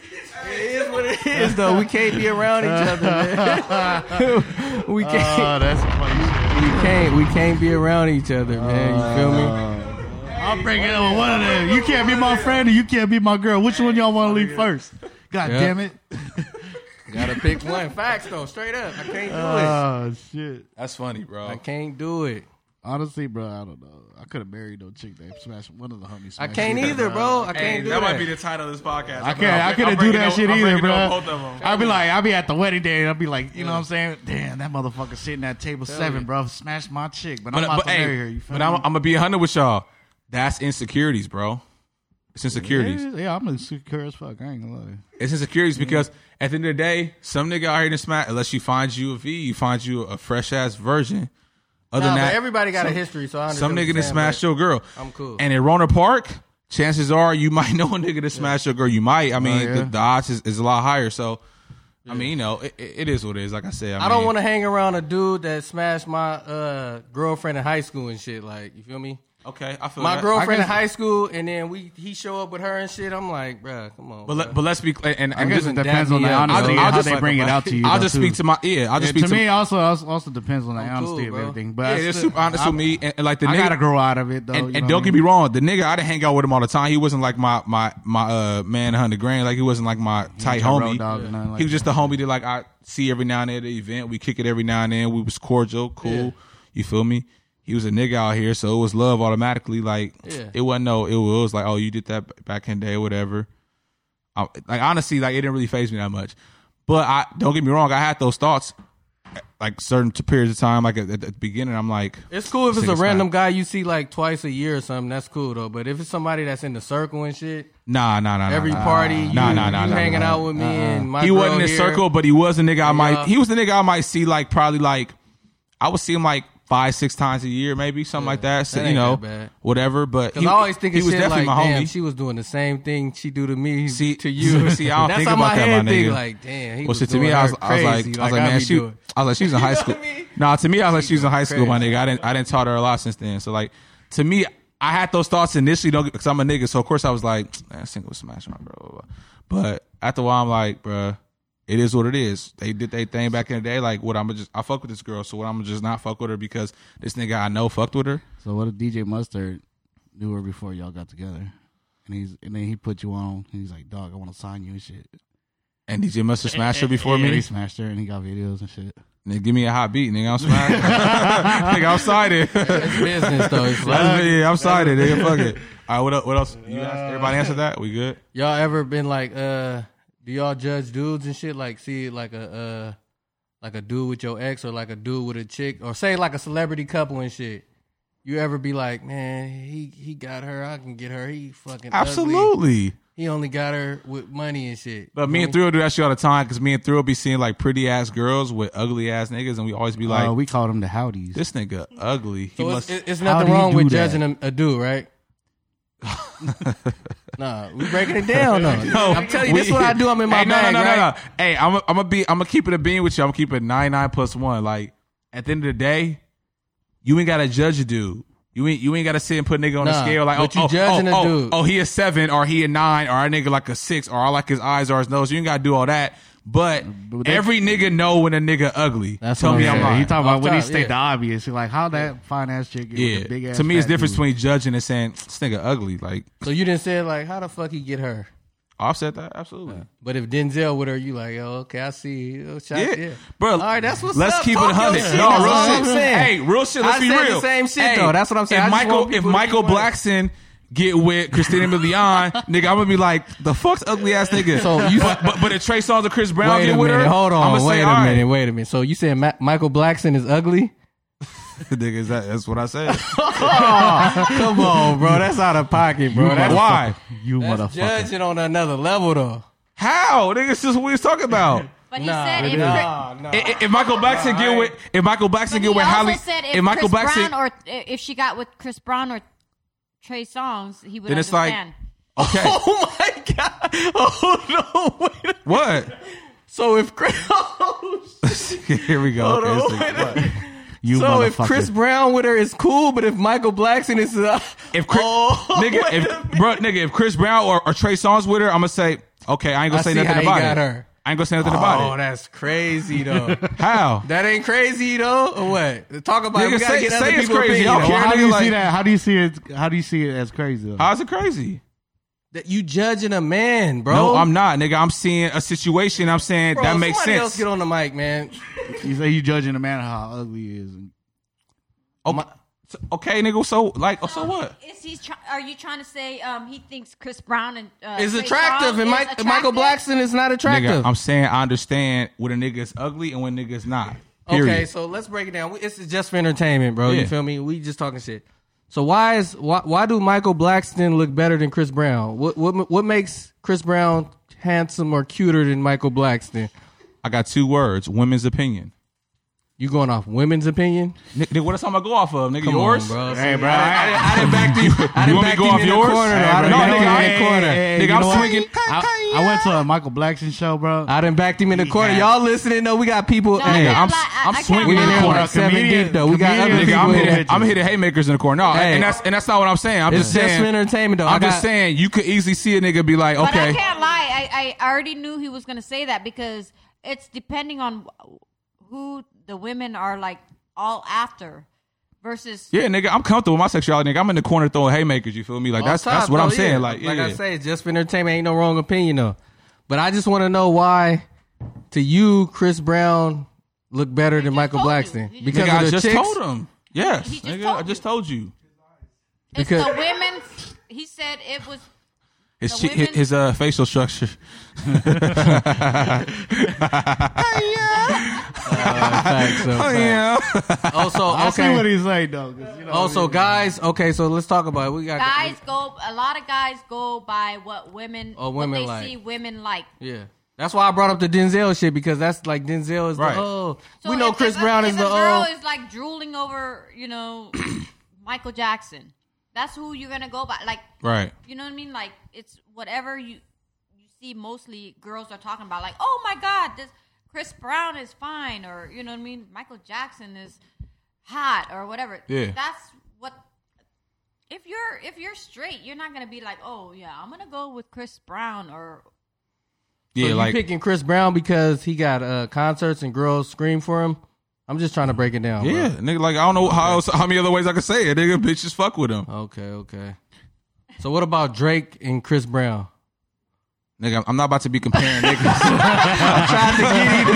Speaker 1: [laughs]
Speaker 4: Oh,
Speaker 1: It is what it is, though. We can't be around each other, man. [laughs] we can't.
Speaker 2: Uh,
Speaker 4: oh that's funny.
Speaker 1: we can't. We can't be around each other,
Speaker 2: Oh,
Speaker 1: man. You feel me?
Speaker 4: I'm breaking up with one of them. You can't be my friend, and you can't be my girl. Which one y'all want to leave first? God
Speaker 2: [laughs]
Speaker 1: Yeah.
Speaker 4: damn it!
Speaker 1: Gotta pick one. Facts, though. Straight up, I can't do it.
Speaker 4: Oh shit.
Speaker 2: That's funny, bro.
Speaker 1: I can't do it.
Speaker 4: Honestly, bro, I don't know. I could have married no chick that smashed one of the homies.
Speaker 1: I
Speaker 4: smashed
Speaker 1: can't
Speaker 4: me,
Speaker 1: either, bro. I
Speaker 6: Hey,
Speaker 1: can't do
Speaker 6: that might be
Speaker 1: that.
Speaker 6: the title of this podcast.
Speaker 4: I can't. I couldn't do that shit either, bro.
Speaker 6: Both of them.
Speaker 4: I'd be like, I'd be at the wedding day, and I'd be like, you know what I'm saying? Damn, that motherfucker sitting at table seven,
Speaker 1: you.
Speaker 4: bro, smashed my chick, but,
Speaker 2: But,
Speaker 4: I'm about
Speaker 2: but,
Speaker 4: to
Speaker 2: hey,
Speaker 4: marry her. You feel
Speaker 2: but
Speaker 4: me?
Speaker 2: I'm, I'm gonna be hundred with y'all. That's insecurities, bro. It's insecurities.
Speaker 4: Yeah, yeah, I'm insecure as fuck. I ain't gonna lie.
Speaker 2: It's insecurities because at the end of the day, some nigga out here to smack unless you find you a V, you find you a fresh ass version. Other
Speaker 1: Nah,
Speaker 2: than
Speaker 1: but
Speaker 2: that,
Speaker 1: everybody got a history, so I understand.
Speaker 2: some
Speaker 1: what
Speaker 2: nigga
Speaker 1: you're
Speaker 2: that
Speaker 1: saying,
Speaker 2: smashed
Speaker 1: but
Speaker 2: your girl.
Speaker 1: I'm cool.
Speaker 2: And in Rona Park, chances are you [laughs] might know a nigga that smashed your girl. You might. I mean,
Speaker 4: Oh, yeah.
Speaker 2: the, the odds is, is a lot higher. So, I mean, you know, it, it it is what it is. Like I said, I,
Speaker 1: I don't
Speaker 2: mean,
Speaker 1: want to hang around a dude that smashed my uh, girlfriend in high school and shit. Like, you feel me?
Speaker 2: Okay, I feel
Speaker 1: My
Speaker 2: that.
Speaker 1: girlfriend in
Speaker 4: guess-
Speaker 1: high school, and then we he show up with her and shit. I'm like, bruh, come on.
Speaker 2: But
Speaker 1: bruh.
Speaker 2: let, but let's be clear. And,
Speaker 4: I
Speaker 2: and
Speaker 4: guess
Speaker 2: just,
Speaker 4: it
Speaker 1: dab
Speaker 4: depends on
Speaker 1: me
Speaker 4: the
Speaker 1: up, bro.
Speaker 4: honesty
Speaker 1: I'll
Speaker 4: and how
Speaker 1: just-
Speaker 4: they bring it out to you.
Speaker 2: I'll
Speaker 4: though,
Speaker 2: just
Speaker 4: too.
Speaker 2: speak to my yeah. I'll
Speaker 4: Yeah,
Speaker 2: just speak
Speaker 4: to me. Also, also, also depends on the
Speaker 1: I'm
Speaker 4: honesty
Speaker 1: cool,
Speaker 4: of
Speaker 1: bro.
Speaker 4: everything. But
Speaker 2: yeah,
Speaker 4: I
Speaker 2: it's
Speaker 4: still-
Speaker 2: super honest
Speaker 4: I-
Speaker 2: with me. And, and like the
Speaker 4: I
Speaker 2: nigga,
Speaker 4: gotta grow out of it though.
Speaker 2: and,
Speaker 4: you
Speaker 2: and
Speaker 4: know
Speaker 2: don't
Speaker 4: what I
Speaker 2: get me wrong, the nigga I didn't hang out with him all the time. He wasn't like my my my uh man hundred grand. Like he wasn't like my tight
Speaker 4: try road
Speaker 2: homie.
Speaker 4: dog or nothing like
Speaker 2: he was just the homie that like I see every now and then at the event. We kick it every now and then. We was cordial, cool.
Speaker 1: Yeah.
Speaker 2: You feel me? He was a nigga out here, so it was love automatically. Like
Speaker 1: Yeah.
Speaker 2: it wasn't no, it was like oh you did that b- back in the day, whatever. I, like honestly, like it didn't really phase me that much. But I don't get me wrong, I had those thoughts eh, like certain t- periods of time. Like at, at the beginning, I'm like
Speaker 1: It's cool if it's a
Speaker 2: Sing a
Speaker 1: random
Speaker 2: smack.
Speaker 1: guy you see like twice a year or something. That's cool though. But if it's somebody that's in the circle and shit,
Speaker 2: nah, nah, nah, nah,
Speaker 1: every
Speaker 2: nah,
Speaker 1: party you,
Speaker 2: nah, nah, nah,
Speaker 1: you
Speaker 2: nah,
Speaker 1: hanging
Speaker 2: nah. Uh-uh.
Speaker 1: out with me and my
Speaker 2: he
Speaker 1: girl
Speaker 2: wasn't in
Speaker 1: here.
Speaker 2: a circle, but he was a nigga I
Speaker 1: Yeah.
Speaker 2: might. He was the nigga I might see like probably like I would see him like five six times a year, maybe something like that. So
Speaker 1: that
Speaker 2: you
Speaker 1: ain't
Speaker 2: know,
Speaker 1: that bad.
Speaker 2: whatever. But
Speaker 1: 'Cause I always think
Speaker 2: he was
Speaker 1: shit
Speaker 2: definitely
Speaker 1: like,
Speaker 2: my
Speaker 1: damn,
Speaker 2: homie.
Speaker 1: she was doing the same thing she do to
Speaker 2: [laughs]
Speaker 1: me
Speaker 2: See-
Speaker 1: to you.
Speaker 2: see, I don't
Speaker 1: that's
Speaker 2: think
Speaker 1: how
Speaker 2: about
Speaker 1: my
Speaker 2: that, my
Speaker 1: head think.
Speaker 2: nigga.
Speaker 1: Like, damn, he
Speaker 2: well,
Speaker 1: was
Speaker 2: shit, to
Speaker 1: doing
Speaker 2: me, I was,
Speaker 1: her
Speaker 2: I was like,
Speaker 1: crazy.
Speaker 2: I was like,
Speaker 1: I
Speaker 2: man,
Speaker 1: be
Speaker 2: she,
Speaker 1: doing-
Speaker 2: I was like, she was in
Speaker 1: [laughs]
Speaker 2: high school. Nah, to me, I was like, she was in high school, my nigga. I didn't, I didn't taught her a lot since then. So like, to me, I had those thoughts initially, don't because I'm a nigga. So of course, I was like, man, single smash my bro. Blah, blah. But after a while, I'm like, bruh, it is what it is. They did their thing back in the day. Like, what I'm gonna just, I fuck with this girl. So what I'm gonna just not fuck with her because this nigga I know fucked with her.
Speaker 4: mean? So what if DJ Mustard knew her before y'all got together, and he's and then he put you on. And he's like, "Dog, I want to sign you and shit."
Speaker 2: And DJ must have smashed her
Speaker 1: [laughs]
Speaker 2: before
Speaker 4: And he
Speaker 2: me.
Speaker 4: smashed her, and he got videos and shit.
Speaker 2: Nigga, give me a hot beat, nigga. I'm smashed. [laughs] nigga, I'm sighted.
Speaker 1: business though. [laughs] It's
Speaker 2: [laughs]
Speaker 1: like, [laughs]
Speaker 2: That's me. I'm sorry, nigga. Fuck it. All right, what, el- what else? You asked, everybody answered that? We good?
Speaker 1: Y'all ever been like, uh, do y'all judge dudes and shit? Like, see, like a, uh, like a dude with your ex or like a dude with a chick or say like a celebrity couple and shit. You ever be like, man, he he got her, I can get her. He fucking ugly.
Speaker 2: Absolutely.
Speaker 1: He only got her with money and shit.
Speaker 2: But me and Thrill do that shit all the time because me and Thrill be seeing like pretty ass girls with ugly ass niggas, and we always be like,
Speaker 4: uh, we call them the howdies.
Speaker 2: "This nigga ugly." He
Speaker 1: So it's,
Speaker 2: must.
Speaker 1: it- it's
Speaker 4: How
Speaker 1: nothing
Speaker 4: do you
Speaker 1: wrong
Speaker 4: do
Speaker 1: with
Speaker 4: that?
Speaker 1: judging a, a
Speaker 2: [laughs]
Speaker 1: dude, right? nah, we breaking it down
Speaker 2: [laughs]
Speaker 1: though. I'm telling you, this is what I do. I'm in my
Speaker 2: hey, no,
Speaker 1: bag,
Speaker 2: no, no,
Speaker 1: right?
Speaker 2: no, no. Hey, I'm I'm gonna be I'm gonna keep it a bean with you. I'm gonna keep it nine nine plus one. Like at the end of the day, you ain't gotta judge a dude. You ain't you ain't gotta sit and put nigga on the
Speaker 1: Nah,
Speaker 2: scale like
Speaker 1: but
Speaker 2: oh
Speaker 1: you
Speaker 2: oh,
Speaker 1: judging
Speaker 2: oh,
Speaker 1: a
Speaker 2: oh,
Speaker 1: dude.
Speaker 2: oh he a seven or he a nine or a nigga like a six or I like his eyes or his nose. You ain't gotta do all that. But
Speaker 4: they-
Speaker 2: every nigga know when a nigga ugly.
Speaker 1: That's
Speaker 2: Tell
Speaker 1: what
Speaker 2: me I'm
Speaker 1: I'm saying.
Speaker 2: lying.
Speaker 4: He talking about when he
Speaker 1: Off top,
Speaker 4: state
Speaker 1: yeah.
Speaker 4: the obvious. He's like, how that fine ass chick? with
Speaker 2: Yeah.
Speaker 4: the big ass
Speaker 2: to me, it's
Speaker 4: fat
Speaker 2: difference
Speaker 4: dude?
Speaker 2: between judging and saying this nigga ugly. Like
Speaker 1: So you didn't say like, how the fuck he get her?
Speaker 2: offset that absolutely.
Speaker 1: But if Denzel with her, you like, oh, okay, I see. you. Oh, shot,
Speaker 2: Yeah.
Speaker 1: yeah.
Speaker 2: Bro,
Speaker 1: All right, that's what's
Speaker 2: let's
Speaker 1: up.
Speaker 2: keep
Speaker 1: Talk
Speaker 2: it hundred.
Speaker 1: your shit.
Speaker 2: No,
Speaker 1: That's
Speaker 2: real
Speaker 1: all
Speaker 2: shit.
Speaker 1: I'm saying.
Speaker 2: Hey, real shit. Let's
Speaker 1: I
Speaker 2: be
Speaker 1: said the
Speaker 2: real.
Speaker 1: same shit,
Speaker 2: Hey,
Speaker 1: though. That's what I'm saying. I
Speaker 2: If
Speaker 1: just want
Speaker 2: Michael, if
Speaker 1: people to
Speaker 2: Michael
Speaker 1: be aware.
Speaker 2: Blackson get with Christina
Speaker 1: [laughs]
Speaker 2: Milian, nigga, I'm gonna be like, the fuck's ugly ass nigga.
Speaker 1: So you-
Speaker 2: but, but but if Trey Songz or Chris Brown
Speaker 1: Wait
Speaker 2: get
Speaker 1: a
Speaker 2: with
Speaker 1: minute.
Speaker 2: her,
Speaker 1: Hold
Speaker 2: I'm
Speaker 1: on.
Speaker 2: gonna
Speaker 1: Wait
Speaker 2: say,
Speaker 1: a
Speaker 2: all right. [laughs]
Speaker 1: minute. Wait a minute. So you said Ma- Michael Blackson is ugly?
Speaker 2: nigga, is that, that's what I
Speaker 1: [laughs]
Speaker 2: said.
Speaker 1: Come on, bro. That's out of pocket, bro. That's,
Speaker 2: Why?
Speaker 4: you
Speaker 1: that's
Speaker 4: motherfucker.
Speaker 1: judging on another level, though.
Speaker 2: How? Nigga, it's just what we was talking
Speaker 1: [laughs]
Speaker 2: about.
Speaker 5: But he
Speaker 1: Nah,
Speaker 5: said if
Speaker 1: nah, nah.
Speaker 2: I- I- If Michael Blackson get with, if Michael Blackson get
Speaker 5: But he
Speaker 2: with
Speaker 5: also
Speaker 2: Holly,
Speaker 5: said if,
Speaker 2: if Michael
Speaker 5: Chris
Speaker 2: Blackson,
Speaker 5: Brown or if she got with Chris Brown or Trey Songz, he would
Speaker 2: Then it's like-
Speaker 5: understand. [laughs]
Speaker 2: okay,
Speaker 1: Oh my god! Oh no! Wait. a-
Speaker 2: what? [laughs]
Speaker 1: So if Chris, [laughs] oh, shit.
Speaker 2: Here we go.
Speaker 1: Hold
Speaker 2: Okay,
Speaker 1: on,
Speaker 2: it's
Speaker 1: wait [laughs]
Speaker 2: like,
Speaker 1: a
Speaker 2: what?
Speaker 1: minute.
Speaker 4: You
Speaker 1: so if
Speaker 4: motherfucker.
Speaker 1: Chris Brown with her is cool, but if Michael Blackson is, uh,
Speaker 2: If Chris,
Speaker 1: oh, [laughs]
Speaker 2: nigga,
Speaker 1: wait
Speaker 2: if,
Speaker 1: a minute.
Speaker 2: bro, nigga, if Chris Brown or, or Trey Songz with her, I'm gonna say, okay, I ain't gonna
Speaker 1: I
Speaker 2: say
Speaker 1: see
Speaker 2: nothing
Speaker 1: how he
Speaker 2: about
Speaker 1: got
Speaker 2: it.
Speaker 1: her.
Speaker 2: I ain't gonna say nothing
Speaker 1: oh,
Speaker 2: about it.
Speaker 1: that's crazy though.
Speaker 2: [laughs] How?
Speaker 1: that ain't crazy though, or what? Talk about it.
Speaker 2: Nigga,
Speaker 1: We gotta
Speaker 2: say-
Speaker 1: get
Speaker 2: say
Speaker 1: other
Speaker 2: it's
Speaker 1: people's
Speaker 2: crazy.
Speaker 1: opinion,
Speaker 2: I don't
Speaker 1: though.
Speaker 2: care.
Speaker 4: Well, how do
Speaker 2: nigga,
Speaker 4: you
Speaker 2: like-
Speaker 4: see that? How do you see it? How do you see it as crazy? Though?
Speaker 2: How's it crazy?
Speaker 1: That you judging a man, bro.
Speaker 2: No, I'm not, nigga. I'm seeing a situation. I'm saying
Speaker 1: Bro,
Speaker 2: that makes
Speaker 1: somebody Else
Speaker 2: sense.
Speaker 1: get on the mic, man.
Speaker 4: you say you judging a man on how ugly he is.
Speaker 2: Okay, Oh, so- okay, nigga. So like, oh, so
Speaker 5: Um,
Speaker 2: what?
Speaker 5: Is he? Try- are you trying to say um, he thinks Chris Brown and uh,
Speaker 1: It's
Speaker 5: Trey
Speaker 1: attractive,
Speaker 5: Songz
Speaker 1: and
Speaker 5: is
Speaker 1: Mike, Michael
Speaker 5: attractive?
Speaker 1: Blackson is not
Speaker 2: Nigga,
Speaker 1: attractive.
Speaker 2: I'm saying I understand when a nigga is ugly and when a nigga is not. Period.
Speaker 1: Okay, so let's break it down. We- It's just for entertainment, bro.
Speaker 2: Yeah.
Speaker 1: You feel me? We just talking shit. So why is why, why do Michael Blackson look better than Chris Brown? What what what makes Chris Brown handsome or cuter than Michael Blackson?
Speaker 2: I got two words: women's opinion.
Speaker 1: You going off women's opinion?
Speaker 2: Nigga, nigga, what else I'm gonna go off of? Nigga,
Speaker 1: Come
Speaker 2: yours?
Speaker 1: on, bro.
Speaker 4: Hey, bro.
Speaker 1: I, didn't- [laughs] I didn't back these. I
Speaker 2: You
Speaker 1: didn't
Speaker 2: want me to
Speaker 1: back
Speaker 2: go
Speaker 1: these
Speaker 2: off
Speaker 1: in
Speaker 2: yours?
Speaker 1: The corner, though.
Speaker 2: Hey,
Speaker 1: I
Speaker 2: bro,
Speaker 1: didn't
Speaker 2: you
Speaker 1: back
Speaker 2: know
Speaker 1: him
Speaker 2: what? Hey,
Speaker 1: in the corner.
Speaker 2: hey, Nigga,
Speaker 4: you
Speaker 2: I'm
Speaker 4: know what?
Speaker 2: swinging.
Speaker 4: I, I went to a Michael Blackson show, bro.
Speaker 1: I didn't back him in the corner. Y'all listening? though, we got people.
Speaker 5: No,
Speaker 1: Hey,
Speaker 5: I
Speaker 2: I'm-
Speaker 5: can't lie. I-
Speaker 2: I'm
Speaker 5: I can't
Speaker 2: swinging
Speaker 1: we in
Speaker 5: lie.
Speaker 1: there
Speaker 4: Corner,
Speaker 1: like seven
Speaker 4: comedian-
Speaker 1: deep though. We got other
Speaker 2: Nigga,
Speaker 4: comedian,
Speaker 1: people.
Speaker 2: I'm
Speaker 1: in
Speaker 2: hitting,
Speaker 1: there.
Speaker 2: I'm hitting haymakers in the corner. No,
Speaker 1: Hey.
Speaker 2: and that's and that's not what I'm saying. I'm
Speaker 1: It's
Speaker 2: just
Speaker 1: just
Speaker 2: saying
Speaker 1: for entertainment, though. I
Speaker 2: I'm just
Speaker 1: got-
Speaker 2: saying you could easily see a nigga be like,
Speaker 5: But I
Speaker 2: okay,
Speaker 5: can't lie. I, I already knew he was going to say that because it's depending on who the women are like all after versus
Speaker 2: yeah, nigga, I'm comfortable with my sexuality, nigga. I'm in the corner throwing haymakers. You feel me? Like
Speaker 1: On
Speaker 2: that's
Speaker 1: top,
Speaker 2: that's what
Speaker 1: though,
Speaker 2: I'm saying.
Speaker 1: yeah.
Speaker 2: Like,
Speaker 1: like
Speaker 2: yeah.
Speaker 1: I say, it's just for entertainment. Ain't no wrong opinion though. But I just want to know why, to you, Chris Brown look better than
Speaker 5: just
Speaker 1: Michael
Speaker 5: told you.
Speaker 1: Blackson
Speaker 5: He just-
Speaker 1: because
Speaker 2: nigga,
Speaker 1: of
Speaker 2: I
Speaker 1: the
Speaker 2: just
Speaker 1: chicks.
Speaker 2: told him. Yes,
Speaker 5: He just
Speaker 2: nigga,
Speaker 5: told
Speaker 2: I just told you.
Speaker 5: it's
Speaker 1: because-
Speaker 5: the women. He said it was
Speaker 2: His
Speaker 5: The
Speaker 2: chi-
Speaker 5: women-
Speaker 2: his uh, facial structure.
Speaker 1: Facts, so
Speaker 2: [laughs]
Speaker 1: facts. Also,
Speaker 4: I [laughs] see what
Speaker 1: okay.
Speaker 4: he's saying, though. 'cause, You know,
Speaker 1: Also,
Speaker 4: we-
Speaker 1: guys. Okay, so let's talk about it. We got
Speaker 5: guys go. A lot of guys go by what women
Speaker 1: Or
Speaker 5: what
Speaker 1: Oh, women
Speaker 5: they
Speaker 1: like.
Speaker 5: see women like.
Speaker 1: Yeah. That's why I brought up the Denzel shit because that's like Denzel is
Speaker 2: Right.
Speaker 1: the oh
Speaker 5: So
Speaker 1: we know
Speaker 5: if-
Speaker 1: Chris
Speaker 5: if a-
Speaker 1: Brown
Speaker 5: if
Speaker 1: is
Speaker 5: a
Speaker 1: the
Speaker 5: girl
Speaker 1: oh
Speaker 5: is like drooling over
Speaker 1: [clears throat]
Speaker 5: you know Michael Jackson. That's who you're gonna go by. Like
Speaker 2: Right.
Speaker 5: you know what I mean? Like it's whatever you you see. Mostly girls are talking about like oh my god, this Chris Brown is fine, or you know what I mean? Michael Jackson is hot or whatever.
Speaker 2: Yeah.
Speaker 5: that's what. If you're if you're straight, you're not gonna be like, oh yeah, I'm gonna go with Chris Brown or
Speaker 2: Yeah,
Speaker 1: so you
Speaker 2: like
Speaker 1: picking Chris Brown because he got uh concerts and girls scream for him. I'm just trying to break it down. bro.
Speaker 2: yeah, nigga. Like I don't know how else, how many other ways I could say it. Nigga, bitch, just fuck with him.
Speaker 1: Okay, okay. So what about Drake and Chris Brown?
Speaker 2: Nigga, I'm not about to be comparing niggas. I tried to get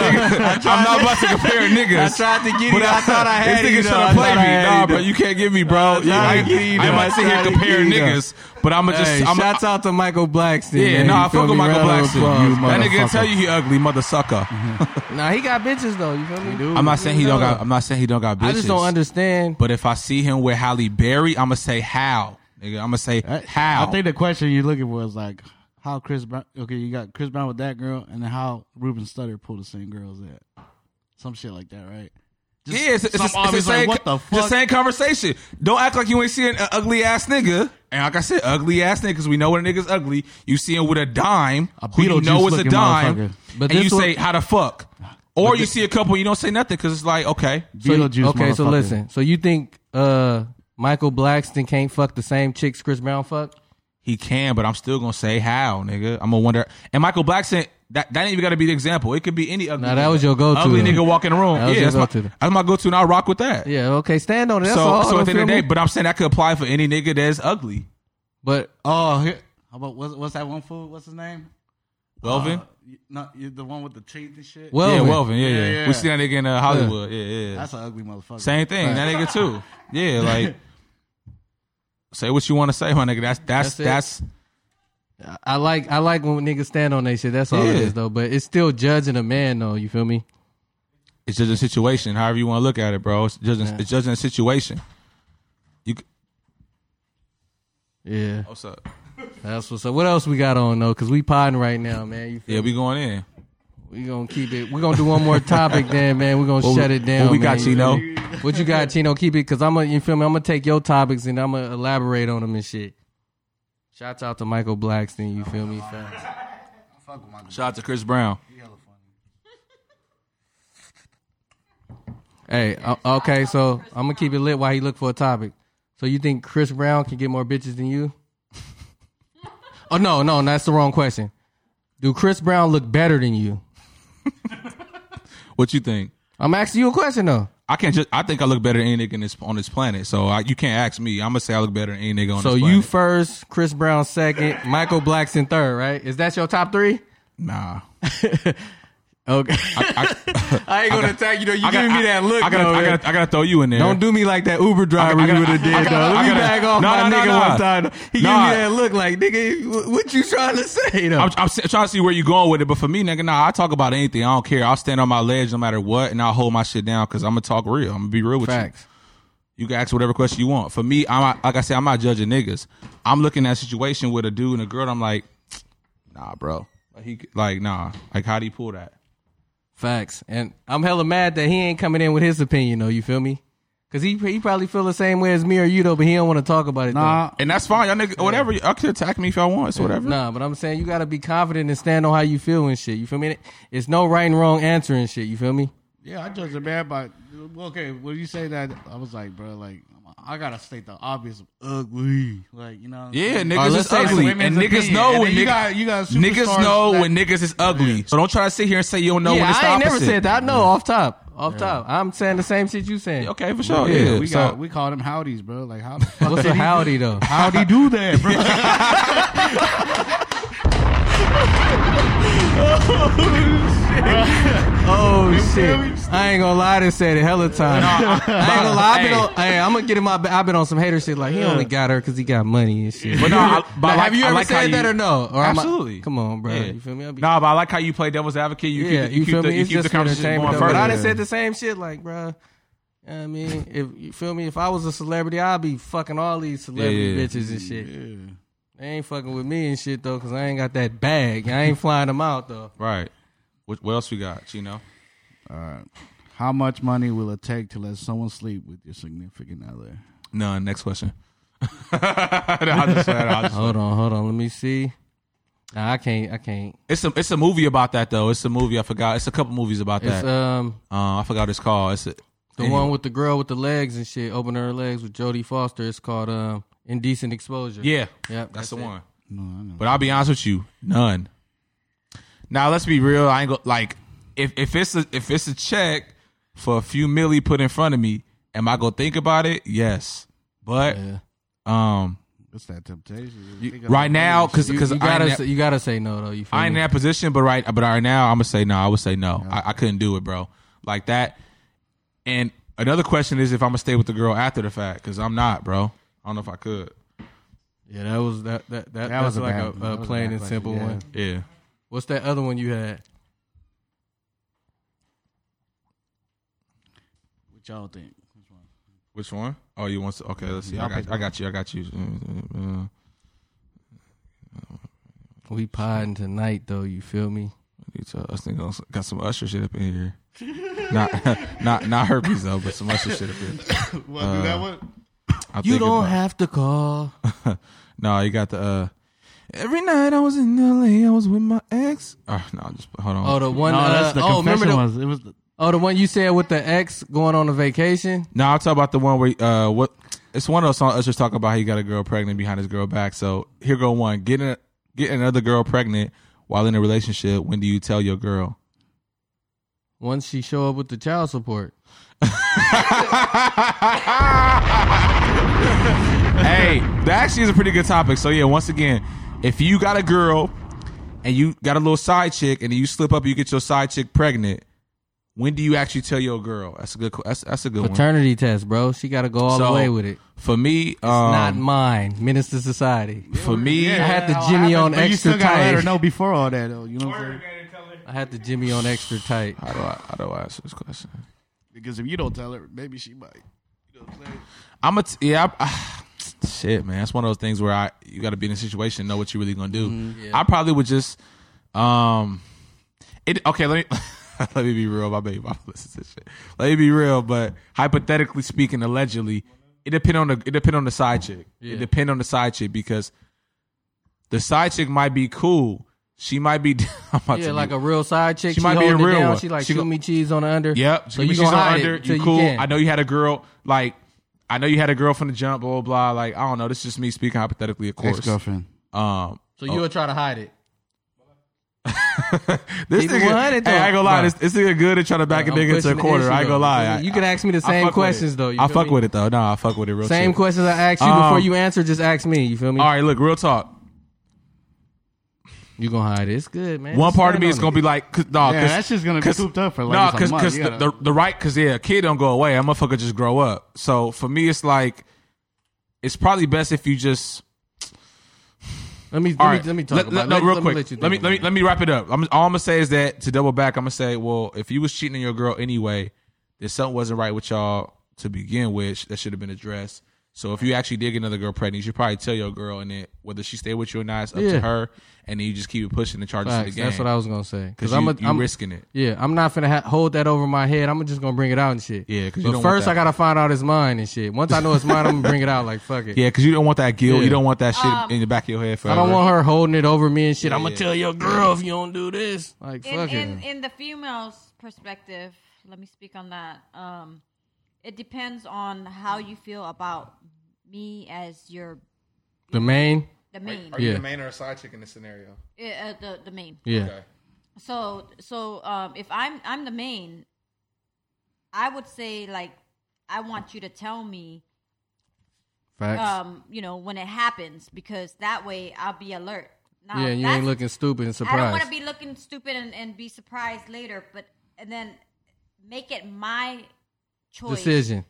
Speaker 2: you. [laughs] I'm not about to compare niggas.
Speaker 1: I tried to get you. I thought I had
Speaker 2: this
Speaker 1: you,
Speaker 2: nigga
Speaker 1: though.
Speaker 2: tryna
Speaker 1: I
Speaker 2: play
Speaker 1: thought
Speaker 2: me.
Speaker 1: I had
Speaker 2: Nah,
Speaker 1: you,
Speaker 2: bro,
Speaker 1: though.
Speaker 2: you can't get me, bro. Yeah,
Speaker 1: tried
Speaker 2: I,
Speaker 1: to get you,
Speaker 2: I
Speaker 1: though. I
Speaker 2: might sit here
Speaker 1: tried to
Speaker 2: comparing
Speaker 1: get you, though.
Speaker 2: niggas, but I'm gonna just.
Speaker 1: [laughs] Hey,
Speaker 2: I'm
Speaker 1: shouts out to Michael Blackson.
Speaker 2: yeah,
Speaker 1: man.
Speaker 2: no,
Speaker 1: You
Speaker 2: I
Speaker 1: feel
Speaker 2: fuck
Speaker 1: me?
Speaker 2: with Michael
Speaker 1: Round of
Speaker 2: Blackson.
Speaker 1: applause,
Speaker 2: That nigga
Speaker 1: motherfucker. Mm-hmm.
Speaker 2: tell you he ugly, mother sucker.
Speaker 1: Nah, he got bitches though. You feel me?
Speaker 4: do.
Speaker 2: I'm not saying he
Speaker 1: No.
Speaker 2: don't got. I'm not saying he don't got bitches.
Speaker 1: I just don't understand.
Speaker 2: But if I see him with Halle Berry, I'm gonna say how, nigga. I'm gonna say
Speaker 4: I-
Speaker 2: Uh, how.
Speaker 4: I think the question you're looking for is like how Chris Brown. Okay, you got Chris Brown with that girl, and then how Ruben Studdard pulled the same girls at some shit like that, right? Just
Speaker 2: yeah, it's, it's,
Speaker 4: some
Speaker 2: it's, the
Speaker 4: obvious, like,
Speaker 2: same,
Speaker 4: what the
Speaker 2: it's the
Speaker 4: fuck?
Speaker 2: same conversation. Don't act like you ain't seeing an ugly ass nigga. And like I said, ugly ass nigga, because we know when a nigga's ugly, you see him with a dime,
Speaker 4: A
Speaker 2: who you
Speaker 4: Beetlejuice
Speaker 2: know is a
Speaker 4: looking
Speaker 2: dime,
Speaker 4: motherfucker.
Speaker 1: But
Speaker 2: and you
Speaker 1: this one-
Speaker 2: say, how the fuck? Or you see a couple, you don't say nothing, because it's like, okay.
Speaker 4: Beetlejuice.
Speaker 1: okay, so
Speaker 4: motherfucker.
Speaker 1: listen. So you think uh, Michael Blackston can't fuck the same chicks Chris Brown fuck?
Speaker 2: He can, but I'm still gonna say how, nigga. I'm gonna wonder. And Michael Blackson, that that ain't even gotta be the example. It could be any ugly.
Speaker 1: Nah, that
Speaker 2: nigga.
Speaker 1: was your go-to,
Speaker 2: Ugly
Speaker 1: though.
Speaker 2: nigga walking the room.
Speaker 1: That was
Speaker 2: yeah,
Speaker 1: your
Speaker 2: that's my,
Speaker 1: go-to.
Speaker 2: that's my go-to, and I rock with that.
Speaker 1: Yeah, okay, stand on it. That's
Speaker 2: so,
Speaker 1: all.
Speaker 2: so
Speaker 1: Don't
Speaker 2: at the end
Speaker 1: feel
Speaker 2: of the day,
Speaker 1: me?
Speaker 2: but I'm saying I could apply for any nigga that's ugly.
Speaker 1: but
Speaker 4: Oh, here, how about what's, what's that one fool? What's his name?
Speaker 2: Welvin.
Speaker 4: Uh, you- no, you- the one with the teeth and shit.
Speaker 1: well,
Speaker 2: yeah, Welvin. Yeah, yeah,
Speaker 4: Yeah, yeah.
Speaker 2: We see that nigga in uh, Hollywood. Yeah, yeah.
Speaker 4: that's an ugly motherfucker.
Speaker 2: Same thing. That nigga too.
Speaker 1: [laughs]
Speaker 2: Yeah, like say what you want to say, my nigga. That's that's
Speaker 1: That's
Speaker 2: that's,
Speaker 1: I like I like when niggas stand on that shit. That's all it
Speaker 2: Yeah.
Speaker 1: is though. But it's still judging a man though. You feel me?
Speaker 2: it's judging a situation. However you want to look at it, bro. It's judging it's judging a situation. You c-
Speaker 1: Yeah,
Speaker 2: what's up?
Speaker 1: that's what's up. What else we got on though? Because we podding right now, man. You feel
Speaker 2: Yeah, we going in.
Speaker 1: We gonna keep it. We gonna do one more topic, then, man. We are gonna
Speaker 2: What we-
Speaker 1: shut it down.
Speaker 2: what we
Speaker 1: man.
Speaker 2: got, Chino?
Speaker 1: What you got, Chino? Keep it, cause I'm gonna. You feel me? I'm gonna take your topics and I'm gonna elaborate on them and shit. Shouts out to Michael Blackson. You feel me? fam?
Speaker 2: Shout out to Chris Brown.
Speaker 1: Hey, o- okay. So I'm gonna keep it lit while he look for a topic. So you think Chris Brown can get more bitches than you? [laughs] oh no, no, that's the wrong question. Do Chris Brown look better than you?
Speaker 2: What you think?
Speaker 1: I'm asking you a question though.
Speaker 2: I can't just. I think I look better than any nigga in this, on this planet. So I, you can't ask me. I'm gonna say I look better than any nigga on
Speaker 1: So
Speaker 2: this
Speaker 1: you
Speaker 2: planet.
Speaker 1: first, Chris Brown second, Michael Blackson third, right? Is that your top three?
Speaker 2: nah.
Speaker 1: [laughs] Okay.
Speaker 2: I, I,
Speaker 1: I ain't gonna attack you though. You giving me that look.
Speaker 2: I gotta,
Speaker 1: though,
Speaker 2: I,
Speaker 1: man.
Speaker 2: gotta, I gotta throw you in there.
Speaker 1: [laughs] don't do me like that Uber driver
Speaker 2: I gotta-
Speaker 1: you would have
Speaker 2: I
Speaker 1: did
Speaker 2: gotta-
Speaker 1: though. Let
Speaker 2: I
Speaker 1: me
Speaker 2: gotta-
Speaker 1: back off
Speaker 2: No, no,
Speaker 1: my
Speaker 2: no,
Speaker 1: nigga
Speaker 2: no.
Speaker 1: one time. He
Speaker 2: Nah.
Speaker 1: gave me that look like nigga. wh- What you trying to say though?
Speaker 2: I'm, I'm s- trying to see where you going with it, but for me, nigga, nah, I talk about anything. I don't care. I'll stand on my ledge no matter what, and I'll hold my shit down because I'm gonna talk real. I'm gonna be real with
Speaker 1: Facts.
Speaker 2: you. You can ask whatever question you want. For me, I'm not- like I said, I'm not judging niggas. I'm looking at a situation with a dude and a girl. And I'm like, nah, bro. Like, he, like nah. Like how do you pull that?
Speaker 1: Facts. And I'm hella mad that he ain't coming in with his opinion though. You feel me? Cause he he probably feel the same way as me or you though, but he don't want to talk about it. though.
Speaker 4: Nah,
Speaker 2: And that's fine, y'all nigga. Whatever. Y'all can attack me if y'all want. So whatever.
Speaker 1: Nah, but I'm saying you gotta be confident and stand on how you feel and shit. You feel me? It's no right and wrong answer and shit. You feel me?
Speaker 4: Yeah, I judge a man by okay. When you say that, I was like, bro, like I gotta state the obvious, ugly, like you know.
Speaker 2: Yeah,
Speaker 4: Like,
Speaker 2: niggas
Speaker 1: let's
Speaker 2: is
Speaker 1: say it's
Speaker 2: ugly, and
Speaker 4: Uh, women's
Speaker 2: niggas
Speaker 4: opinion.
Speaker 2: know
Speaker 4: And
Speaker 2: when
Speaker 4: then you
Speaker 2: niggas,
Speaker 4: got- you got
Speaker 2: niggas
Speaker 4: superstars
Speaker 2: know
Speaker 4: that-
Speaker 2: when niggas is ugly. So don't try to sit here and say you don't know when
Speaker 1: yeah,
Speaker 2: it's the
Speaker 1: I ain't never
Speaker 2: opposite.
Speaker 1: said that. I know off top, off top. I'm saying the same shit you saying.
Speaker 2: Okay, for sure. Yeah,
Speaker 4: Yeah, we
Speaker 2: so-
Speaker 4: got we call them howdies, bro.
Speaker 2: [laughs]
Speaker 4: Like how the fuck
Speaker 1: What's
Speaker 4: did
Speaker 1: a
Speaker 4: he do-
Speaker 1: howdy though?
Speaker 4: Howdy do that,
Speaker 1: [laughs]
Speaker 4: bro?
Speaker 1: Oh
Speaker 4: feel me?
Speaker 1: shit! I ain't gonna lie, this said it hella time. I ain't gonna lie. I've been on, hey, I'm gonna get in my. I've been on some hater shit. Like he only got her because he got money and shit.
Speaker 2: But no, I- but I
Speaker 1: Now,
Speaker 2: like-
Speaker 1: have you
Speaker 2: I
Speaker 1: ever
Speaker 2: like how
Speaker 1: said that
Speaker 2: you-
Speaker 1: or no? Or am I-
Speaker 2: Absolutely.
Speaker 1: come on, bro.
Speaker 2: Yeah.
Speaker 1: You feel me? I'll be-
Speaker 2: Nah, but I like how you play devil's advocate. You
Speaker 1: yeah,
Speaker 2: keep,
Speaker 1: you,
Speaker 2: you keep
Speaker 1: feel
Speaker 2: the,
Speaker 1: me?
Speaker 2: you
Speaker 1: it's
Speaker 2: keep
Speaker 1: just
Speaker 2: the conversation
Speaker 1: entertainment.
Speaker 2: going
Speaker 1: though. But I
Speaker 2: further.
Speaker 1: done said the same shit. Like, bro. I mean, if you feel me, if I was a celebrity, I'd be fucking all these celebrity
Speaker 2: Yeah, yeah.
Speaker 1: bitches and shit. They ain't fucking with me and shit though, cause I ain't got that bag. I ain't flying them out though.
Speaker 2: Right. What, what else we got, Chino?
Speaker 4: how much money will it take to let someone sleep with your significant other?
Speaker 2: None. Next question. [laughs] No, I just said- I just-
Speaker 1: Hold on, hold on. Let me see. Nah, I can't. I can't.
Speaker 2: it's a it's a movie about that though. It's a movie I forgot. It's a couple movies about
Speaker 1: It's
Speaker 2: that.
Speaker 1: um
Speaker 2: uh, I forgot what it's called. It's a,
Speaker 1: the one with the girl with the legs and shit, opening her legs with Jodie Foster. It's called um indecent exposure.
Speaker 2: Yeah,
Speaker 1: Yep,
Speaker 2: that's,
Speaker 1: that's
Speaker 2: the
Speaker 1: it.
Speaker 2: one.
Speaker 4: No, I know.
Speaker 2: But I'll be honest with you, none. Now let's be real. I ain't go, like if if it's a, if it's a check for a few milli put in front of me, am I gonna think about it? Yes, but um,
Speaker 4: What's that temptation?
Speaker 2: You-
Speaker 4: Think of
Speaker 2: right
Speaker 4: the
Speaker 2: now, because
Speaker 4: things-
Speaker 1: You, you
Speaker 2: because
Speaker 1: gotta
Speaker 2: I, ain't
Speaker 1: say,
Speaker 2: that-
Speaker 1: you gotta say no though. You feel
Speaker 2: I ain't in
Speaker 1: me?
Speaker 2: that position, but right, but right now I'm gonna say no. I would say no. I, I couldn't do it, bro. Like that. And another question is if I'm gonna stay with the girl after the fact, because I'm not, bro. I don't know if I could.
Speaker 1: Yeah, that was that that, that,
Speaker 4: That
Speaker 1: that's
Speaker 4: was a
Speaker 1: like
Speaker 4: bad
Speaker 1: a,
Speaker 4: one.
Speaker 1: a
Speaker 4: That was a
Speaker 1: plain
Speaker 4: bad
Speaker 1: and
Speaker 4: question,
Speaker 1: simple
Speaker 4: yeah.
Speaker 1: one.
Speaker 2: Yeah.
Speaker 1: What's that other one you had?
Speaker 4: What y'all think? Which one?
Speaker 2: Which one? Oh, you want? To, okay, let's see. I
Speaker 4: Y'all
Speaker 2: got,
Speaker 4: pick
Speaker 2: I got you. I got you. Uh,
Speaker 1: We podding tonight though. You feel me?
Speaker 2: Each other. I think I got some Usher shit up in here. not, [laughs] not, not herpes though, but some Usher shit up here.
Speaker 4: Well,
Speaker 2: Uh,
Speaker 4: do that one.
Speaker 2: I'm
Speaker 1: You
Speaker 2: thinking
Speaker 1: don't
Speaker 2: about-
Speaker 1: have to call.
Speaker 2: No, you got the. uh Every night I was in LA, I was with my ex. Oh, no, just hold on.
Speaker 4: [laughs]
Speaker 1: Oh, the one.
Speaker 4: no,
Speaker 1: uh,
Speaker 4: that's the
Speaker 1: oh, remember
Speaker 4: confession
Speaker 1: the,
Speaker 4: ones. It was the,
Speaker 1: oh the one you said with the ex going on a vacation.
Speaker 2: No, I'll talk about the one where uh what it's one of those songs Usher's talking about how he got a girl pregnant behind his girl back. So here go one. Getting a, getting another girl pregnant while in a relationship, when do you tell your girl?
Speaker 1: Once she show up with the child support.
Speaker 2: hey, that actually is a pretty good topic. So yeah, once again, if you got a girl and you got a little side chick and you slip up, you get your side chick pregnant, when do you actually tell your girl? That's a good que- that's, that's a good one.
Speaker 1: Paternity test, bro. She got to go all
Speaker 2: So,
Speaker 1: the way with it.
Speaker 2: For me, um,
Speaker 1: Not mine. Minister Society.
Speaker 2: for me,
Speaker 1: I had the
Speaker 4: How
Speaker 1: Jimmy
Speaker 4: happened?
Speaker 1: on
Speaker 4: But you
Speaker 1: extra
Speaker 4: still gotta let her
Speaker 1: tight.
Speaker 4: know before all that, though. You know what I'm saying?
Speaker 1: I had the Jimmy on extra tight.
Speaker 2: how do I how do I answer this question?
Speaker 4: Because if you don't tell her, maybe she might. You know what I'm saying?
Speaker 2: I'm a t- yeah. I, ah, [sighs] shit, man, that's one of those things where I you got to be in a situation and know what you're really gonna do.
Speaker 1: Mm-hmm.
Speaker 2: I probably would just, um, it okay. Let me [laughs] let me be real. My baby, mama [laughs] listens to this shit. Let me be real. But hypothetically speaking, allegedly, it depend on the it depend on the side chick. It depend on the side chick because the side chick might be cool. She might be. [laughs] I'm about
Speaker 1: Yeah,
Speaker 2: to
Speaker 1: like
Speaker 2: be-
Speaker 1: a real side chick.
Speaker 2: She
Speaker 1: She,
Speaker 2: might be a
Speaker 1: holding
Speaker 2: real
Speaker 1: it down.
Speaker 2: one.
Speaker 1: She like
Speaker 2: She
Speaker 1: shoot
Speaker 2: go-
Speaker 1: me cheese on the under.
Speaker 2: Yep.
Speaker 1: So
Speaker 2: you
Speaker 1: you
Speaker 2: she's on
Speaker 1: gonna hide
Speaker 2: under.
Speaker 1: it? till
Speaker 2: You cool.
Speaker 1: can.
Speaker 2: I know you had a girl. Like, I know you had a girl from the jump. Blah blah. blah. Like, I don't know. This is just me speaking hypothetically, of
Speaker 4: Ex
Speaker 2: course.
Speaker 4: girlfriend.
Speaker 2: Um,
Speaker 1: So you will try to hide it.
Speaker 2: this
Speaker 1: Keep it
Speaker 2: nigga.
Speaker 1: 100
Speaker 2: Hey, I ain't gonna lie.
Speaker 1: though.
Speaker 2: This, this nigga good at trying to back a
Speaker 1: I'm
Speaker 2: nigga into a
Speaker 1: pushing the
Speaker 2: quarter.
Speaker 1: issue,
Speaker 2: I ain't
Speaker 1: though.
Speaker 2: gonna lie.
Speaker 1: You can ask me the
Speaker 2: I fuck
Speaker 1: same
Speaker 2: with
Speaker 1: questions,
Speaker 2: it.
Speaker 1: though. You
Speaker 2: I
Speaker 1: feel
Speaker 2: fuck
Speaker 1: me?
Speaker 2: with it though. No, I fuck with it. Real
Speaker 1: Same
Speaker 2: shit.
Speaker 1: questions I asked you
Speaker 2: Um,
Speaker 1: before you answer. Just ask me. You feel me?
Speaker 2: All right, look, real talk.
Speaker 1: You gonna hide it? It's good, man.
Speaker 2: One
Speaker 1: Just
Speaker 2: part of
Speaker 1: stand
Speaker 2: me is
Speaker 1: on
Speaker 2: gonna
Speaker 1: it.
Speaker 2: be like, cause, nah,
Speaker 4: Yeah,
Speaker 2: cause,
Speaker 4: that's just gonna be
Speaker 2: cause-
Speaker 4: cooped up for like
Speaker 2: nah,
Speaker 4: some
Speaker 2: cause,
Speaker 4: months.
Speaker 2: cause
Speaker 4: You
Speaker 2: the,
Speaker 4: gotta-
Speaker 2: the, the right, cause yeah, a kid don't go away. A motherfucker just grow up. So for me, it's like, it's probably best if you just
Speaker 1: Let me let,
Speaker 2: All
Speaker 1: me,
Speaker 2: right.
Speaker 1: let me talk
Speaker 2: Let-
Speaker 1: about.
Speaker 2: let- no,
Speaker 1: let-
Speaker 2: real
Speaker 1: let me
Speaker 2: quick.
Speaker 1: let you
Speaker 2: let me
Speaker 1: think
Speaker 2: let me
Speaker 1: about
Speaker 2: let me wrap it up. I'm, all I'm gonna say is that to double back, I'm gonna say, well, if you was cheating on your girl anyway, then something wasn't right with y'all to begin with. That should have been addressed. So if you actually did get another girl pregnant, you should probably tell your girl, and then whether she stay with you or not, it's up to
Speaker 1: Yeah.
Speaker 2: her. And then you just keep it pushing the charges
Speaker 1: it.
Speaker 2: to the
Speaker 1: Facts.
Speaker 2: game.
Speaker 1: That's what I was gonna say.
Speaker 2: because
Speaker 1: Because I'm
Speaker 2: you,
Speaker 1: a,
Speaker 2: you
Speaker 1: I'm
Speaker 2: risking it.
Speaker 1: Yeah, I'm not finna ha- hold that over my head. I'm just gonna bring it out and shit.
Speaker 2: Yeah, 'cause you
Speaker 1: but
Speaker 2: don't want
Speaker 1: first
Speaker 2: that.
Speaker 1: I gotta find out it's mine and shit. Once I know it's mine, I'm gonna bring it out like fuck it.
Speaker 2: Yeah, because you don't want that guilt. You
Speaker 1: Yeah.
Speaker 2: don't want that shit
Speaker 5: Um,
Speaker 2: in the back of your head
Speaker 1: I
Speaker 2: forever.
Speaker 1: don't want her holding it over me and shit. I'm gonna
Speaker 2: yeah.
Speaker 1: tell your girl if you don't do this. Like
Speaker 5: in,
Speaker 1: fuck
Speaker 5: in,
Speaker 1: it.
Speaker 5: in the female's perspective, let me speak on that. Um, it depends on how you feel about me as your
Speaker 1: The main.
Speaker 5: the main,
Speaker 1: you Yeah. the
Speaker 2: main or a side chick in this scenario?
Speaker 5: uh, the the main.
Speaker 1: Yeah.
Speaker 5: So so um, if I'm I'm the main, I would say like I want you to tell me
Speaker 1: Facts.
Speaker 5: um you know when it happens because that way I'll be alert. Now,
Speaker 1: yeah, and you
Speaker 5: that's-
Speaker 1: ain't looking stupid and
Speaker 5: I don't want
Speaker 1: surprised.
Speaker 5: to be looking stupid and, and be surprised later, but and then make it my choice
Speaker 1: Decision.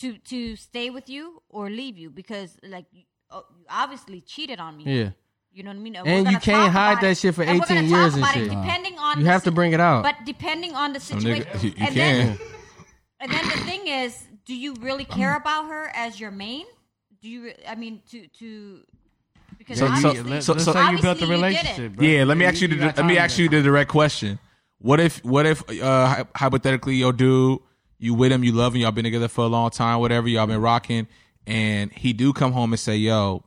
Speaker 5: to to stay with you or leave you because like you oh, you obviously cheated on me.
Speaker 1: Yeah.
Speaker 5: You know what I mean?
Speaker 1: And
Speaker 5: we're
Speaker 1: you
Speaker 5: gonna
Speaker 1: can't
Speaker 5: talk
Speaker 1: hide
Speaker 5: about
Speaker 1: that
Speaker 5: it.
Speaker 1: shit for
Speaker 5: And we're
Speaker 1: 18
Speaker 5: gonna talk
Speaker 1: years and
Speaker 5: about it
Speaker 1: shit.
Speaker 5: Depending on
Speaker 1: You
Speaker 5: the
Speaker 1: have to
Speaker 5: si-
Speaker 1: bring it out.
Speaker 5: But depending on the
Speaker 2: Some Uh, nigga, [laughs]
Speaker 5: situation,
Speaker 2: you, you can.
Speaker 5: and then and then the thing is, do you really care about her as your main? Do you? re- I mean, to to because
Speaker 2: So- so-
Speaker 5: obviously,
Speaker 4: Let's
Speaker 2: so- so-
Speaker 4: say you built the
Speaker 5: obviously you did it.
Speaker 4: relationship. bro.
Speaker 2: Yeah, let me ask you.
Speaker 4: got
Speaker 2: the, let me
Speaker 4: time
Speaker 2: ask
Speaker 4: to-
Speaker 2: you the direct question. What if? What if? Uh, hy- hypothetically, your dude, you with him, you love him, y'all been together for a long time, whatever, y'all been rocking, and he do come home and say, "Yo,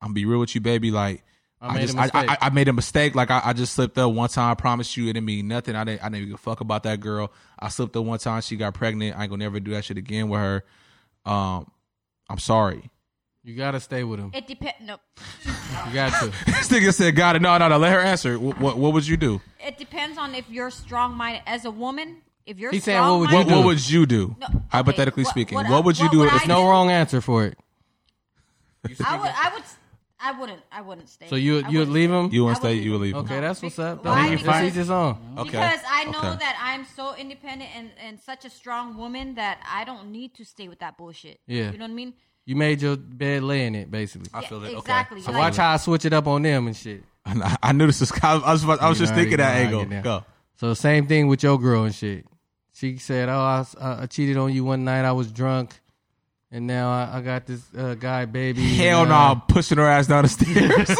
Speaker 2: I'm gonna be real with you, baby. Like, I,
Speaker 1: made a
Speaker 2: just, I, I,
Speaker 1: mistake."
Speaker 2: I made a mistake. Like, I, I just slipped up one time. I promised you, it didn't mean nothing. I didn't, I didn't give a fuck about that girl. I slipped up one time. She got pregnant. I ain't gonna never do that shit again with her. Um, I'm sorry. [laughs]
Speaker 1: you gotta stay with him.
Speaker 5: It depends. No,
Speaker 1: You got
Speaker 5: [laughs]
Speaker 1: to.
Speaker 2: this nigga said, "God, no, no, no. Let her answer. What, what, what would you do?
Speaker 5: it depends on if you're strong minded as a woman. If you're
Speaker 1: He's saying, what
Speaker 5: strong
Speaker 1: would you
Speaker 2: What,
Speaker 5: minded,
Speaker 2: what would you do?
Speaker 5: No, okay,
Speaker 2: Hypothetically
Speaker 5: what-
Speaker 2: speaking, what,
Speaker 5: what I-
Speaker 2: would you
Speaker 5: what
Speaker 2: do
Speaker 5: would
Speaker 2: if
Speaker 5: I
Speaker 1: No wrong answer for it.
Speaker 6: You speak
Speaker 5: I would.
Speaker 6: of-
Speaker 5: I would. I wouldn't. I wouldn't stay.
Speaker 1: So you
Speaker 5: I
Speaker 1: you would
Speaker 5: wouldn't
Speaker 1: leave
Speaker 5: stay.
Speaker 1: him?
Speaker 2: You want
Speaker 5: I
Speaker 2: to stay?
Speaker 5: wouldn't.
Speaker 2: You would leave.
Speaker 1: okay,
Speaker 5: No,
Speaker 1: that's what's up.
Speaker 5: why?
Speaker 1: That's
Speaker 4: Because-
Speaker 1: each his own.
Speaker 2: Okay.
Speaker 5: Because I know
Speaker 2: Okay.
Speaker 5: that I'm so independent and, and such a strong woman that I don't need to stay with that bullshit.
Speaker 1: Yeah.
Speaker 5: You know what I mean?
Speaker 1: You made your bed, lay in it, basically.
Speaker 2: I feel it.
Speaker 5: Exactly.
Speaker 2: Okay.
Speaker 1: So
Speaker 5: Like-
Speaker 1: watch how I switch it up on them and shit.
Speaker 2: I, [laughs] I knew this was. I was, about- I was
Speaker 1: You
Speaker 2: just
Speaker 1: already
Speaker 2: thinking that
Speaker 1: know how I
Speaker 2: angle.
Speaker 1: get down.
Speaker 2: Go.
Speaker 1: So same thing with your girl and shit. She said, "Oh, I, I cheated on you one night. I was drunk, and now I, I got this uh, guy, baby."
Speaker 2: Hell
Speaker 1: and,
Speaker 2: no!
Speaker 1: uh,
Speaker 2: I'm pushing her ass down the
Speaker 4: [laughs]
Speaker 2: stairs.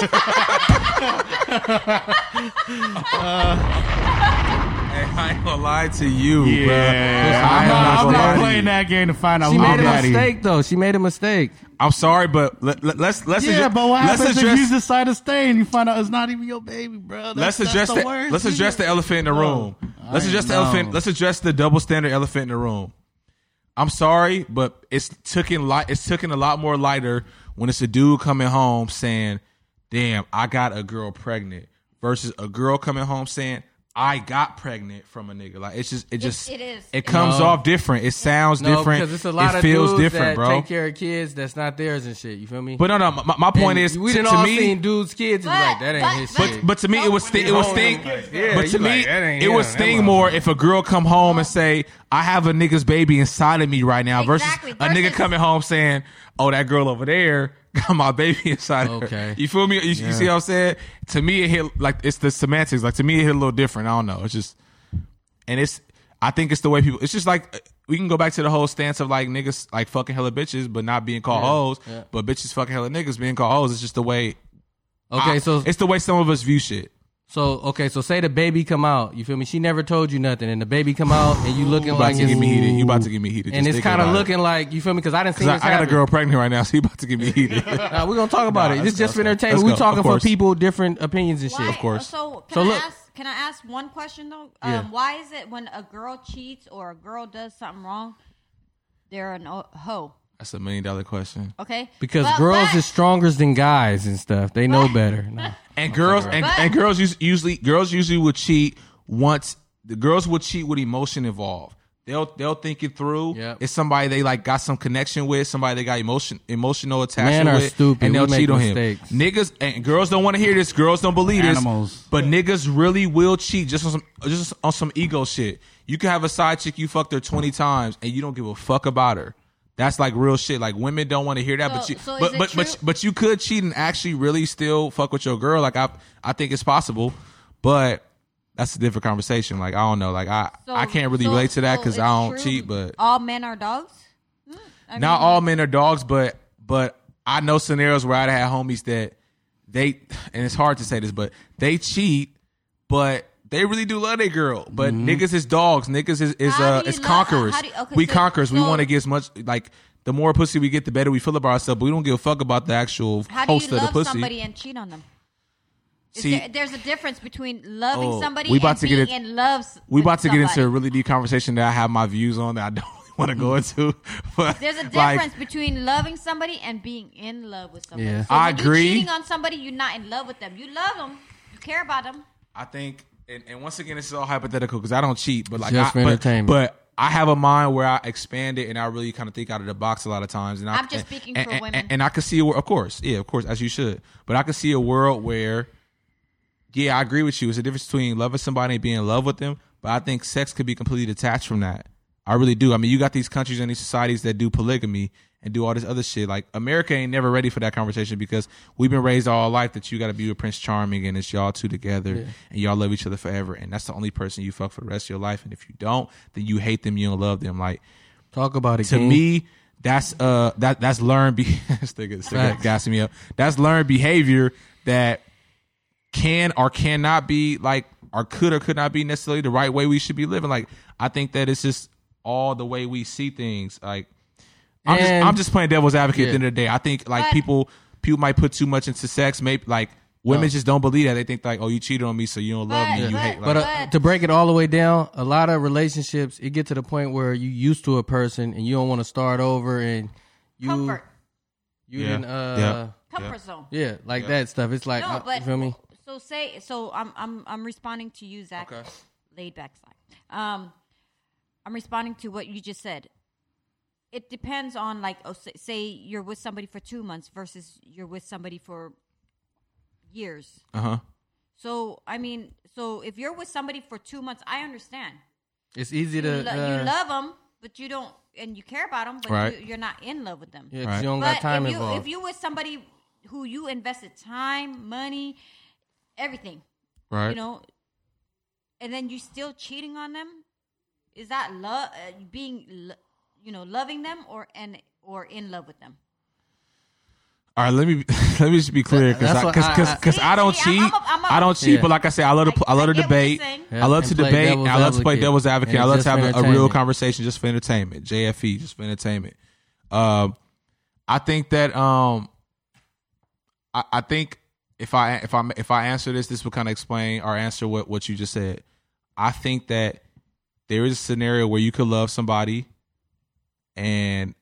Speaker 2: [laughs]
Speaker 6: Hey, I ain't gonna lie to you,
Speaker 4: Yeah, I'm not, I'm not playing that game to find out.
Speaker 1: She
Speaker 4: who
Speaker 1: made
Speaker 4: the
Speaker 1: a
Speaker 4: daddy is.
Speaker 1: mistake though. She made a mistake.
Speaker 2: I'm sorry, but let, let, let's let's
Speaker 4: Yeah,
Speaker 2: addre-
Speaker 4: but what
Speaker 2: let's
Speaker 4: happens
Speaker 2: address
Speaker 4: if you decide to stay and you find out it's not even your baby, bro?
Speaker 2: let's
Speaker 4: That's,
Speaker 2: address
Speaker 4: that's
Speaker 2: the,
Speaker 4: the worst.
Speaker 2: let's address the elephant in the
Speaker 1: Oh,
Speaker 2: room. Let's
Speaker 4: I
Speaker 2: address the
Speaker 4: know.
Speaker 2: elephant. Let's address the double standard elephant in the room. I'm sorry, but it's taken light. It's taken a lot more lighter when it's a dude coming home saying, "Damn, I got a girl pregnant," versus a girl coming home saying, "I got pregnant from a nigga." Like it's just, it just,
Speaker 5: it is.
Speaker 2: It comes
Speaker 1: No.
Speaker 2: off different. It sounds
Speaker 1: No,
Speaker 2: different.
Speaker 1: because it's a lot
Speaker 2: it
Speaker 1: of
Speaker 2: feels
Speaker 1: dudes
Speaker 2: different,
Speaker 1: that
Speaker 2: bro.
Speaker 1: take care of kids that's not theirs and shit. You feel me?
Speaker 2: but no, no. My, my point
Speaker 1: And
Speaker 2: is,
Speaker 1: we
Speaker 2: to,
Speaker 1: didn't
Speaker 2: to
Speaker 1: all
Speaker 2: me,
Speaker 1: seen dudes' kids and be like
Speaker 5: But-
Speaker 1: that ain't
Speaker 5: but-
Speaker 1: his
Speaker 5: but-
Speaker 1: shit.
Speaker 2: But to me, it was
Speaker 6: when
Speaker 2: sti- it
Speaker 6: you
Speaker 2: was
Speaker 6: hold
Speaker 2: sting.
Speaker 6: them, like,
Speaker 1: yeah,
Speaker 2: but to
Speaker 1: you
Speaker 2: me,
Speaker 1: like, that ain't
Speaker 2: it
Speaker 1: him,
Speaker 2: was
Speaker 1: that
Speaker 2: sting
Speaker 1: motherfucker.
Speaker 2: more if a girl come home and say, "I have a nigga's baby inside of me right now," versus,
Speaker 5: Exactly,
Speaker 2: a nigga
Speaker 5: versus-
Speaker 2: coming home saying, "Oh, that girl over there got my baby [laughs] inside." of her.
Speaker 1: Okay.
Speaker 2: you feel me? You, you see what I'm saying? To me, it hit like it's the semantics. Like to me, it hit a little different. I don't know. It's just, and it's. I think it's the way people. It's just like uh, we can go back to the whole stance of like niggas like fucking hella bitches, but not being called hoes,
Speaker 1: yeah.
Speaker 2: but bitches fucking hella niggas being called hoes. It's just the way.
Speaker 1: [laughs] okay,
Speaker 2: I-
Speaker 1: so
Speaker 2: it's the way some of us view shit.
Speaker 1: so okay, so say the baby come out. You feel me? She never told you nothing, and the baby come out, and you looking
Speaker 2: You
Speaker 1: like
Speaker 2: about to
Speaker 1: it's,
Speaker 2: get me heated. You about to get me heated.
Speaker 1: and
Speaker 2: Just
Speaker 1: it's
Speaker 2: thinking
Speaker 1: kind of
Speaker 2: about it.
Speaker 1: looking like you feel me? Because I didn't see
Speaker 2: 'Cause I, I
Speaker 1: this.
Speaker 2: got a
Speaker 1: happen.
Speaker 2: girl pregnant right now, [laughs] so you about to get me heated. [laughs]
Speaker 1: Nah, we're gonna talk about
Speaker 2: Nah,
Speaker 1: it. This
Speaker 2: let's
Speaker 1: is
Speaker 2: go,
Speaker 1: just
Speaker 2: let's
Speaker 1: for
Speaker 2: go.
Speaker 1: entertainment. We
Speaker 2: Let's go, of
Speaker 1: talking for
Speaker 2: course.
Speaker 1: people different opinions and shit.
Speaker 5: Why-
Speaker 2: course.
Speaker 5: So can
Speaker 1: So
Speaker 5: I
Speaker 1: look-
Speaker 5: ask? Can I ask one question though? Um,
Speaker 1: Yeah.
Speaker 5: Why is it when a girl cheats or a girl does something wrong, they're an o- hoe?
Speaker 2: That's a million dollar question.
Speaker 5: Okay.
Speaker 1: Because
Speaker 5: But-
Speaker 1: girls
Speaker 5: but-
Speaker 1: is stronger than guys and stuff. They know
Speaker 5: But-
Speaker 1: better. No.
Speaker 2: And girls and,
Speaker 5: But-
Speaker 2: and girls us- usually girls usually will cheat once the girls will cheat with emotion involved. They'll they'll think it through.
Speaker 1: Yep.
Speaker 2: It's somebody they like got some connection with, somebody they got emotion emotional attachment
Speaker 1: Men are
Speaker 2: with,
Speaker 1: stupid.
Speaker 2: and they'll
Speaker 1: We
Speaker 2: cheat
Speaker 1: make
Speaker 2: on
Speaker 1: mistakes.
Speaker 2: him. Niggas and girls don't want to hear this. Girls don't believe this.
Speaker 4: Animals.
Speaker 2: But niggas really will cheat just on some just on some ego shit. You can have a side chick you fucked her twenty times and you don't give a fuck about her. That's like real shit. Like women don't want to hear that, but
Speaker 5: So-
Speaker 2: you
Speaker 5: so is
Speaker 2: but
Speaker 5: it
Speaker 2: but, but
Speaker 5: true-
Speaker 2: but you could cheat and actually really still fuck with your girl. Like I I think it's possible, but that's a different conversation. Like I don't know. Like I
Speaker 5: so-
Speaker 2: I can't really
Speaker 5: so-
Speaker 2: relate to that
Speaker 5: so
Speaker 2: because
Speaker 5: it's
Speaker 2: I don't
Speaker 5: true
Speaker 2: cheat, but
Speaker 5: all men are dogs. Hmm, I
Speaker 2: not
Speaker 5: mean-
Speaker 2: all men are dogs, but but I know scenarios where I had homies that they and it's hard to say this, but they cheat, but they really do love their girl. But niggas is dogs. Niggas is, is
Speaker 5: How
Speaker 2: uh
Speaker 5: do you
Speaker 2: is
Speaker 5: love-
Speaker 2: conquerors.
Speaker 5: how do you- okay,
Speaker 2: we
Speaker 5: so-
Speaker 2: conquerors. we
Speaker 5: so-
Speaker 2: want to get as much like the more pussy we get, the better we feel about ourselves. But we don't give a fuck about the actual
Speaker 5: How do you
Speaker 2: host of the
Speaker 5: love
Speaker 2: pussy.
Speaker 5: somebody and cheat on them? Is
Speaker 2: See-
Speaker 5: there, there's a difference between loving
Speaker 2: Oh,
Speaker 5: somebody
Speaker 2: we about
Speaker 5: and
Speaker 2: to get
Speaker 5: being
Speaker 2: it-
Speaker 5: in love. s-
Speaker 2: we
Speaker 5: with
Speaker 2: about to get into a
Speaker 5: somebody.
Speaker 2: really deep conversation that I have my views on that I don't [laughs] want to go into. But
Speaker 5: There's a
Speaker 2: like,
Speaker 5: difference between loving somebody and being in love with somebody.
Speaker 1: Yeah.
Speaker 5: So
Speaker 2: I
Speaker 5: when
Speaker 2: agree.
Speaker 5: You're cheating on somebody, you're not in love with them. You love them. You care about them.
Speaker 2: I think, and, and once again, this is all hypothetical because I don't cheat, but like,
Speaker 1: Just
Speaker 2: I,
Speaker 1: for
Speaker 2: but-
Speaker 1: entertainment.
Speaker 2: But, I have a mind where I expand it and I really kind of think out of the box a lot of times. And I,
Speaker 5: I'm just
Speaker 2: and-
Speaker 5: speaking
Speaker 2: and,
Speaker 5: for
Speaker 2: and-
Speaker 5: women.
Speaker 2: And I could see, a, wor- of course, yeah, of course, as you should. But I could see a world where, yeah, I agree with you. It's a difference between loving somebody and being in love with them. But I think sex could be completely detached from that. I really do. I mean, you got these countries and these societies that do polygamy and do all this other shit. Like America ain't never ready for that conversation because we've been raised all our life that you got to be with Prince Charming and it's y'all two together and y'all love each other forever and that's the only person you fuck for the rest of your life. And if you don't, then you hate them. You don't love them. Like
Speaker 1: Talk about it.
Speaker 2: to
Speaker 1: King.
Speaker 2: me that's uh that that's learned be [laughs] this nigga, this nigga
Speaker 1: Facts.
Speaker 2: gassing me up that's learned behavior that can or cannot be like or could or could not be necessarily the right way we should be living like i think that it's just all the way we see things like i'm just
Speaker 1: And-
Speaker 2: i'm just playing devil's advocate at
Speaker 1: Yeah.
Speaker 2: the end of the day i think like
Speaker 5: But-
Speaker 2: people people might put too much into sex maybe like women just don't believe that they think like oh you cheated on me so you don't love
Speaker 5: But-
Speaker 2: me you
Speaker 5: but-
Speaker 2: hate like,
Speaker 1: But, uh,
Speaker 5: But-
Speaker 1: to break it all the way down, a lot of relationships it get to the point where you used to a person and you don't want to start over and you
Speaker 5: Comfort.
Speaker 1: you
Speaker 2: Yeah.
Speaker 1: didn't uh
Speaker 2: Yeah.
Speaker 5: Comfort zone.
Speaker 1: yeah, like that stuff. It's like
Speaker 5: No,
Speaker 1: uh,
Speaker 5: but
Speaker 1: you feel me?
Speaker 5: so say so. I'm I'm I'm responding to you, Zach.
Speaker 2: Okay.
Speaker 5: Laid back Zach. Um, I'm responding to what you just said. it depends on like oh, say- say you're with somebody for two months versus you're with somebody for years.
Speaker 2: Uh huh.
Speaker 5: So I mean, so if you're with somebody for two months, I understand.
Speaker 1: It's easy
Speaker 5: You,
Speaker 1: to
Speaker 5: lo-
Speaker 1: uh,
Speaker 5: you love them, but you don't, and you care about them, but
Speaker 2: Right.
Speaker 5: you, you're not in love with them.
Speaker 1: yeah, 'cause
Speaker 2: Right.
Speaker 1: you don't
Speaker 5: But
Speaker 1: got time
Speaker 5: if you
Speaker 1: involved.
Speaker 5: if you with somebody who you invested time, money, everything,
Speaker 2: Right.
Speaker 5: you know, and then you still cheating on them, is that love? Uh, being, lo- you know, loving them or and or in love with them?
Speaker 2: All right, let me [laughs] let me just be clear because
Speaker 1: That's
Speaker 2: I,
Speaker 1: what
Speaker 2: cause,
Speaker 1: I-
Speaker 2: cause,
Speaker 1: I-
Speaker 2: 'cause I don't
Speaker 5: See, see,
Speaker 2: cheat.
Speaker 5: I'm
Speaker 2: I'm
Speaker 5: a- I'm a-
Speaker 2: don't cheat,
Speaker 1: Yeah.
Speaker 2: but like I said, I love to I love to
Speaker 5: I get what you're
Speaker 2: debate.
Speaker 5: saying.
Speaker 1: Yeah,
Speaker 2: I love
Speaker 1: and
Speaker 2: to
Speaker 1: play
Speaker 2: debate.
Speaker 1: devil's
Speaker 2: I love to play
Speaker 1: advocate.
Speaker 2: devil's advocate.
Speaker 1: And
Speaker 2: I love
Speaker 1: just
Speaker 2: to have
Speaker 1: for
Speaker 2: a- a, real
Speaker 1: entertainment.
Speaker 2: conversation just for entertainment. JFE just for entertainment. Um, I think that um, I, I think if I if I if I answer this, this would kind of explain or answer what what you just said. I think that there is a scenario where you could love somebody and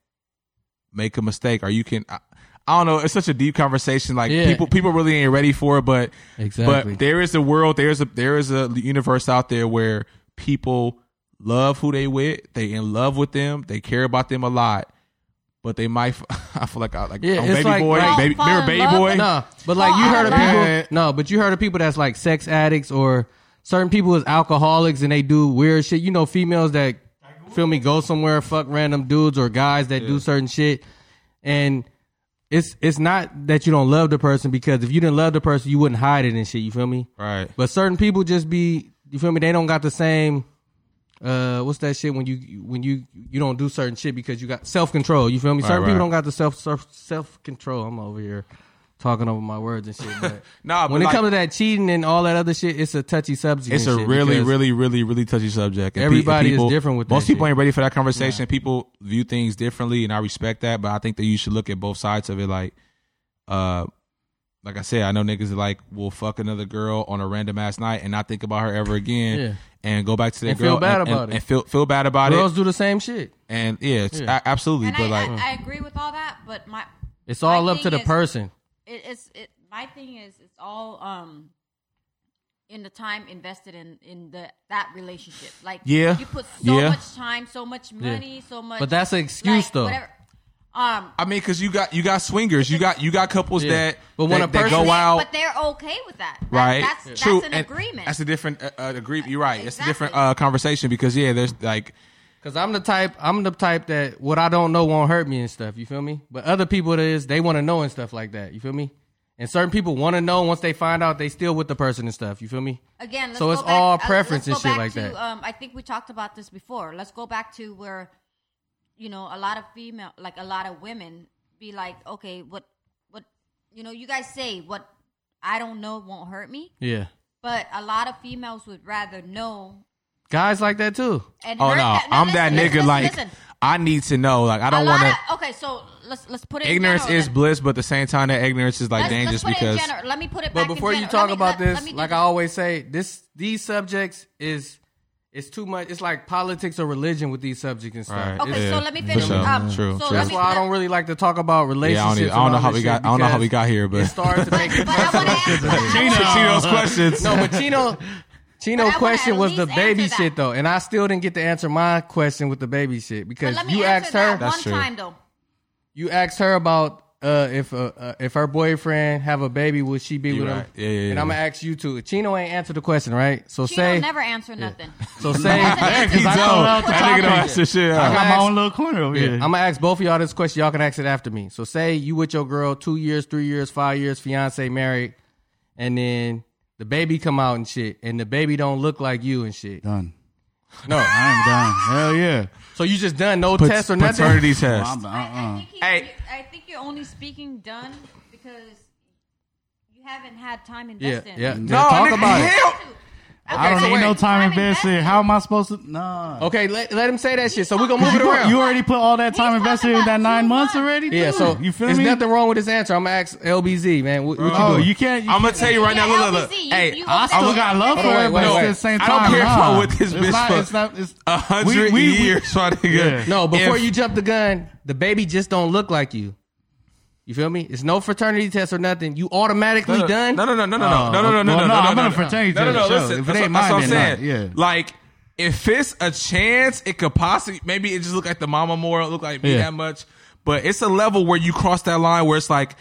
Speaker 2: make a mistake, or you can. I, I don't know. It's such a deep conversation. Like
Speaker 1: Yeah.
Speaker 2: people, people really ain't ready for it. But
Speaker 1: Exactly.
Speaker 2: but there is a world. There is a there is a universe out there where people love who they with. They in love with them. They care about them a lot. But they might. [laughs] f- I feel like I like
Speaker 1: Yeah,
Speaker 2: on
Speaker 1: it's
Speaker 2: baby
Speaker 1: like-
Speaker 2: boy.
Speaker 1: like-
Speaker 2: baby,
Speaker 5: Fall
Speaker 2: remember
Speaker 5: in
Speaker 2: baby
Speaker 5: love
Speaker 2: boy?
Speaker 5: with-
Speaker 1: No, but like you
Speaker 5: Oh,
Speaker 1: heard of
Speaker 5: I
Speaker 1: people.
Speaker 2: love it.
Speaker 1: No, but you heard of people that's like sex addicts or certain people is alcoholics and they do weird shit. You know, females that feel me go somewhere, fuck random dudes or guys that do certain shit, and it's it's not that you don't love the person because if you didn't love the person, you wouldn't hide it and shit. You feel me?
Speaker 2: Right.
Speaker 1: But certain people just be you feel me? They don't got the same. Uh, what's that shit when you when you you don't do certain shit because you got self control? You feel me? Certain
Speaker 2: right.
Speaker 1: people don't got the self self control. I'm over here talking over my words and shit.
Speaker 2: [laughs]
Speaker 1: But
Speaker 2: Nah, but
Speaker 1: when it
Speaker 2: like-
Speaker 1: comes to that cheating and all that other shit, it's a touchy subject.
Speaker 2: It's a
Speaker 1: and shit
Speaker 2: really,
Speaker 1: because-
Speaker 2: really, really, really touchy subject. And pe-
Speaker 1: Everybody is
Speaker 2: people-
Speaker 1: different with that
Speaker 2: most people
Speaker 1: shit.
Speaker 2: ain't ready for that conversation. People view things differently, and I respect that. But I think that you should look at both sides of it. Like, uh, like I said, I know niggas that, like will fuck another girl on a random ass night and not think about her ever again,
Speaker 1: Yeah.
Speaker 2: and go back to that
Speaker 1: And
Speaker 2: girl
Speaker 1: feel bad
Speaker 2: and,
Speaker 1: about
Speaker 2: and-
Speaker 1: it.
Speaker 2: and feel feel bad about
Speaker 1: girls
Speaker 2: it.
Speaker 1: do the same shit.
Speaker 2: And yeah, it's, a- absolutely.
Speaker 5: And
Speaker 2: but
Speaker 5: I,
Speaker 2: like,
Speaker 5: I, I agree with all that, but my
Speaker 1: It's all
Speaker 5: my
Speaker 1: up to
Speaker 5: thing
Speaker 1: the
Speaker 5: is-
Speaker 1: person.
Speaker 5: it, it's it my thing is it's all um in the time invested in in the that relationship like
Speaker 2: Yeah.
Speaker 5: you put so
Speaker 2: Yeah.
Speaker 5: much time so much money so much
Speaker 1: But that's an excuse, though.
Speaker 5: um
Speaker 2: I mean, because you got you got swingers, you got you got couples
Speaker 1: Yeah.
Speaker 2: that
Speaker 1: But when
Speaker 2: that,
Speaker 1: a
Speaker 2: that
Speaker 1: person-
Speaker 2: go out.
Speaker 5: but they're okay with that, That-
Speaker 2: right?
Speaker 5: that's that's
Speaker 2: True.
Speaker 5: an
Speaker 2: and
Speaker 5: agreement
Speaker 2: That's a different uh, uh, agreement. You're right. It's a different
Speaker 5: Exactly.
Speaker 2: uh, conversation because yeah, there's like
Speaker 1: Cause I'm the type, I'm the type that what I don't know won't hurt me and stuff. You feel me? But other people that is, they want to know and stuff like that. You feel me? And certain people want to know. Once they find out, they still with the person and stuff. You feel me?
Speaker 5: again let's
Speaker 1: so
Speaker 5: go
Speaker 1: it's
Speaker 5: back-
Speaker 1: all
Speaker 5: uh, let's
Speaker 1: preference
Speaker 5: go
Speaker 1: and shit
Speaker 5: back
Speaker 1: like
Speaker 5: to,
Speaker 1: that.
Speaker 5: um i think we talked about this before let's go back to where you know a lot of female like a lot of women be like okay what what you know you guys say what i don't know won't hurt me
Speaker 1: yeah,
Speaker 5: But a lot of females would rather know.
Speaker 1: guys like that too.
Speaker 5: And
Speaker 2: oh no,
Speaker 5: hurt that-
Speaker 2: I'm
Speaker 5: listen,
Speaker 2: that
Speaker 5: listen,
Speaker 2: nigga
Speaker 5: listen,
Speaker 2: like
Speaker 5: listen.
Speaker 2: I need to know like I
Speaker 5: A
Speaker 2: don't
Speaker 5: lot
Speaker 2: want to.
Speaker 5: of- Okay, so let's let's put it. in
Speaker 2: Ignorance
Speaker 5: general
Speaker 2: is
Speaker 5: then.
Speaker 2: bliss, but at the same time that ignorance is like
Speaker 5: Let's-
Speaker 2: dangerous
Speaker 5: let's put it in
Speaker 2: because
Speaker 5: general. Let me put it.
Speaker 1: But
Speaker 5: back
Speaker 1: before
Speaker 5: in
Speaker 1: you talk
Speaker 5: general. Let me-
Speaker 1: about
Speaker 5: let- let
Speaker 1: this,
Speaker 5: me do
Speaker 1: like I always say, this these subjects is it's too much. It's like politics or religion with these subjects and stuff.
Speaker 2: Right.
Speaker 1: It's-
Speaker 5: Okay, so
Speaker 2: Yeah,
Speaker 5: let me
Speaker 2: for
Speaker 5: finish.
Speaker 2: sure.
Speaker 5: Um,
Speaker 2: True,
Speaker 5: So
Speaker 2: true.
Speaker 5: Let
Speaker 1: That's
Speaker 5: me,
Speaker 1: why I don't really like to talk about
Speaker 2: yeah, I don't,
Speaker 1: relationships.
Speaker 2: even- I don't
Speaker 1: and
Speaker 2: know
Speaker 1: all
Speaker 2: how
Speaker 1: this
Speaker 2: we got
Speaker 1: shit
Speaker 2: I don't know how
Speaker 1: because
Speaker 2: we got here,
Speaker 1: It
Speaker 2: but
Speaker 1: started to take.
Speaker 5: But I want to ask.
Speaker 2: Chino. Chino's
Speaker 4: [laughs]
Speaker 2: questions.
Speaker 1: No, but Chino,
Speaker 5: [laughs]
Speaker 1: Chino
Speaker 5: But I
Speaker 1: question
Speaker 5: wanna
Speaker 1: was
Speaker 5: at
Speaker 1: the
Speaker 5: least
Speaker 1: baby
Speaker 5: answer that.
Speaker 1: shit though, and I still didn't get to answer my question with the baby shit
Speaker 5: But
Speaker 1: because
Speaker 5: let me
Speaker 1: you
Speaker 5: answer
Speaker 1: asked her,
Speaker 5: that
Speaker 2: That's
Speaker 5: one
Speaker 2: true.
Speaker 5: time though.
Speaker 1: you asked her about uh, if uh, uh, if her boyfriend have a baby, would she be
Speaker 2: You
Speaker 1: with
Speaker 2: right.
Speaker 1: him?
Speaker 2: Yeah, yeah,
Speaker 1: And
Speaker 2: yeah.
Speaker 1: I'm gonna ask you too. Chino ain't answered the question, right? So
Speaker 5: Chino
Speaker 1: say,
Speaker 5: never
Speaker 1: [laughs]
Speaker 5: answer nothing. [laughs]
Speaker 1: so
Speaker 2: [laughs]
Speaker 1: say,
Speaker 5: Heck,
Speaker 2: he
Speaker 5: I
Speaker 2: don't.
Speaker 5: don't know what
Speaker 2: That
Speaker 5: to
Speaker 2: nigga
Speaker 5: talk
Speaker 2: don't
Speaker 5: about.
Speaker 2: answer shit.
Speaker 4: I got
Speaker 1: I'm
Speaker 4: my
Speaker 1: ask-
Speaker 4: own little corner over
Speaker 1: Yeah,
Speaker 4: here.
Speaker 1: I'm gonna ask both of y'all this question. Y'all can ask it after me. So say you with your girl two years, three years, five years, fiance married, and then the baby come out and shit, and the baby don't look like you and shit.
Speaker 4: done.
Speaker 1: No,
Speaker 4: I am done. Hell yeah.
Speaker 1: so you just done no
Speaker 2: Pat-
Speaker 1: test or nothing.
Speaker 2: paternity
Speaker 4: Well,
Speaker 2: test.
Speaker 4: I'm done.
Speaker 5: I, I
Speaker 4: Uh-uh.
Speaker 5: think he,
Speaker 2: Hey.
Speaker 5: I think you're only speaking done because you haven't had time
Speaker 1: Yeah,
Speaker 5: invested. in
Speaker 1: yeah.
Speaker 5: it.
Speaker 1: No, talk
Speaker 2: nigga,
Speaker 1: about it.
Speaker 2: hell-
Speaker 4: I don't
Speaker 1: so
Speaker 4: need no
Speaker 1: wait.
Speaker 4: time
Speaker 5: Time Oh,
Speaker 4: invested.
Speaker 5: invested.
Speaker 4: How am I supposed to? No.
Speaker 1: Okay, let, let him say that shit. So
Speaker 4: [laughs]
Speaker 1: we're gonna move it
Speaker 4: You,
Speaker 1: around.
Speaker 4: you already put all that time
Speaker 5: He's
Speaker 4: invested in
Speaker 5: talking
Speaker 4: that
Speaker 5: about
Speaker 4: nine
Speaker 5: two
Speaker 4: months
Speaker 5: months.
Speaker 4: already.
Speaker 1: yeah,
Speaker 4: dude.
Speaker 1: so
Speaker 4: you feel
Speaker 1: there's
Speaker 4: me?
Speaker 1: nothing wrong with this answer. I'm gonna ask LBZ, man. What, what
Speaker 4: Oh,
Speaker 1: you doing?
Speaker 4: you can't. You
Speaker 2: I'm gonna tell you right now.
Speaker 5: Yeah,
Speaker 2: Look, look, look.
Speaker 5: LBC, you-
Speaker 2: Hey,
Speaker 5: you
Speaker 4: I
Speaker 5: hope
Speaker 4: still
Speaker 5: so.
Speaker 4: got love for
Speaker 1: Wait,
Speaker 4: her,
Speaker 1: wait,
Speaker 4: but it's
Speaker 1: wait.
Speaker 4: at the same
Speaker 2: I
Speaker 4: time.
Speaker 2: don't care if I'm
Speaker 4: nah.
Speaker 2: with this
Speaker 4: It's
Speaker 2: bitch
Speaker 4: not-
Speaker 2: for
Speaker 4: it's not- it's-
Speaker 2: a
Speaker 4: we-
Speaker 2: hundred
Speaker 4: we- we-
Speaker 2: years, my nigga.
Speaker 4: Yeah.
Speaker 1: no, before
Speaker 2: If-
Speaker 1: you jump the gun, the baby just don't look like you. You feel me? It's no fraternity test or nothing. You automatically
Speaker 2: no, no,
Speaker 1: done.
Speaker 2: No, no, no, no, no, no, no, no,
Speaker 4: Oh, well,
Speaker 1: no,
Speaker 2: no,
Speaker 4: no,
Speaker 2: no,
Speaker 4: I'm
Speaker 2: no,
Speaker 4: gonna
Speaker 2: no.
Speaker 4: fraternity
Speaker 2: No, no,
Speaker 4: to the
Speaker 2: no.
Speaker 4: show.
Speaker 2: Listen,
Speaker 4: If it
Speaker 2: that's what- that's
Speaker 4: ain't mine,
Speaker 2: what I'm
Speaker 4: then
Speaker 2: saying.
Speaker 4: not. Yeah.
Speaker 2: Like, if it's a chance, it could possibly maybe it just look like the mama more, look like me
Speaker 7: Yeah.
Speaker 2: that much. But it's a level where you cross that line where it's like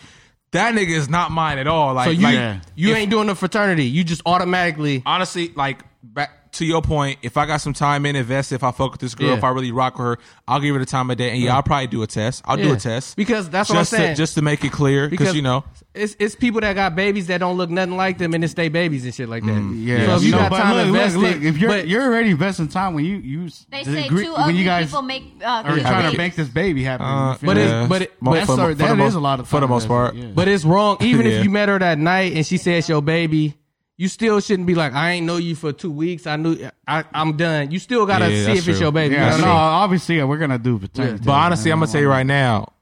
Speaker 2: that nigga is not mine at all. Like,
Speaker 1: So you
Speaker 2: like,
Speaker 4: Yeah.
Speaker 1: you ain't doing the fraternity. You just
Speaker 4: Uh,
Speaker 1: automatically
Speaker 2: honestly, like back to your point, if I got some time in, invest. If I fuck with this girl,
Speaker 1: Yeah.
Speaker 2: if I really rock with her, I'll give her the time of day. And yeah, I'll probably do a test. I'll do
Speaker 1: Yeah.
Speaker 2: a test
Speaker 1: Because that's
Speaker 2: just
Speaker 1: what I'm saying.
Speaker 2: To, just to make it clear, because you know,
Speaker 1: it's it's people that got babies that don't look nothing like them and it's they babies and shit like that.
Speaker 4: Mm, Yeah,
Speaker 1: So if you
Speaker 4: no,
Speaker 1: got
Speaker 4: but
Speaker 1: time to
Speaker 4: look,
Speaker 1: invest
Speaker 4: look,
Speaker 1: it,
Speaker 4: look, if you're
Speaker 1: but-
Speaker 4: you're already investing time when you you s-
Speaker 5: They say
Speaker 4: agree-
Speaker 5: two
Speaker 4: when
Speaker 5: ugly
Speaker 4: you guys
Speaker 5: people make uh,
Speaker 4: are
Speaker 5: good
Speaker 4: trying
Speaker 5: babies.
Speaker 4: to make this baby happen.
Speaker 2: Uh,
Speaker 4: you feel
Speaker 1: but
Speaker 4: me?
Speaker 1: it's-
Speaker 2: yeah,
Speaker 1: but it-
Speaker 2: mo- for
Speaker 1: but
Speaker 4: that's
Speaker 2: the mo-
Speaker 4: our-
Speaker 2: for
Speaker 4: that
Speaker 2: the
Speaker 4: is
Speaker 2: most-
Speaker 4: a lot of
Speaker 2: for the
Speaker 4: time
Speaker 2: most part.
Speaker 4: investment, yeah.
Speaker 1: But it's
Speaker 2: [laughs]
Speaker 1: wrong. Even
Speaker 2: Yeah.
Speaker 1: if you met her that night and she says your baby, you still shouldn't be like, I ain't know you for two weeks. I knew I, I'm done. You still gotta
Speaker 2: Yeah,
Speaker 1: see
Speaker 2: that's
Speaker 1: if it's
Speaker 2: true.
Speaker 1: your baby.
Speaker 4: Yeah,
Speaker 1: You know
Speaker 4: no,
Speaker 1: what I mean?
Speaker 4: obviously yeah, we're gonna do paternity.
Speaker 2: But honestly, I'm gonna tell you right now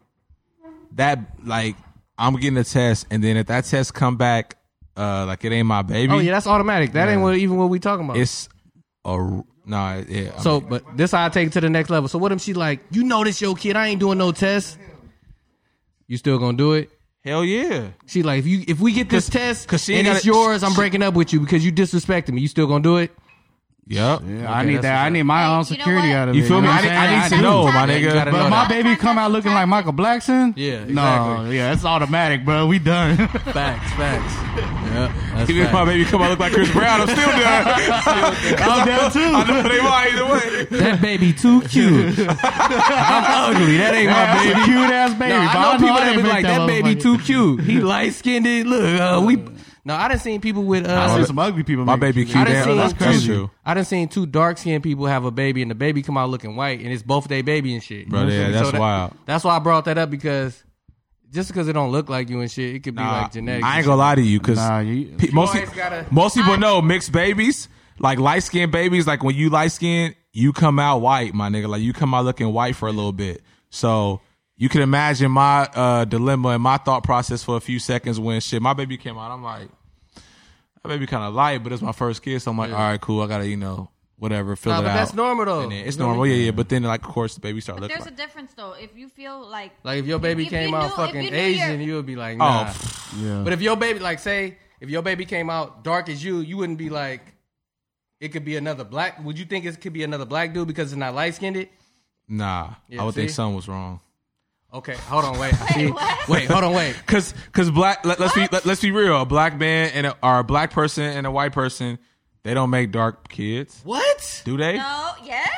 Speaker 2: that like I'm getting a test, and then if that test come back uh like it ain't my baby,
Speaker 1: Oh yeah, that's automatic. That ain't what, even what we talking about.
Speaker 2: it's a nah. Yeah, I
Speaker 1: so,
Speaker 2: mean,
Speaker 1: but this I take it to the next level. So what if she like, you know this your kid? I ain't doing no test. You still gonna do it?
Speaker 2: hell yeah,
Speaker 1: She like, if you if we get this test
Speaker 2: 'cause she
Speaker 1: and
Speaker 2: ain't
Speaker 1: it's
Speaker 2: gotta-
Speaker 1: yours, I'm
Speaker 2: she-
Speaker 1: breaking up with you because you disrespected me. You still gonna do it?
Speaker 2: yep.
Speaker 4: Yeah, I
Speaker 1: Okay,
Speaker 4: need
Speaker 1: that's
Speaker 4: that.
Speaker 1: what's
Speaker 4: I need my
Speaker 5: Hey,
Speaker 4: own
Speaker 5: you know
Speaker 4: security
Speaker 5: what?
Speaker 4: out of
Speaker 2: You
Speaker 4: it.
Speaker 2: feel me?
Speaker 4: know what
Speaker 2: I,
Speaker 4: I'm
Speaker 2: need- I
Speaker 4: saying?
Speaker 2: need
Speaker 5: I
Speaker 2: to know, my
Speaker 5: need to
Speaker 2: nigga.
Speaker 5: tap it.
Speaker 4: But
Speaker 5: know
Speaker 4: if
Speaker 5: that.
Speaker 4: my baby come out looking like Michael Blackson?
Speaker 1: Yeah,
Speaker 4: No, yeah, it's automatic, bro. We done.
Speaker 1: Facts, facts. Yeah,
Speaker 2: [laughs] Even if my baby come out look like Chris Brown, I'm still down.
Speaker 4: I'm down
Speaker 2: I
Speaker 4: too.
Speaker 2: know they might either way.
Speaker 1: that baby too
Speaker 2: [laughs]
Speaker 1: cute. I'm ugly. That ain't my
Speaker 4: [laughs] That's
Speaker 1: baby.
Speaker 4: a cute ass baby.
Speaker 1: No,
Speaker 4: but
Speaker 1: I know
Speaker 4: don't-
Speaker 1: people
Speaker 4: I
Speaker 1: that
Speaker 4: didn't
Speaker 1: be
Speaker 4: make
Speaker 1: like that, baby
Speaker 4: motherfucker.
Speaker 1: too cute. He light skinned. Look, uh, we. No, I done seen people with. Uh,
Speaker 4: I seen
Speaker 1: I
Speaker 4: some ugly people.
Speaker 2: My
Speaker 4: make
Speaker 2: baby
Speaker 4: it.
Speaker 2: cute.
Speaker 1: done
Speaker 2: Yeah,
Speaker 1: seen
Speaker 2: that's
Speaker 1: two-
Speaker 2: crazy. True.
Speaker 1: I done seen two dark skinned people have a baby, and the baby come out looking white, and it's both their baby and shit.
Speaker 7: Bro, yeah,
Speaker 1: So
Speaker 7: that's
Speaker 1: that-
Speaker 7: wild.
Speaker 1: That's why I brought that up because just because it don't look like you and shit, it could be
Speaker 2: Nah,
Speaker 1: like genetic.
Speaker 2: I ain't gonna lie to you because
Speaker 4: Nah, you-
Speaker 2: most,
Speaker 1: always gotta-
Speaker 2: most people know mixed babies, like light skinned babies, like when you light skinned, you come out white, my nigga. Like you come out looking white for a little bit. So you can imagine my uh, dilemma and my thought process for a few seconds when shit, my baby came out. I'm like, that baby kind of light, but it's my first kid. So I'm like, all right, cool. I gotta, you know, whatever, fill
Speaker 1: Nah,
Speaker 2: it
Speaker 1: but
Speaker 2: out.
Speaker 1: that's normal though.
Speaker 2: And then it's
Speaker 1: You know what I
Speaker 2: normal,
Speaker 1: mean?
Speaker 2: yeah, yeah. But then, like, of course, the baby start
Speaker 5: But
Speaker 2: looking.
Speaker 5: there's a
Speaker 2: Like,
Speaker 5: difference though. If you feel like
Speaker 1: Like if your baby
Speaker 5: If you
Speaker 1: came
Speaker 5: knew-
Speaker 1: out
Speaker 5: if
Speaker 1: fucking
Speaker 5: you knew
Speaker 1: Asian,
Speaker 5: your-
Speaker 1: you would be like,
Speaker 2: oh,
Speaker 1: nah.
Speaker 2: pff,
Speaker 4: Yeah.
Speaker 1: But if your baby, like, say, if your baby came out dark as you, you wouldn't be like, it could be another black. Would you think it could be another black dude because it's not light skinned?
Speaker 2: nah,
Speaker 1: Yeah,
Speaker 2: I would think
Speaker 1: see?
Speaker 2: something was wrong.
Speaker 1: Okay, hold
Speaker 5: [laughs]
Speaker 1: on, wait. See?
Speaker 5: [laughs] what?
Speaker 1: Wait, hold on, wait.
Speaker 2: Cause, cause black. Let, us be let, us be real. A black man and a, or a black person and a white person, they don't make dark kids,
Speaker 1: What?
Speaker 2: do they?
Speaker 5: no, yes.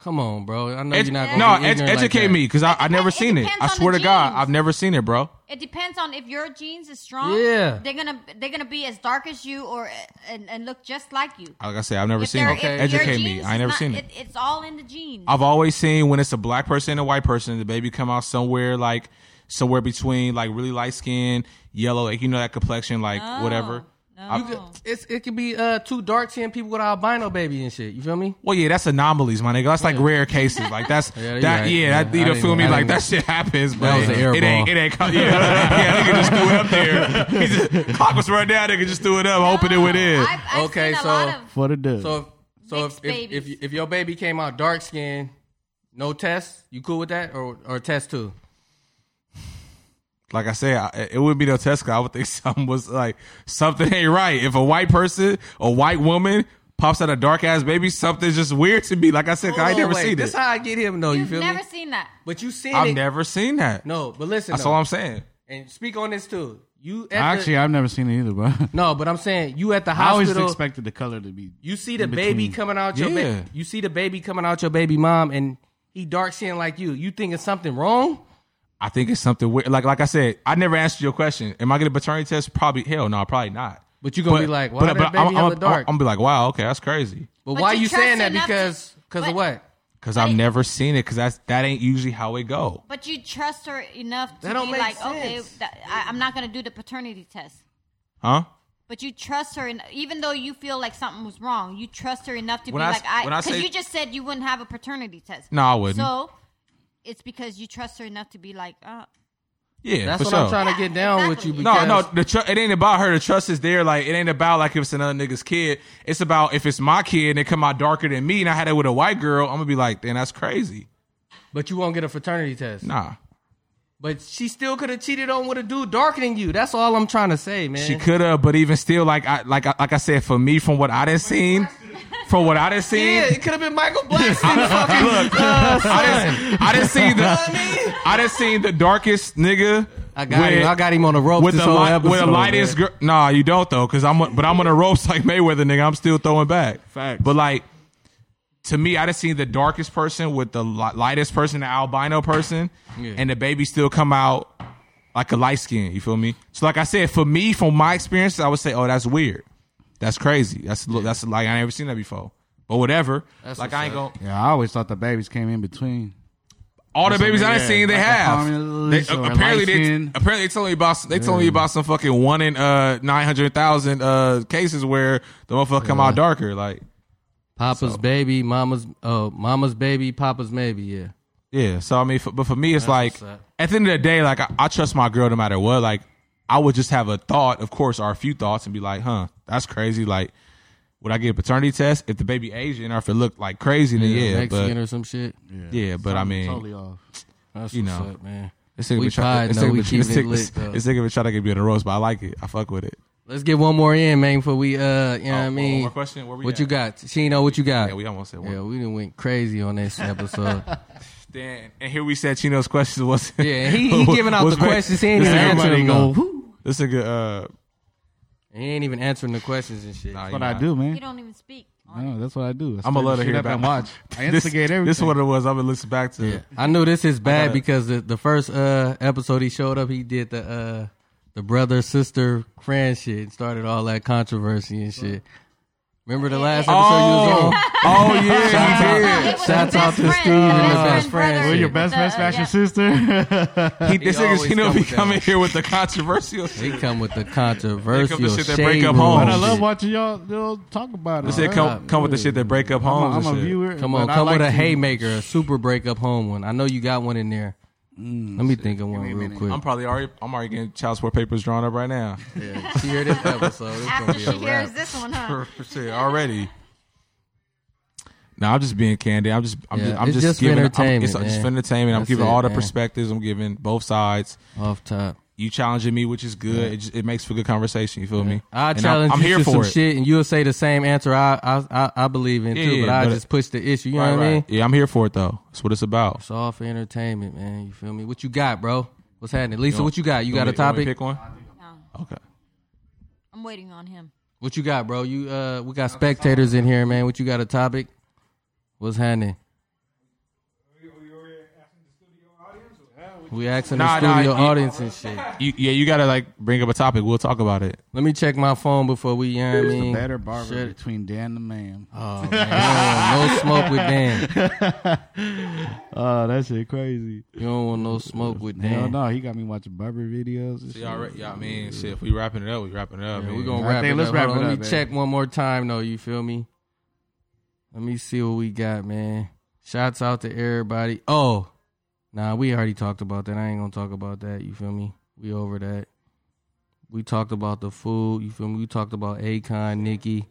Speaker 1: Come on, bro. I know
Speaker 2: Ed-
Speaker 1: you're not going
Speaker 2: no,
Speaker 1: to be
Speaker 2: ed-
Speaker 1: ignorant like
Speaker 2: educate
Speaker 1: that.
Speaker 2: me, cause I, I never
Speaker 5: It
Speaker 2: seen it.
Speaker 5: depends
Speaker 2: I
Speaker 5: on the
Speaker 2: swear to God,
Speaker 5: genes.
Speaker 2: I've never seen it, bro.
Speaker 5: It depends on if your genes is strong.
Speaker 1: Yeah.
Speaker 5: they're gonna they're gonna be as dark as you or and, and look just like you.
Speaker 2: Like I said, I've never
Speaker 5: If
Speaker 2: seen
Speaker 5: they're-
Speaker 2: it.
Speaker 5: if your
Speaker 2: Educate me.
Speaker 5: genes
Speaker 2: I
Speaker 5: is
Speaker 2: never
Speaker 5: not-
Speaker 2: seen it.
Speaker 5: It's all in the genes.
Speaker 2: I've always seen when it's a black person and a white person, the baby come out somewhere like somewhere between like really light skin, yellow, like you know that complexion, like
Speaker 5: No,
Speaker 2: whatever.
Speaker 5: no.
Speaker 2: I-
Speaker 5: You could-
Speaker 1: It's, it could be uh, two dark skinned people with albino baby and shit. You feel me?
Speaker 2: Well, yeah, that's anomalies, my nigga. That's like rare cases. Like that's
Speaker 1: [laughs] Yeah, you
Speaker 2: that.
Speaker 1: right.
Speaker 2: Yeah, that,
Speaker 1: Yeah,
Speaker 2: you
Speaker 1: I
Speaker 2: know,
Speaker 1: didn't-
Speaker 2: feel me?
Speaker 1: I
Speaker 2: Like
Speaker 1: didn't-
Speaker 2: that shit happens, but
Speaker 1: was an air
Speaker 2: it ain't.
Speaker 1: ball.
Speaker 2: It ain't. co- Yeah, yeah. [laughs] Nigga just threw it up there. [laughs] He just, clock was running down. Nigga just threw it up, hoping it went in.
Speaker 5: I've, I've
Speaker 1: Okay,
Speaker 5: seen a
Speaker 1: so-
Speaker 5: lot of
Speaker 4: What it do?
Speaker 1: So if, so if,
Speaker 5: Mixed
Speaker 1: if,
Speaker 5: babies.
Speaker 1: if, if your baby came out dark skinned, no test, you cool with that? Or, or test too?
Speaker 2: Like I said, I, it would be no test. 'cause I would think [laughs] something was like something ain't right. If a white person, a white woman pops out a dark ass baby, something's just weird to me. Like I said, 'cause I ain't
Speaker 1: Hold on,
Speaker 2: never
Speaker 1: wait.
Speaker 2: seen
Speaker 1: This
Speaker 2: it.
Speaker 1: how I get him, though. You
Speaker 5: You've
Speaker 1: feel
Speaker 5: never
Speaker 1: me?
Speaker 5: seen that.
Speaker 1: But you seen
Speaker 2: I've
Speaker 1: it.
Speaker 2: never seen that.
Speaker 1: No, but listen.
Speaker 2: That's
Speaker 1: though.
Speaker 2: all I'm saying.
Speaker 1: and speak on this too. You at
Speaker 4: Actually,
Speaker 1: the,
Speaker 4: I've never seen it either, bro.
Speaker 1: no, but I'm saying you at the
Speaker 4: I always
Speaker 1: hospital.
Speaker 4: expected the color to be.
Speaker 1: you see the
Speaker 4: in
Speaker 1: baby
Speaker 4: between.
Speaker 1: coming out your
Speaker 2: Yeah.
Speaker 1: ba- you see the baby coming out your baby mom, and he dark skin like you. You think it's something wrong?
Speaker 2: I think it's something weird. Like like I said, I never answered your question. Am I getting a paternity test? Probably hell no, probably not.
Speaker 1: But you gonna be like, why did that
Speaker 2: I'm-
Speaker 1: baby
Speaker 2: I'm,
Speaker 1: hella dark?
Speaker 2: I'm, I'm gonna be like, wow, okay, that's crazy.
Speaker 1: But,
Speaker 5: But
Speaker 1: why
Speaker 5: you
Speaker 1: you
Speaker 5: trust
Speaker 1: saying that?
Speaker 5: enough to-
Speaker 1: Because because of
Speaker 5: but-
Speaker 1: what?
Speaker 2: Cause I've never seen it. Cause that's that ain't usually how it go.
Speaker 5: But you trust her enough to
Speaker 1: That don't
Speaker 5: be
Speaker 1: make
Speaker 5: like, okay,
Speaker 1: sense.
Speaker 5: that, I, I'm not going to do the paternity test.
Speaker 2: Huh?
Speaker 5: But you trust her, and even though you feel like something was wrong, you trust her enough to
Speaker 2: When
Speaker 5: be
Speaker 2: I s-
Speaker 5: like, I
Speaker 2: when I
Speaker 5: because
Speaker 2: say-
Speaker 5: you just said you wouldn't have a paternity test.
Speaker 2: No, I wouldn't.
Speaker 5: So it's because you trust her enough to be like, uh,
Speaker 2: yeah,
Speaker 1: That's
Speaker 2: for
Speaker 1: what
Speaker 2: sure.
Speaker 1: I'm trying to get down with you.
Speaker 2: no,
Speaker 1: Because
Speaker 2: no, the tr- it ain't about her. The trust is there. Like it ain't about like if it's another nigga's kid. It's about if it's my kid and they come out darker than me, and I had it with a white girl. I'm gonna be like, then that's crazy.
Speaker 1: But you won't get a fraternity test.
Speaker 2: Nah,
Speaker 1: But she still could have cheated on with a dude darker than you. That's all I'm trying to say, man.
Speaker 2: she could have, but even still, like I like I, like I said, for me, from what I done seen, from what I didn't see.
Speaker 8: Yeah, it could have been Michael
Speaker 2: [laughs]
Speaker 8: Blackson.
Speaker 2: Look, I didn't, I didn't see the, I didn't see the darkest nigga.
Speaker 1: I got him. I got him on the rope
Speaker 2: with
Speaker 1: this
Speaker 2: the
Speaker 1: whole
Speaker 2: li-
Speaker 1: episode.
Speaker 2: with the lightest.
Speaker 1: man.
Speaker 2: Gr- nah, you don't though, because I'm but I'm on the ropes [laughs] like Mayweather, nigga. I'm still throwing back.
Speaker 8: Facts.
Speaker 2: But like to me, I just seen the darkest person with the li- lightest person, the albino person, and the baby still come out like a light skin. You feel me? So like I said, for me, from my experience, I would say, oh, that's weird. That's crazy. That's that's like I ain't never seen that before. But whatever. like I ain't gonna
Speaker 4: Yeah, I always thought the babies came in between.
Speaker 2: all the babies I done
Speaker 4: Yeah,
Speaker 2: seen, they
Speaker 4: like a
Speaker 2: have. They, uh,
Speaker 4: communist or a
Speaker 2: apparently, they
Speaker 4: light-skinned.
Speaker 2: apparently they told me about they told me about some fucking one in uh nine hundred thousand uh cases where the motherfucker come out darker. Like
Speaker 1: Papa's baby, mama's uh, mama's baby, papa's maybe. Yeah,
Speaker 2: yeah. So I mean, f- but for me, it's like
Speaker 1: what's up.
Speaker 2: at the end of the day, like I, I trust my girl no matter what. Like I would just have a thought, of course, or a few thoughts, and be like, huh, that's crazy. Like. Would I get a paternity test if the baby Asian or if it looked like crazy? Then yeah,
Speaker 1: Mexican or some shit.
Speaker 2: but yeah, but I mean,
Speaker 4: Totally off.
Speaker 1: That's
Speaker 2: You
Speaker 1: what's
Speaker 2: know.
Speaker 1: up, man.
Speaker 2: this nigga
Speaker 1: We
Speaker 2: been try-
Speaker 1: tried,
Speaker 2: this
Speaker 1: no,
Speaker 2: nigga
Speaker 1: we
Speaker 2: been-
Speaker 1: keep
Speaker 2: this
Speaker 1: it
Speaker 2: nigga-
Speaker 1: lit, though.
Speaker 2: this nigga been trying to get me in a roast, but I like it. I fuck with it.
Speaker 1: Let's get one more in, man, before we uh, you know what I
Speaker 2: Oh, one
Speaker 1: mean.
Speaker 2: more question? Where we
Speaker 1: what
Speaker 2: at?
Speaker 1: you got, Chino? What you got?
Speaker 2: Yeah, we almost said one.
Speaker 1: Yeah, we done went crazy on
Speaker 2: [laughs]
Speaker 1: this episode.
Speaker 2: Then and here we said Chino's questions was
Speaker 1: [laughs] yeah, he,
Speaker 2: [laughs]
Speaker 1: he giving out
Speaker 2: was
Speaker 1: the
Speaker 2: great.
Speaker 1: questions. He ain't
Speaker 2: This
Speaker 1: even
Speaker 2: nigga-
Speaker 1: answering them. though.
Speaker 2: This nigga, uh,
Speaker 1: He ain't even answering the questions and shit.
Speaker 2: nah,
Speaker 4: That's what
Speaker 2: you
Speaker 4: I
Speaker 2: not.
Speaker 4: do,
Speaker 5: You
Speaker 4: man.
Speaker 5: don't even speak.
Speaker 2: Mm.
Speaker 4: No, that's what I do. I
Speaker 2: I'ma let her
Speaker 4: straight
Speaker 2: hear
Speaker 4: up
Speaker 2: about
Speaker 4: and
Speaker 2: it.
Speaker 4: watch. I
Speaker 2: This-
Speaker 4: instigate everything.
Speaker 2: This is what it was. I'm gonna listen back to.
Speaker 1: Yeah. I know this is bad
Speaker 2: gotta-
Speaker 1: because the, the first uh, episode he showed up, he did the uh, the brother sister friend shit and started all that controversy and shit. Remember the last episode you was on?
Speaker 2: [laughs] Oh yeah,
Speaker 5: It was the
Speaker 1: Shouts out
Speaker 5: best
Speaker 1: to Steve
Speaker 5: friend, the
Speaker 1: and his
Speaker 5: best
Speaker 1: best friend.
Speaker 5: friend, brother
Speaker 4: We're your
Speaker 1: Shit.
Speaker 4: best
Speaker 5: with
Speaker 4: friend
Speaker 5: the-
Speaker 4: smash
Speaker 5: Uh, yeah.
Speaker 4: your sister. [laughs]
Speaker 2: he did. He, this
Speaker 1: always
Speaker 2: nigga Chino
Speaker 1: come
Speaker 2: be
Speaker 1: with that.
Speaker 2: coming here with the controversial. shit.
Speaker 1: He come with the controversial
Speaker 2: Here come the
Speaker 1: shit
Speaker 2: shit that break up homes.
Speaker 1: home.
Speaker 4: But I love watching y'all, y'all talk about it.
Speaker 2: This shit come come with the shit that break up
Speaker 4: I'm,
Speaker 2: homes.
Speaker 4: a,
Speaker 2: and
Speaker 4: I'm a
Speaker 2: shit.
Speaker 4: viewer.
Speaker 1: Come on,
Speaker 4: but I
Speaker 1: come
Speaker 4: like
Speaker 1: with a
Speaker 4: to-
Speaker 1: haymaker, a super break up home one. I know you got one in there.
Speaker 2: Mm,
Speaker 1: Let me think of one real quick.
Speaker 2: I'm probably already. I'm already getting child support papers drawn up right now. [laughs]
Speaker 1: she heard this episode. It's gonna
Speaker 5: After
Speaker 1: be
Speaker 5: she
Speaker 1: a
Speaker 5: hears
Speaker 1: wrap.
Speaker 5: this one, huh?
Speaker 2: For shit already. No, I'm just being candid. I'm just, I'm
Speaker 1: Yeah,
Speaker 2: just, I'm
Speaker 1: it's
Speaker 2: just,
Speaker 1: just for
Speaker 2: giving. I'm-
Speaker 1: entertainment,
Speaker 2: it's just
Speaker 1: man.
Speaker 2: for entertainment. I'm
Speaker 1: That's
Speaker 2: giving
Speaker 1: it,
Speaker 2: all the
Speaker 1: man.
Speaker 2: perspectives. I'm giving both sides.
Speaker 1: Off top.
Speaker 2: you challenging me, which is good. It, just, it makes for good conversation. You feel me?
Speaker 1: I
Speaker 2: And
Speaker 1: challenge
Speaker 2: I'm, I'm
Speaker 1: you
Speaker 2: here
Speaker 1: to
Speaker 2: for
Speaker 1: some
Speaker 2: it.
Speaker 1: shit, and you'll say the same answer I I, I, I believe in
Speaker 2: Yeah,
Speaker 1: too.
Speaker 2: yeah,
Speaker 1: But I
Speaker 2: but-
Speaker 1: just push the issue. You
Speaker 2: Right,
Speaker 1: know what I
Speaker 2: right.
Speaker 1: mean?
Speaker 2: Yeah, I'm here for it though. That's what it's about.
Speaker 1: It's all for entertainment, man. You feel me? What you got, bro? What's happening, Lisa?
Speaker 2: want-
Speaker 1: what you got? You got a
Speaker 2: want me- want me to
Speaker 1: topic?
Speaker 2: Pick one.
Speaker 5: No,
Speaker 2: Okay.
Speaker 5: I'm waiting on him.
Speaker 1: What you got, bro? You uh, we got spectators in here, man. What you got a topic? What's happening? We asking
Speaker 2: Nah,
Speaker 1: the
Speaker 2: nah,
Speaker 1: studio
Speaker 2: you-
Speaker 1: audience and shit.
Speaker 2: You, yeah, you gotta like bring up a topic. We'll talk about it.
Speaker 1: Let me check my phone before we. You know what I
Speaker 4: Who's the
Speaker 1: mean?
Speaker 4: better barber
Speaker 1: Shit.
Speaker 4: between Dan the man? Oh,
Speaker 1: Oh, man. You don't want no smoke with Dan.
Speaker 2: Ah,
Speaker 4: that shit crazy.
Speaker 1: You don't want no smoke with
Speaker 4: Hell
Speaker 1: Dan.
Speaker 4: no, he got me watching barber videos. and shit.
Speaker 2: Y'all, re- y'all, I mean, shit. If we wrapping it up, we wrapping it up.
Speaker 1: Yeah,
Speaker 2: man.
Speaker 1: we're gonna
Speaker 4: I
Speaker 1: wrap
Speaker 4: think
Speaker 1: it
Speaker 4: let's
Speaker 1: up.
Speaker 4: wrap
Speaker 1: Hold
Speaker 4: it
Speaker 1: on,
Speaker 4: up,
Speaker 1: let me
Speaker 4: man.
Speaker 1: check one more time though, you feel me? Let me see what we got, man. Shouts out to everybody. Oh. Nah, we already talked about that. I ain't gonna talk about that, you feel me? We over that. We talked about the food, you feel me? We talked about Akon, Nikki.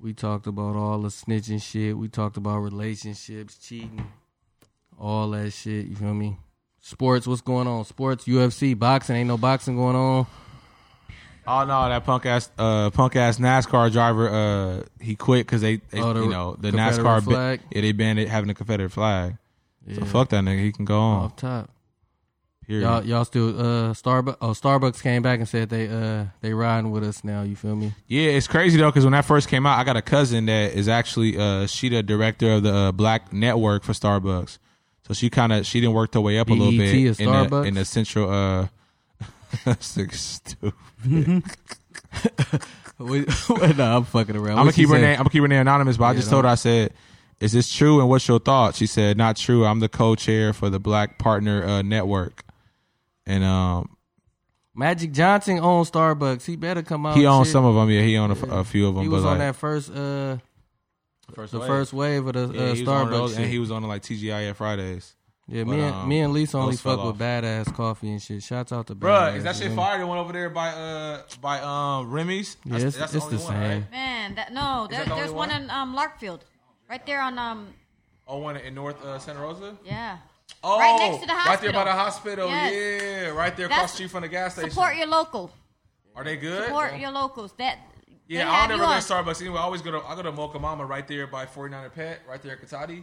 Speaker 1: We talked about all the snitching shit. We talked about relationships, cheating, all that shit, you feel me? Sports, what's going on? Sports, UFC, boxing, ain't no boxing going on.
Speaker 2: Oh no, that punk ass, uh, punk ass NASCAR driver, uh, he quit because they, they
Speaker 1: Oh, the
Speaker 2: you know, the
Speaker 1: Confederate
Speaker 2: NASCAR, ba-
Speaker 1: flag?
Speaker 2: yeah, they banned it having a Confederate flag. So fuck that nigga. He can go on.
Speaker 1: Off top.
Speaker 2: Period.
Speaker 1: Oh, Y'all, y'all still uh Starbucks? Oh, Starbucks came back and said they uh they riding with us now.
Speaker 2: [laughs]
Speaker 1: You feel me?
Speaker 2: Yeah, it's crazy though because when that first came out, I got a cousin that is actually uh, she the director of the uh, Black Network for Starbucks. So she kind of she didn't work her way up a little
Speaker 1: BET
Speaker 2: bit
Speaker 1: is
Speaker 2: in the,
Speaker 1: E Starbucks?
Speaker 2: in the central. Uh, [laughs] sick stupid.
Speaker 1: [laughs] no, I'm fucking around.
Speaker 2: I'm gonna keep her name. I'm gonna keep her name anonymous. But I just told her I said, "Is this true? And what's your thought?" She said, "Not true. I'm the co-chair for the Black Partner uh, Network." And um,
Speaker 1: Magic Johnson owns Starbucks. He better come out.
Speaker 2: he
Speaker 1: and
Speaker 2: owns
Speaker 1: shit.
Speaker 2: some of them. Oh, Yeah, he owned a f- a, few of them.
Speaker 1: He
Speaker 2: but
Speaker 1: was
Speaker 2: like,
Speaker 1: on that first uh
Speaker 2: first
Speaker 1: the first wave of the
Speaker 2: yeah,
Speaker 1: uh,
Speaker 2: he was on
Speaker 1: Starbucks.
Speaker 2: those,
Speaker 1: shit.
Speaker 2: and he was on like TGIF Fridays.
Speaker 1: yeah,
Speaker 2: but,
Speaker 1: me and
Speaker 2: um,
Speaker 1: me and Lisa only
Speaker 2: those fell
Speaker 1: fuck with
Speaker 2: off.
Speaker 1: badass coffee and shit. Shouts out to
Speaker 2: Bruh,
Speaker 1: Badass,
Speaker 2: is that
Speaker 1: you
Speaker 2: shit
Speaker 1: feel me?
Speaker 2: fire? The one over there by uh by um Remy's.
Speaker 1: Yeah, it's, it's the,
Speaker 2: only One,
Speaker 1: same.
Speaker 2: right?
Speaker 5: Man, that no, there,
Speaker 2: that the
Speaker 5: there's
Speaker 2: only
Speaker 5: one
Speaker 2: one?
Speaker 5: in um, Larkfield, right there on um,
Speaker 2: Oh, one in North uh, Santa Rosa.
Speaker 5: yeah.
Speaker 2: Oh,
Speaker 5: Right next to the
Speaker 2: Right there by
Speaker 5: hospital.
Speaker 2: the hospital.
Speaker 5: Yes.
Speaker 2: Yeah, right there across
Speaker 5: That's-
Speaker 2: the street from the gas station.
Speaker 5: Support your local.
Speaker 2: Are they good?
Speaker 5: Support your locals. That
Speaker 2: Yeah,
Speaker 5: They
Speaker 2: I
Speaker 5: have
Speaker 2: don't
Speaker 5: you
Speaker 2: ever go
Speaker 5: on-
Speaker 2: to Starbucks anyway. I always go to I go to Mocha Mama right there by 49er Pet, right there at Katati.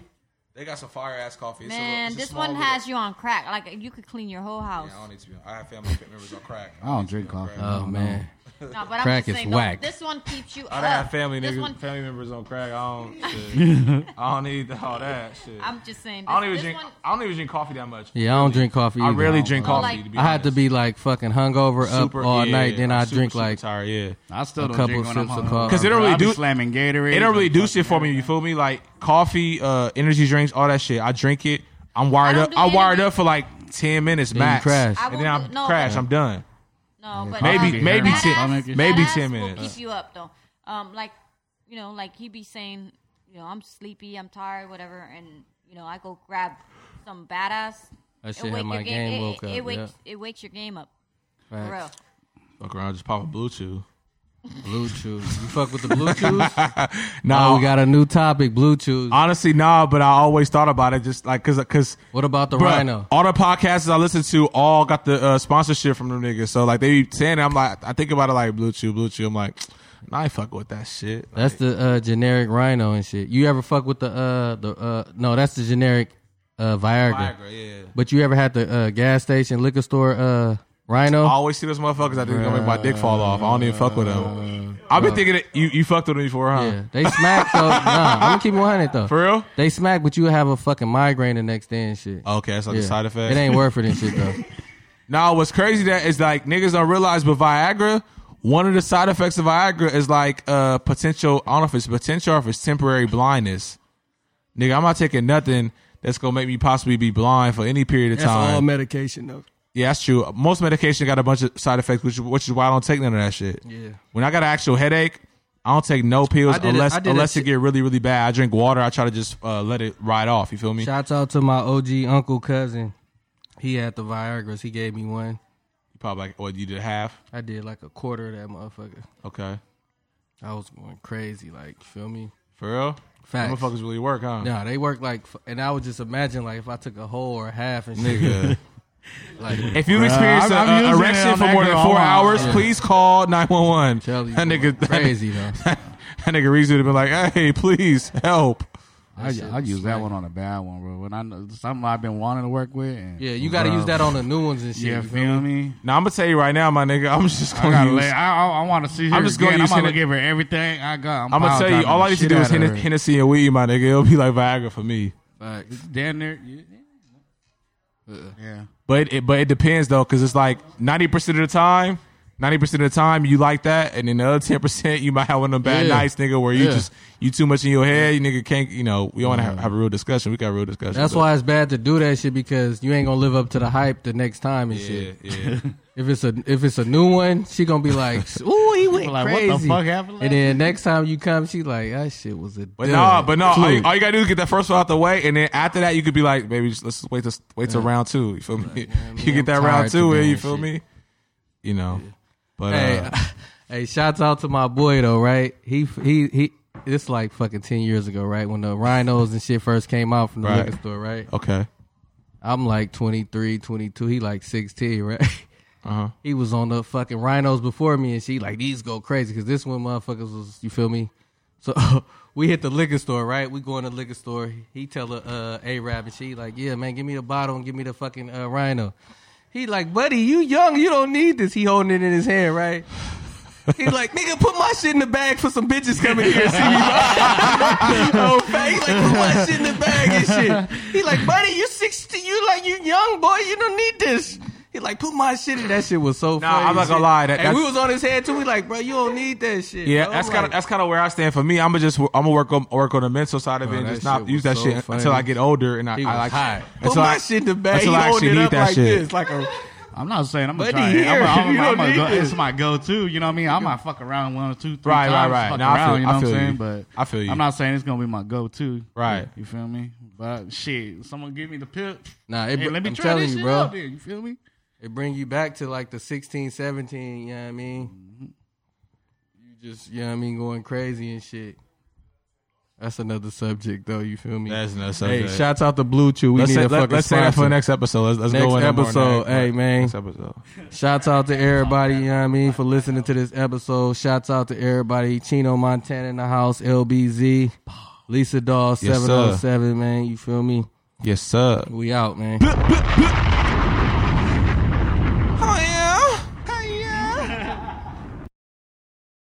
Speaker 2: They got some fire ass coffee. It's a little-
Speaker 5: Man,
Speaker 2: it's a
Speaker 5: this
Speaker 2: small
Speaker 5: one
Speaker 2: little-
Speaker 5: has you on crack. Like you could clean your whole house.
Speaker 2: Yeah, I don't need to be. I have family [laughs] members on crack.
Speaker 4: I don't drink coffee. I
Speaker 1: Oh
Speaker 4: don't
Speaker 1: man,
Speaker 5: no, but
Speaker 1: Crack
Speaker 5: I'm just
Speaker 1: is
Speaker 5: saying, no,
Speaker 1: whack.
Speaker 5: This one keeps you.
Speaker 2: I
Speaker 5: up.
Speaker 2: don't have family
Speaker 5: This
Speaker 2: niggas,
Speaker 5: one-
Speaker 2: family members on crack. I
Speaker 5: [laughs]
Speaker 2: don't. shit. I don't need all that shit. I'm,
Speaker 5: I'm just saying. This,
Speaker 2: I do not even
Speaker 5: this
Speaker 2: drink.
Speaker 5: One,
Speaker 2: I don't even drink coffee that much.
Speaker 1: yeah, I don't drink coffee.
Speaker 2: I
Speaker 1: either.
Speaker 2: rarely drink
Speaker 5: Well,
Speaker 2: coffee.
Speaker 5: like-
Speaker 2: to be
Speaker 1: I had to
Speaker 2: honest.
Speaker 1: be like fucking hungover
Speaker 2: Super-
Speaker 1: up all
Speaker 2: yeah,
Speaker 1: night. Then I
Speaker 2: I'm super,
Speaker 1: drink
Speaker 2: super
Speaker 1: like
Speaker 2: tired. Yeah.
Speaker 4: know. I still
Speaker 1: A
Speaker 4: don't
Speaker 1: couple
Speaker 4: drink when
Speaker 1: sips
Speaker 4: I'm
Speaker 1: of
Speaker 4: hungover,
Speaker 1: coffee.
Speaker 2: 'Cause it don't
Speaker 4: bro.
Speaker 2: really
Speaker 4: I'll be
Speaker 2: do-
Speaker 4: slamming Gatorade.
Speaker 2: It don't really do shit for me. You feel me? Like coffee, uh, energy drinks, all that shit. I drink it. I'm wired
Speaker 5: I don't
Speaker 2: up.
Speaker 5: do
Speaker 2: I wired
Speaker 5: energy-
Speaker 2: up for like ten minutes
Speaker 1: you
Speaker 2: max,
Speaker 1: crash. I
Speaker 2: and
Speaker 5: won't
Speaker 2: then I
Speaker 5: do- no,
Speaker 2: crash.
Speaker 5: but-
Speaker 2: I'm done.
Speaker 5: no, but
Speaker 2: Maybe-
Speaker 5: badass-
Speaker 2: maybe
Speaker 5: badass-
Speaker 4: ten-
Speaker 2: maybe
Speaker 5: badass
Speaker 2: 10
Speaker 5: Will
Speaker 2: minutes.
Speaker 5: keep you up though. Um, like you know, like he be saying, you know, I'm sleepy, I'm tired, whatever, and you know, I go grab some badass.
Speaker 1: That
Speaker 5: It
Speaker 1: shit
Speaker 5: wake
Speaker 1: had my
Speaker 5: your
Speaker 1: game
Speaker 5: it-
Speaker 1: woke
Speaker 5: it,
Speaker 1: up,
Speaker 5: It wakes,
Speaker 1: yeah.
Speaker 5: it wakes your game up. For real.
Speaker 1: Facts.
Speaker 2: Fuck around, just pop a blue chew.
Speaker 1: blue chews. You fuck with the
Speaker 2: [laughs]
Speaker 1: blue chews?
Speaker 2: Nah,
Speaker 1: Oh, we got a new topic, blue chews.
Speaker 2: honestly, nah. But I always thought about it, just like cause, cause
Speaker 1: What about the
Speaker 2: Bruh,
Speaker 1: rhino?
Speaker 2: All the podcasts I listen to all got the uh, sponsorship from them niggas. So like they be saying, it, I'm like, I think about it like Blue Chew, Blue Chew. I'm like, nah, I ain't fuck with that shit.
Speaker 1: That's the uh, generic rhino and shit. You ever fuck with the uh the uh no, that's the generic uh Viagra.
Speaker 2: yeah.
Speaker 1: But you ever had the uh, gas station liquor store uh rhino?
Speaker 2: I always see those motherfuckers. I think gonna make my dick fall off. I don't even fuck with them. I've been thinking that you you fucked with them before, huh?
Speaker 1: yeah, they smack
Speaker 2: [laughs]
Speaker 1: though. Nah, I'm gonna keep it 100 though.
Speaker 2: For real?
Speaker 1: They smack, but you have a fucking migraine the next day and shit.
Speaker 2: Okay, that's like
Speaker 1: Yeah.
Speaker 2: a Oh, side effect.
Speaker 1: It
Speaker 2: [laughs]
Speaker 1: ain't worth it and shit though.
Speaker 2: No, what's crazy that is like niggas don't realize, but Viagra, one of the side effects of Viagra is like uh potential. I don't know if it's potential or if it's temporary blindness. Nigga, I'm not taking nothing that's gonna make me possibly be blind for any period of time.
Speaker 1: medication though.
Speaker 2: yeah, that's true. Most medication got a bunch of side effects, which which is why I don't take none of that shit.
Speaker 1: Yeah.
Speaker 2: When I got an actual headache, I don't take no pills
Speaker 1: I did it-
Speaker 2: unless
Speaker 1: I did
Speaker 2: unless
Speaker 1: that
Speaker 2: it
Speaker 1: shit-
Speaker 2: get really really bad. I drink water. I try to just uh, let it ride off. You feel me?
Speaker 1: Shouts out to my OG uncle cousin. He had the Viagra's. He gave me one.
Speaker 2: Probably like what you did half.
Speaker 1: I did like a quarter of that motherfucker.
Speaker 2: Okay,
Speaker 1: I was going crazy, like you feel me.
Speaker 2: for real.
Speaker 1: Facts.
Speaker 2: Motherfuckers really work, huh? [laughs]
Speaker 1: No, they work like, f- and I would just imagine like if I took a whole or a half and shit. [laughs]
Speaker 2: Nigga.
Speaker 1: Like,
Speaker 2: If you've experienced
Speaker 4: I'm- I'm
Speaker 2: an
Speaker 4: using it
Speaker 2: erection
Speaker 4: on
Speaker 2: for
Speaker 4: that
Speaker 2: more than
Speaker 4: girl.
Speaker 2: four
Speaker 4: I'm on
Speaker 2: hours,
Speaker 1: it.
Speaker 2: please call 911.
Speaker 1: tell you,
Speaker 2: that nigga, that
Speaker 1: crazy though.
Speaker 2: [laughs] That, nigga Reezy would have been like, hey, please help.
Speaker 4: I,
Speaker 1: shit
Speaker 4: I
Speaker 1: was
Speaker 4: use that one on a bad one, bro. When I know something I've been wanting to work with. And,
Speaker 1: Yeah, you got to
Speaker 4: Bro.
Speaker 1: use that on the new ones and shit.
Speaker 4: Yeah,
Speaker 1: you feel
Speaker 4: feel
Speaker 1: me?
Speaker 4: me?
Speaker 2: Now, I'm going to tell you right now, my nigga, I'm just
Speaker 4: I
Speaker 2: going
Speaker 4: gotta
Speaker 2: to use.
Speaker 4: let. I, I, I want to see her. I'm
Speaker 2: just
Speaker 4: just
Speaker 2: gonna
Speaker 4: going. I'm
Speaker 2: use
Speaker 4: gonna
Speaker 2: Henna-
Speaker 4: give her everything I got. I'm,
Speaker 2: I'm going to tell you, all I need to do is Henne- Hennessy and weed, my nigga. It'll be like Viagra for me.
Speaker 1: Facts.
Speaker 4: Damn near. Yeah.
Speaker 2: But it, but it depends, though, because it's like 90% of the time, 90% of the time you like that, and then the other 10% you might have one of them bad
Speaker 1: Yeah.
Speaker 2: nights, nigga, where you
Speaker 1: Yeah. Mm.
Speaker 2: just, you too much in your head, you nigga can't, you know, we don't want to have, have a real discussion. We got a real discussion.
Speaker 1: That's
Speaker 2: but-
Speaker 1: why it's bad to do that shit because you ain't gonna live up to the hype the next time and
Speaker 2: Yeah,
Speaker 1: [laughs] shit.
Speaker 2: yeah.
Speaker 1: If it's a if it's a new one, she gonna
Speaker 2: [laughs]
Speaker 1: be like, "Ooh, he went
Speaker 4: Like, what
Speaker 1: crazy."
Speaker 4: the fuck happened
Speaker 1: And then next time you come, she like, "That shit was a."
Speaker 2: But
Speaker 1: dud."
Speaker 2: nah, but no, all,
Speaker 1: Fluke.
Speaker 2: you- all you gotta do is get that first one out the way, and then after that, you could be like, baby, just, let's wait to wait till round two. You feel [laughs] me? you
Speaker 1: I'm
Speaker 2: get that
Speaker 1: tired
Speaker 2: round two,
Speaker 1: today
Speaker 2: in, you
Speaker 1: and
Speaker 2: feel
Speaker 1: shit.
Speaker 2: me? You know, but
Speaker 1: Hey,
Speaker 2: uh,
Speaker 1: [laughs] hey, shouts out to my boy though, right? He he he. It's like fucking ten years ago, right? When the rhinos and shit first came out from the
Speaker 2: Right.
Speaker 1: liquor store, right?
Speaker 2: uh, okay,
Speaker 1: I'm like 23, 22. He like 16, [laughs] right?
Speaker 2: Uh-huh.
Speaker 1: He was on the fucking rhinos before me, and she like these go crazy because this one motherfuckers was you feel me. So [laughs] we hit the liquor store, right? We go in the liquor store. He tell her uh, a rap, and she like, yeah, man, give me the bottle and give me the fucking uh, rhino. He like, buddy, you young, you don't need this. He holding it in his hand, right? He like, nigga, put my shit in the bag for some bitches coming here and see me [laughs] ride. oh, fat. He like, put my shit in the bag and shit. He like, buddy, you 60, you like, you young, boy, you don't need this. He like, put my shit in. That shit was so
Speaker 2: Nah,
Speaker 1: funny.
Speaker 2: I'm not
Speaker 1: and
Speaker 2: gonna
Speaker 1: shit.
Speaker 2: lie, that-
Speaker 1: and we
Speaker 2: that's-
Speaker 1: was on his head too. We like, bro, you don't need that shit.
Speaker 2: yeah,
Speaker 1: bro.
Speaker 2: that's
Speaker 1: Like,
Speaker 2: kind of that's kind of where I stand. For me, I'm gonna just I'm gonna work on work on the mental side of it,
Speaker 1: Bro,
Speaker 2: and
Speaker 1: that
Speaker 2: just
Speaker 1: shit
Speaker 2: not
Speaker 1: was
Speaker 2: use that
Speaker 1: so
Speaker 2: shit until
Speaker 1: funny.
Speaker 2: I get older, and I,
Speaker 1: He
Speaker 2: I
Speaker 1: was
Speaker 2: like
Speaker 1: high. Put
Speaker 2: until
Speaker 1: my
Speaker 2: I-
Speaker 1: shit in the bag.
Speaker 2: until
Speaker 1: He
Speaker 2: I actually
Speaker 1: holding it
Speaker 2: need
Speaker 1: up
Speaker 2: that
Speaker 1: like
Speaker 2: shit.
Speaker 1: this, like a
Speaker 4: I'm not saying I'm gonna
Speaker 1: Buddy,
Speaker 4: try. it.
Speaker 1: here.
Speaker 4: I'm, I'm,
Speaker 2: [laughs]
Speaker 1: You
Speaker 4: I'm,
Speaker 1: don't
Speaker 4: I'm
Speaker 1: need
Speaker 4: go,
Speaker 1: this.
Speaker 4: it's my go-to. You know what I mean? I might fuck around one or two, three
Speaker 2: Right, right,
Speaker 4: times.
Speaker 2: right.
Speaker 4: Fuck
Speaker 2: No, I feel-
Speaker 4: around, you know
Speaker 2: I
Speaker 4: what I'm
Speaker 2: feel
Speaker 4: saying?
Speaker 2: you.
Speaker 4: But
Speaker 2: I feel you.
Speaker 4: I'm not saying it's gonna be my go-to.
Speaker 2: Right.
Speaker 4: You feel me? But shit, someone give me the pill.
Speaker 1: Nah, it,
Speaker 4: Hey, let me
Speaker 1: I'm
Speaker 4: try
Speaker 1: telling
Speaker 4: this
Speaker 1: you,
Speaker 4: shit
Speaker 1: bro.
Speaker 4: out there. You feel me?
Speaker 1: It bring you back to like the 16, 17, you know what I
Speaker 2: Mm-hmm.
Speaker 1: mean? You just, you know what I mean, going crazy and shit. That's another subject, though. You feel me?
Speaker 2: That's no
Speaker 1: hey,
Speaker 2: subject.
Speaker 1: shouts out to Blue Chew. We
Speaker 2: let's
Speaker 1: need
Speaker 2: say,
Speaker 1: a
Speaker 2: let,
Speaker 1: fucking
Speaker 2: let's say that for the
Speaker 1: sponsor.
Speaker 2: next episode. Let's, let's
Speaker 1: Next
Speaker 2: go in on more
Speaker 1: episode.
Speaker 2: next-
Speaker 1: Hey, man.
Speaker 2: Next episode.
Speaker 1: Shouts out to everybody, you know what I mean, for listening to this episode. Shouts out to everybody. Chino Montana in the house, LBZ, Lisa oh Doll
Speaker 2: Yes, sir.
Speaker 1: 707, man. You feel me?
Speaker 2: Yes, sir.
Speaker 1: We out, man.